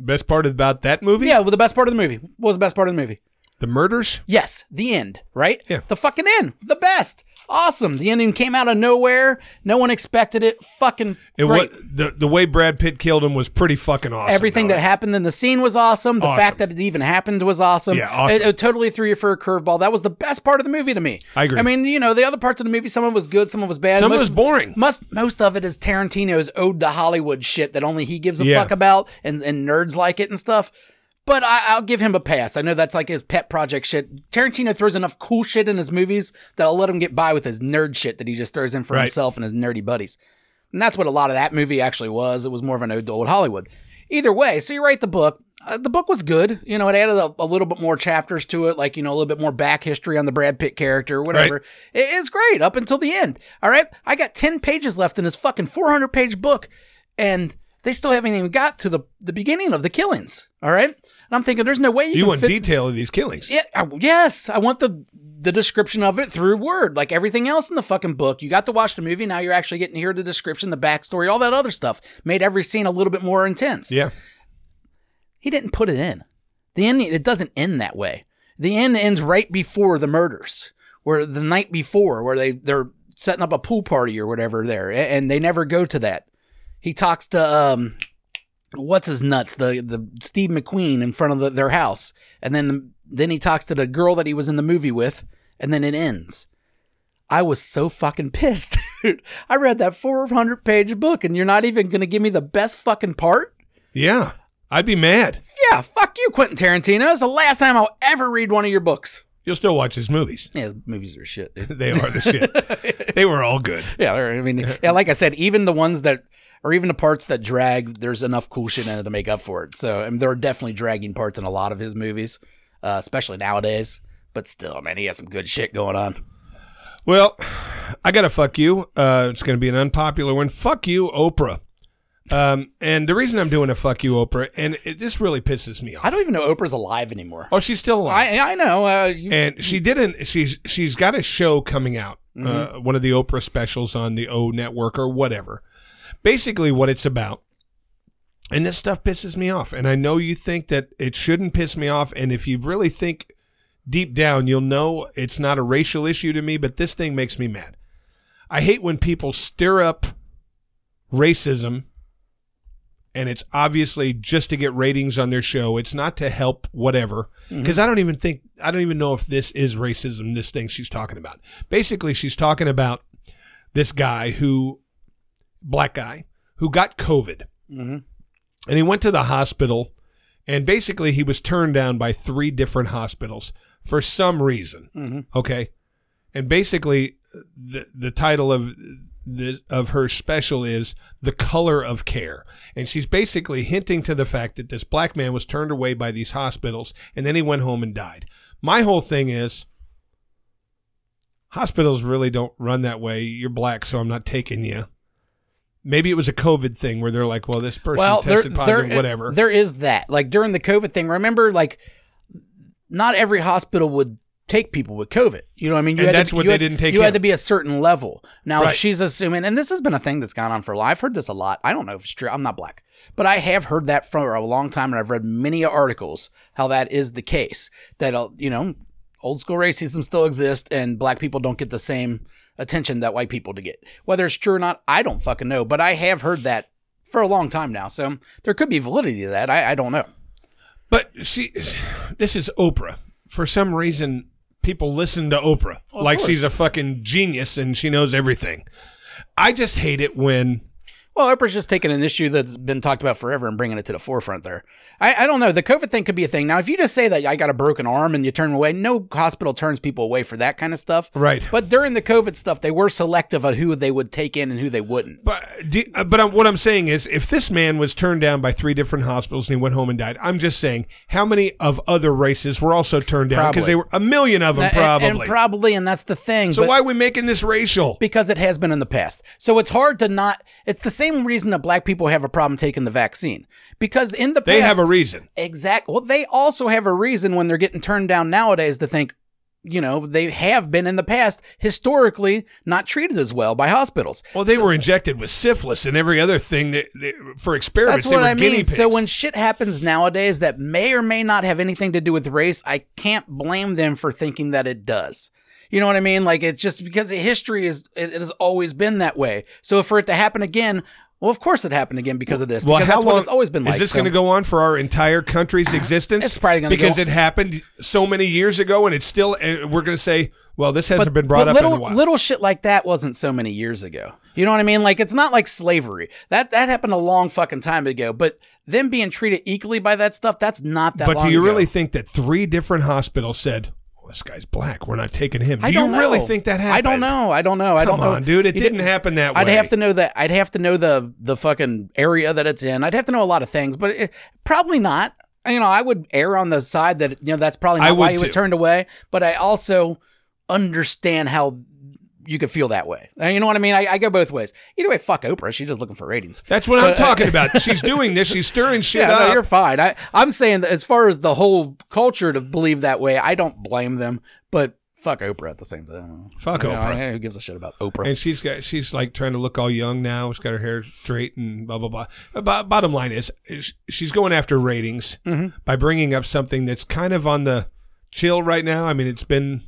Speaker 3: Best part about that movie?
Speaker 1: Yeah, well the best part of the movie. What was the best part of the movie?
Speaker 3: The murders?
Speaker 1: Yes, the end, right?
Speaker 3: Yeah.
Speaker 1: The fucking end. The best. Awesome. The ending came out of nowhere. No one expected it. Fucking
Speaker 3: It
Speaker 1: great.
Speaker 3: wa- the, the way Brad Pitt killed him was pretty fucking awesome.
Speaker 1: Everything
Speaker 3: though.
Speaker 1: that happened in the scene was awesome. The
Speaker 3: Awesome.
Speaker 1: fact that it even happened was awesome.
Speaker 3: Yeah, awesome.
Speaker 1: It, it totally threw you for a curveball. That was the best part of the movie to me.
Speaker 3: I agree.
Speaker 1: I mean, you know, the other parts of the movie, some of it was good, some of it was bad.
Speaker 3: Some of
Speaker 1: most,
Speaker 3: it was boring.
Speaker 1: Most, most of it is Tarantino's ode to Hollywood shit that only he gives a
Speaker 3: Yeah.
Speaker 1: fuck about and, and nerds like it and stuff. But I, I'll give him a pass. I know that's like his pet project shit. Tarantino throws enough cool shit in his movies that I'll let him get by with his nerd shit that he just throws in for
Speaker 3: Right.
Speaker 1: himself and his nerdy buddies. And that's what a lot of that movie actually was. It was more of an ode to old Hollywood. Either way, so you write the book. Uh, the book was good. You know, it added a, a little bit more chapters to it, like, you know, a little bit more back history on the Brad Pitt character or whatever.
Speaker 3: Right.
Speaker 1: It- it's great up until the end. All right. I got 10 pages left in this fucking 400 page book, and they still haven't even got to the, the beginning of the killings. All right. And I'm thinking, there's no way you,
Speaker 3: You
Speaker 1: can
Speaker 3: want
Speaker 1: fit-
Speaker 3: detail of these killings.
Speaker 1: yeah, I, yes, I want the the description of it through word, like everything else in the fucking book. You got to watch the movie. Now you're actually getting to hear the description, the backstory, all that other stuff. Made every scene a little bit more intense.
Speaker 3: Yeah.
Speaker 1: He didn't put it in. The end. It doesn't end that way. The end ends right before the murders, where the night before, where they they're setting up a pool party or whatever there, a- and they never go to that. He talks to um, what's his nuts the the Steve McQueen in front of the, their house, and then then he talks to the girl that he was in the movie with, and then it ends. I was so fucking pissed, dude. I read that 400 page book, and you're not even gonna give me the best fucking part.
Speaker 3: Yeah. I'd be mad.
Speaker 1: Yeah, fuck you, Quentin Tarantino. It's the last time I'll ever read one of your books.
Speaker 3: You'll still watch his movies.
Speaker 1: Yeah, movies are shit. dude.
Speaker 3: They are the shit. they were all good.
Speaker 1: yeah, I mean, yeah, like I said, even the ones that, or even the parts that drag, there's enough cool shit in it to make up for it. So, I mean, there are definitely dragging parts in a lot of his movies, uh, especially nowadays. But still, man, he has some good shit going on.
Speaker 3: Well, I gotta fuck you. Uh, it's gonna be an unpopular one. Fuck you, Oprah. Um, and the reason I'm doing a fuck you, Oprah, and it, this really pisses me
Speaker 1: I
Speaker 3: off.
Speaker 1: don't even know Oprah's alive anymore.
Speaker 3: Oh, she's still alive.
Speaker 1: I I know. Uh, you,
Speaker 3: and she didn't. She's she's got a show coming out,
Speaker 1: Mm-hmm.
Speaker 3: uh, one of the Oprah specials on the O Network or whatever. Basically, what it's about, and this stuff pisses me off. And I know you think that it shouldn't piss me off, and if you really think deep down, you'll know it's not a racial issue to me. But this thing makes me mad. I hate when people stir up racism. And it's obviously just to get ratings on their show. It's not to help whatever. Because I don't even think, I don't even know if this is racism, this thing she's talking about. Basically, she's talking about this guy who, black guy, who got COVID.
Speaker 1: Mhm.
Speaker 3: And he went to the hospital. And basically, he was turned down by three different hospitals for some reason.
Speaker 1: Mhm.
Speaker 3: Okay. And basically, the, the title of the, of her special is The Color of Care. And she's basically hinting to the fact that this black man was turned away by these hospitals and then he went home and died. My whole thing is hospitals really don't run that way. You're black, so I'm not taking you. Maybe it was a COVID thing where they're like, well, this person
Speaker 1: well, there,
Speaker 3: tested positive,
Speaker 1: there-
Speaker 3: whatever.
Speaker 1: There is that. Like during the COVID thing, remember, like not every hospital would take people with COVID. You know what I mean? You
Speaker 3: And
Speaker 1: to
Speaker 3: that's
Speaker 1: be-
Speaker 3: what
Speaker 1: you
Speaker 3: they
Speaker 1: had-
Speaker 3: didn't take
Speaker 1: You
Speaker 3: him.
Speaker 1: had to be a certain level. Now, if
Speaker 3: Right.
Speaker 1: she's assuming, and this has been a thing that's gone on for a while. I've heard this a lot. I don't know if it's true. I'm not black, but I have heard that for a long time, and I've read many articles how that is the case. That uh, you know, old school racism still exists, and black people don't get the same attention that white people to get. Whether it's true or not, I don't fucking know. But I have heard that for a long time now. So there could be validity to that. I, I don't know.
Speaker 3: But she, this is Oprah. For some reason, people listen to Oprah
Speaker 1: Of
Speaker 3: like
Speaker 1: course.
Speaker 3: she's a fucking genius and she knows everything. I just hate it when
Speaker 1: Well, Oprah's just taking an issue that's been talked about forever and bringing it to the forefront there. I, I don't know. The COVID thing could be a thing. Now, if you just say that I got a broken arm and you turn them away, no hospital turns people away for that kind of stuff.
Speaker 3: Right.
Speaker 1: But during the COVID stuff, they were selective on who they would take in and who they wouldn't.
Speaker 3: But do, uh, but I'm, what I'm saying is, if this man was turned down by three different hospitals and he went home and died, I'm just saying, how many of other races were also turned down because
Speaker 1: Probably.
Speaker 3: they were a million of them
Speaker 1: And-
Speaker 3: probably.
Speaker 1: And, probably, and that's the thing.
Speaker 3: so
Speaker 1: but-
Speaker 3: why are we making this racial?
Speaker 1: because it has been in the past. So it's hard to not. It's the same reason that black people have a problem taking the vaccine because in the
Speaker 3: They
Speaker 1: past,
Speaker 3: have a reason.
Speaker 1: Exactly. Well, they also have a reason when they're getting turned down nowadays to think, you know, they have been in the past historically not treated as well by hospitals.
Speaker 3: Well, they were injected with syphilis and every other thing that, that- for experiments.
Speaker 1: That's
Speaker 3: They
Speaker 1: what
Speaker 3: were
Speaker 1: I
Speaker 3: guinea
Speaker 1: mean. So
Speaker 3: pigs.
Speaker 1: when shit happens nowadays that may or may not have anything to do with race, I can't blame them for thinking that it does. You know what I mean? Like it's just because the history is it, it has always been that way. So for it to happen again, well, of course it happened again because of this.
Speaker 3: well,
Speaker 1: because
Speaker 3: how
Speaker 1: that's
Speaker 3: long
Speaker 1: what it's always been like.
Speaker 3: Is this
Speaker 1: So-
Speaker 3: going to go on for our entire country's existence?
Speaker 1: It's probably gonna go
Speaker 3: because
Speaker 1: on.
Speaker 3: it happened so many years ago, and it's still. And we're going to say, well, this hasn't been brought
Speaker 1: but
Speaker 3: up
Speaker 1: little,
Speaker 3: in a while.
Speaker 1: Little shit like that wasn't so many years ago. You know what I mean? Like it's not like slavery. That that happened a long fucking time ago. But them being treated equally by that stuff, that's not that.
Speaker 3: But
Speaker 1: long
Speaker 3: do you
Speaker 1: ago.
Speaker 3: really think that three different hospitals said, well, "This guy's black. We're not taking him"? Do
Speaker 1: I don't
Speaker 3: you really
Speaker 1: know.
Speaker 3: think that
Speaker 1: I
Speaker 3: happened?
Speaker 1: don't know. I don't know. I
Speaker 3: Come
Speaker 1: don't know,
Speaker 3: on, dude. It
Speaker 1: You
Speaker 3: didn't happen that way.
Speaker 1: I'd have to know that. I'd have to know the the fucking area that it's in. I'd have to know a lot of things, but it, probably not. You know, I would err on the side that you know that's probably
Speaker 3: I
Speaker 1: not why
Speaker 3: would
Speaker 1: he was
Speaker 3: too.
Speaker 1: turned away. But I also understand how you could feel that way. And You know what I mean? I, I go both ways. Either way, fuck Oprah. She's just looking for ratings.
Speaker 3: That's what I'm talking about. She's doing this. She's stirring shit
Speaker 1: Yeah, no,
Speaker 3: up.
Speaker 1: you're fine. I, I'm saying that as far as the whole culture to believe that way, I don't blame them. But fuck Oprah at the same time.
Speaker 3: Fuck
Speaker 1: You know,
Speaker 3: Oprah.
Speaker 1: who gives a shit about Oprah?
Speaker 3: and she's got she's like trying to look all young now. She's got her hair straight and blah blah blah. Bo- bottom line is, is she's going after ratings
Speaker 1: Mm-hmm.
Speaker 3: by bringing up something that's kind of on the chill right now. I mean, it's been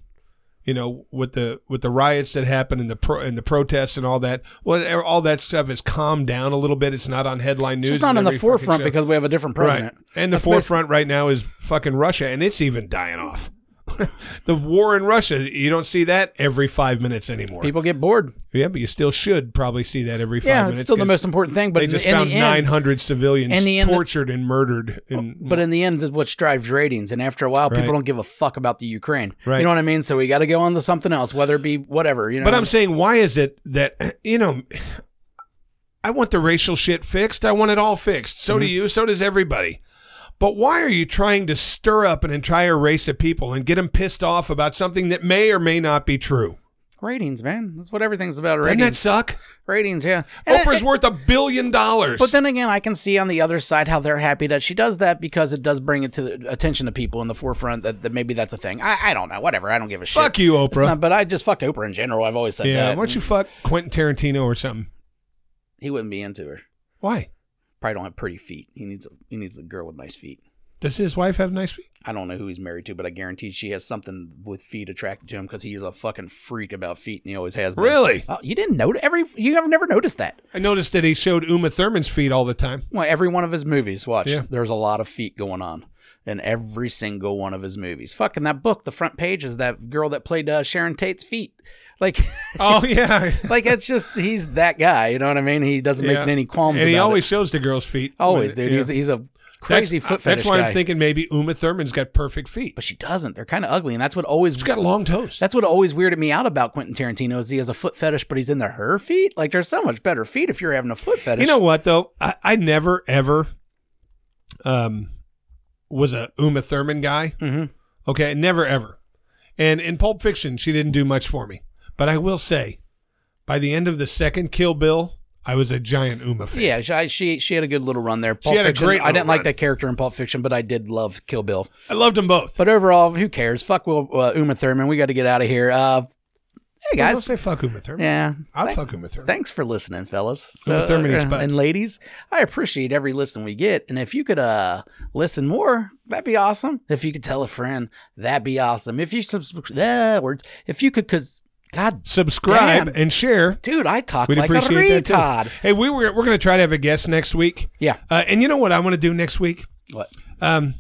Speaker 3: you know with the with the riots that happened and the pro, and the protests and all that. Well, e, all that stuff has calmed down a little bit. It's not on headline news.
Speaker 1: It's just not
Speaker 3: and
Speaker 1: on the
Speaker 3: every fucking
Speaker 1: forefront
Speaker 3: show.
Speaker 1: because we have a different president.
Speaker 3: Right. And the
Speaker 1: That's basi-
Speaker 3: forefront right now is fucking Russia, and it's even dying off. the war in Russia, you don't see that every five minutes anymore.
Speaker 1: People get bored.
Speaker 3: yeah, but you still should probably see that every five
Speaker 1: Yeah,
Speaker 3: minutes.
Speaker 1: it's still the
Speaker 3: 'cause
Speaker 1: most important thing. But
Speaker 3: They
Speaker 1: in,
Speaker 3: just
Speaker 1: in
Speaker 3: found
Speaker 1: the end,
Speaker 3: 900 civilians
Speaker 1: in the end-
Speaker 3: tortured and murdered. In,
Speaker 1: but in the end, is what drives ratings. And after a while,
Speaker 3: Right.
Speaker 1: people don't give a fuck about the Ukraine.
Speaker 3: Right.
Speaker 1: You know what I mean? So we got to go on to something else, whether it be whatever. You know.
Speaker 3: But I'm saying, why is it that you know? I want the racial shit fixed. I want it all fixed. So do
Speaker 1: Mm-hmm.
Speaker 3: you. So does everybody. But why are you trying to stir up an entire race of people and get them pissed off about something that may or may not be true?
Speaker 1: ratings, man. That's what everything's about.
Speaker 3: Doesn't
Speaker 1: Ratings.
Speaker 3: that suck?
Speaker 1: ratings. Yeah. And it-
Speaker 3: uh, Oprah's
Speaker 1: it-
Speaker 3: worth a billion dollars.
Speaker 1: But then again, I can see on the other side how they're happy that she does that because it does bring it to the attention of people in the forefront that, that maybe that's a thing. I, I don't know. Whatever. I don't give a shit.
Speaker 3: fuck you,
Speaker 1: It's
Speaker 3: Oprah.
Speaker 1: not- but I just fuck Oprah in general. I've always said
Speaker 3: yeah,
Speaker 1: that.
Speaker 3: why don't you fuck Quentin Tarantino or something?
Speaker 1: He wouldn't be into her.
Speaker 3: Why?
Speaker 1: probably don't have pretty feet. He needs a, he needs a girl with nice feet.
Speaker 3: Does his wife have nice feet?
Speaker 1: I don't know who he's married to, but I guarantee she has something with feet attracted to him because he is a fucking freak about feet, and he always has. Been.
Speaker 3: Really?
Speaker 1: Oh, you didn't know every you have never noticed that.
Speaker 3: I noticed that he showed Uma Thurman's feet all the time.
Speaker 1: Well, every one of his movies, watch.
Speaker 3: Yeah.
Speaker 1: There's a lot of feet going on in every single one of his movies. Fucking that book, the front page is that girl that played uh, Sharon Tate's feet. Like,
Speaker 3: Oh yeah,
Speaker 1: like it's just he's that guy. You know what I mean? He doesn't
Speaker 3: Yeah.
Speaker 1: make any qualms.
Speaker 3: and he
Speaker 1: about it.
Speaker 3: always shows the girls' feet.
Speaker 1: always,
Speaker 3: When-
Speaker 1: dude.
Speaker 3: yeah.
Speaker 1: He's he's a
Speaker 3: That's-
Speaker 1: crazy foot
Speaker 3: That's
Speaker 1: fetish
Speaker 3: why
Speaker 1: guy.
Speaker 3: I'm thinking maybe Uma Thurman's got perfect feet.
Speaker 1: but she doesn't. They're kind of ugly, and that's what always
Speaker 3: She's got long toes.
Speaker 1: That's what always weirded me out about Quentin Tarantino is he has a foot fetish, but he's into her feet. Like there's so much better feet if you're having a foot fetish.
Speaker 3: You know what though? I, I never ever um was a Uma Thurman guy.
Speaker 1: Mhm.
Speaker 3: Okay, never ever. And in Pulp Fiction, she didn't do much for me. But I will say, by the end of the second Kill Bill, I was a giant Uma fan.
Speaker 1: Yeah, she, I- she she had a good little run there. Pulp
Speaker 3: had a
Speaker 1: Fiction.
Speaker 3: great
Speaker 1: I didn't
Speaker 3: little
Speaker 1: like
Speaker 3: run.
Speaker 1: that character in Pulp Fiction, but I did love Kill Bill.
Speaker 3: I loved them both.
Speaker 1: But overall, who cares? Fuck Will uh, Uma Thurman. We got to get out of here. Uh, hey
Speaker 3: I don't
Speaker 1: guys,
Speaker 3: say fuck Uma Thurman.
Speaker 1: yeah.
Speaker 3: I'll
Speaker 1: Thank-
Speaker 3: fuck Uma Thurman.
Speaker 1: Thanks for listening, fellas. uh,
Speaker 3: Uma Thurman eats butt.
Speaker 1: and ladies, I appreciate every listen we get. And if you could uh listen more, that'd be awesome. If you could tell a friend, that'd be awesome. If you subscribe, that words. If you could, cause God,
Speaker 3: Subscribe
Speaker 1: Damn.
Speaker 3: and share.
Speaker 1: dude, I talk
Speaker 3: We'd
Speaker 1: like a
Speaker 3: appreciate that.
Speaker 1: retard.
Speaker 3: Too. Hey, we were we're gonna try to have a guest next week.
Speaker 1: Yeah.
Speaker 3: Uh, and you know what I want to do next week?
Speaker 1: What?
Speaker 3: Um,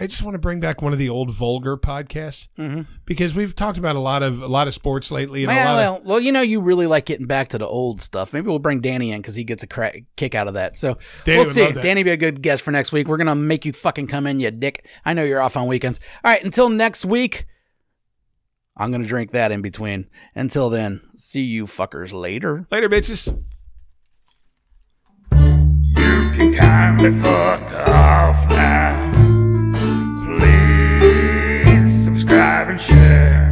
Speaker 3: I just want to bring back one of the old vulgar podcasts
Speaker 1: Mm-hmm.
Speaker 3: because we've talked about a lot of a lot of sports lately and a
Speaker 1: Well,
Speaker 3: lot of
Speaker 1: well, well, you know, you really like getting back to the old stuff. Maybe we'll bring Danny in because he gets a cra- kick out of that. So
Speaker 3: Danny
Speaker 1: we'll
Speaker 3: would
Speaker 1: see.
Speaker 3: love that.
Speaker 1: Danny be a good guest for next week. We're gonna make you fucking come in, you dick. I know you're off on weekends. All right, until next week. I'm gonna drink that in between. Until then, see you fuckers later.
Speaker 3: later bitches.
Speaker 4: You can kindly fuck off now. Please subscribe and share.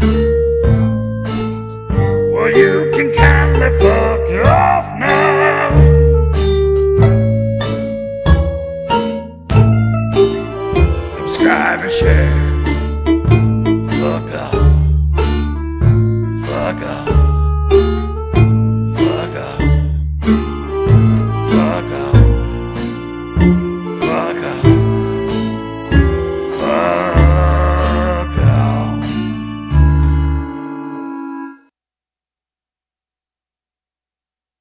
Speaker 4: Well, you can kindly fuck off now.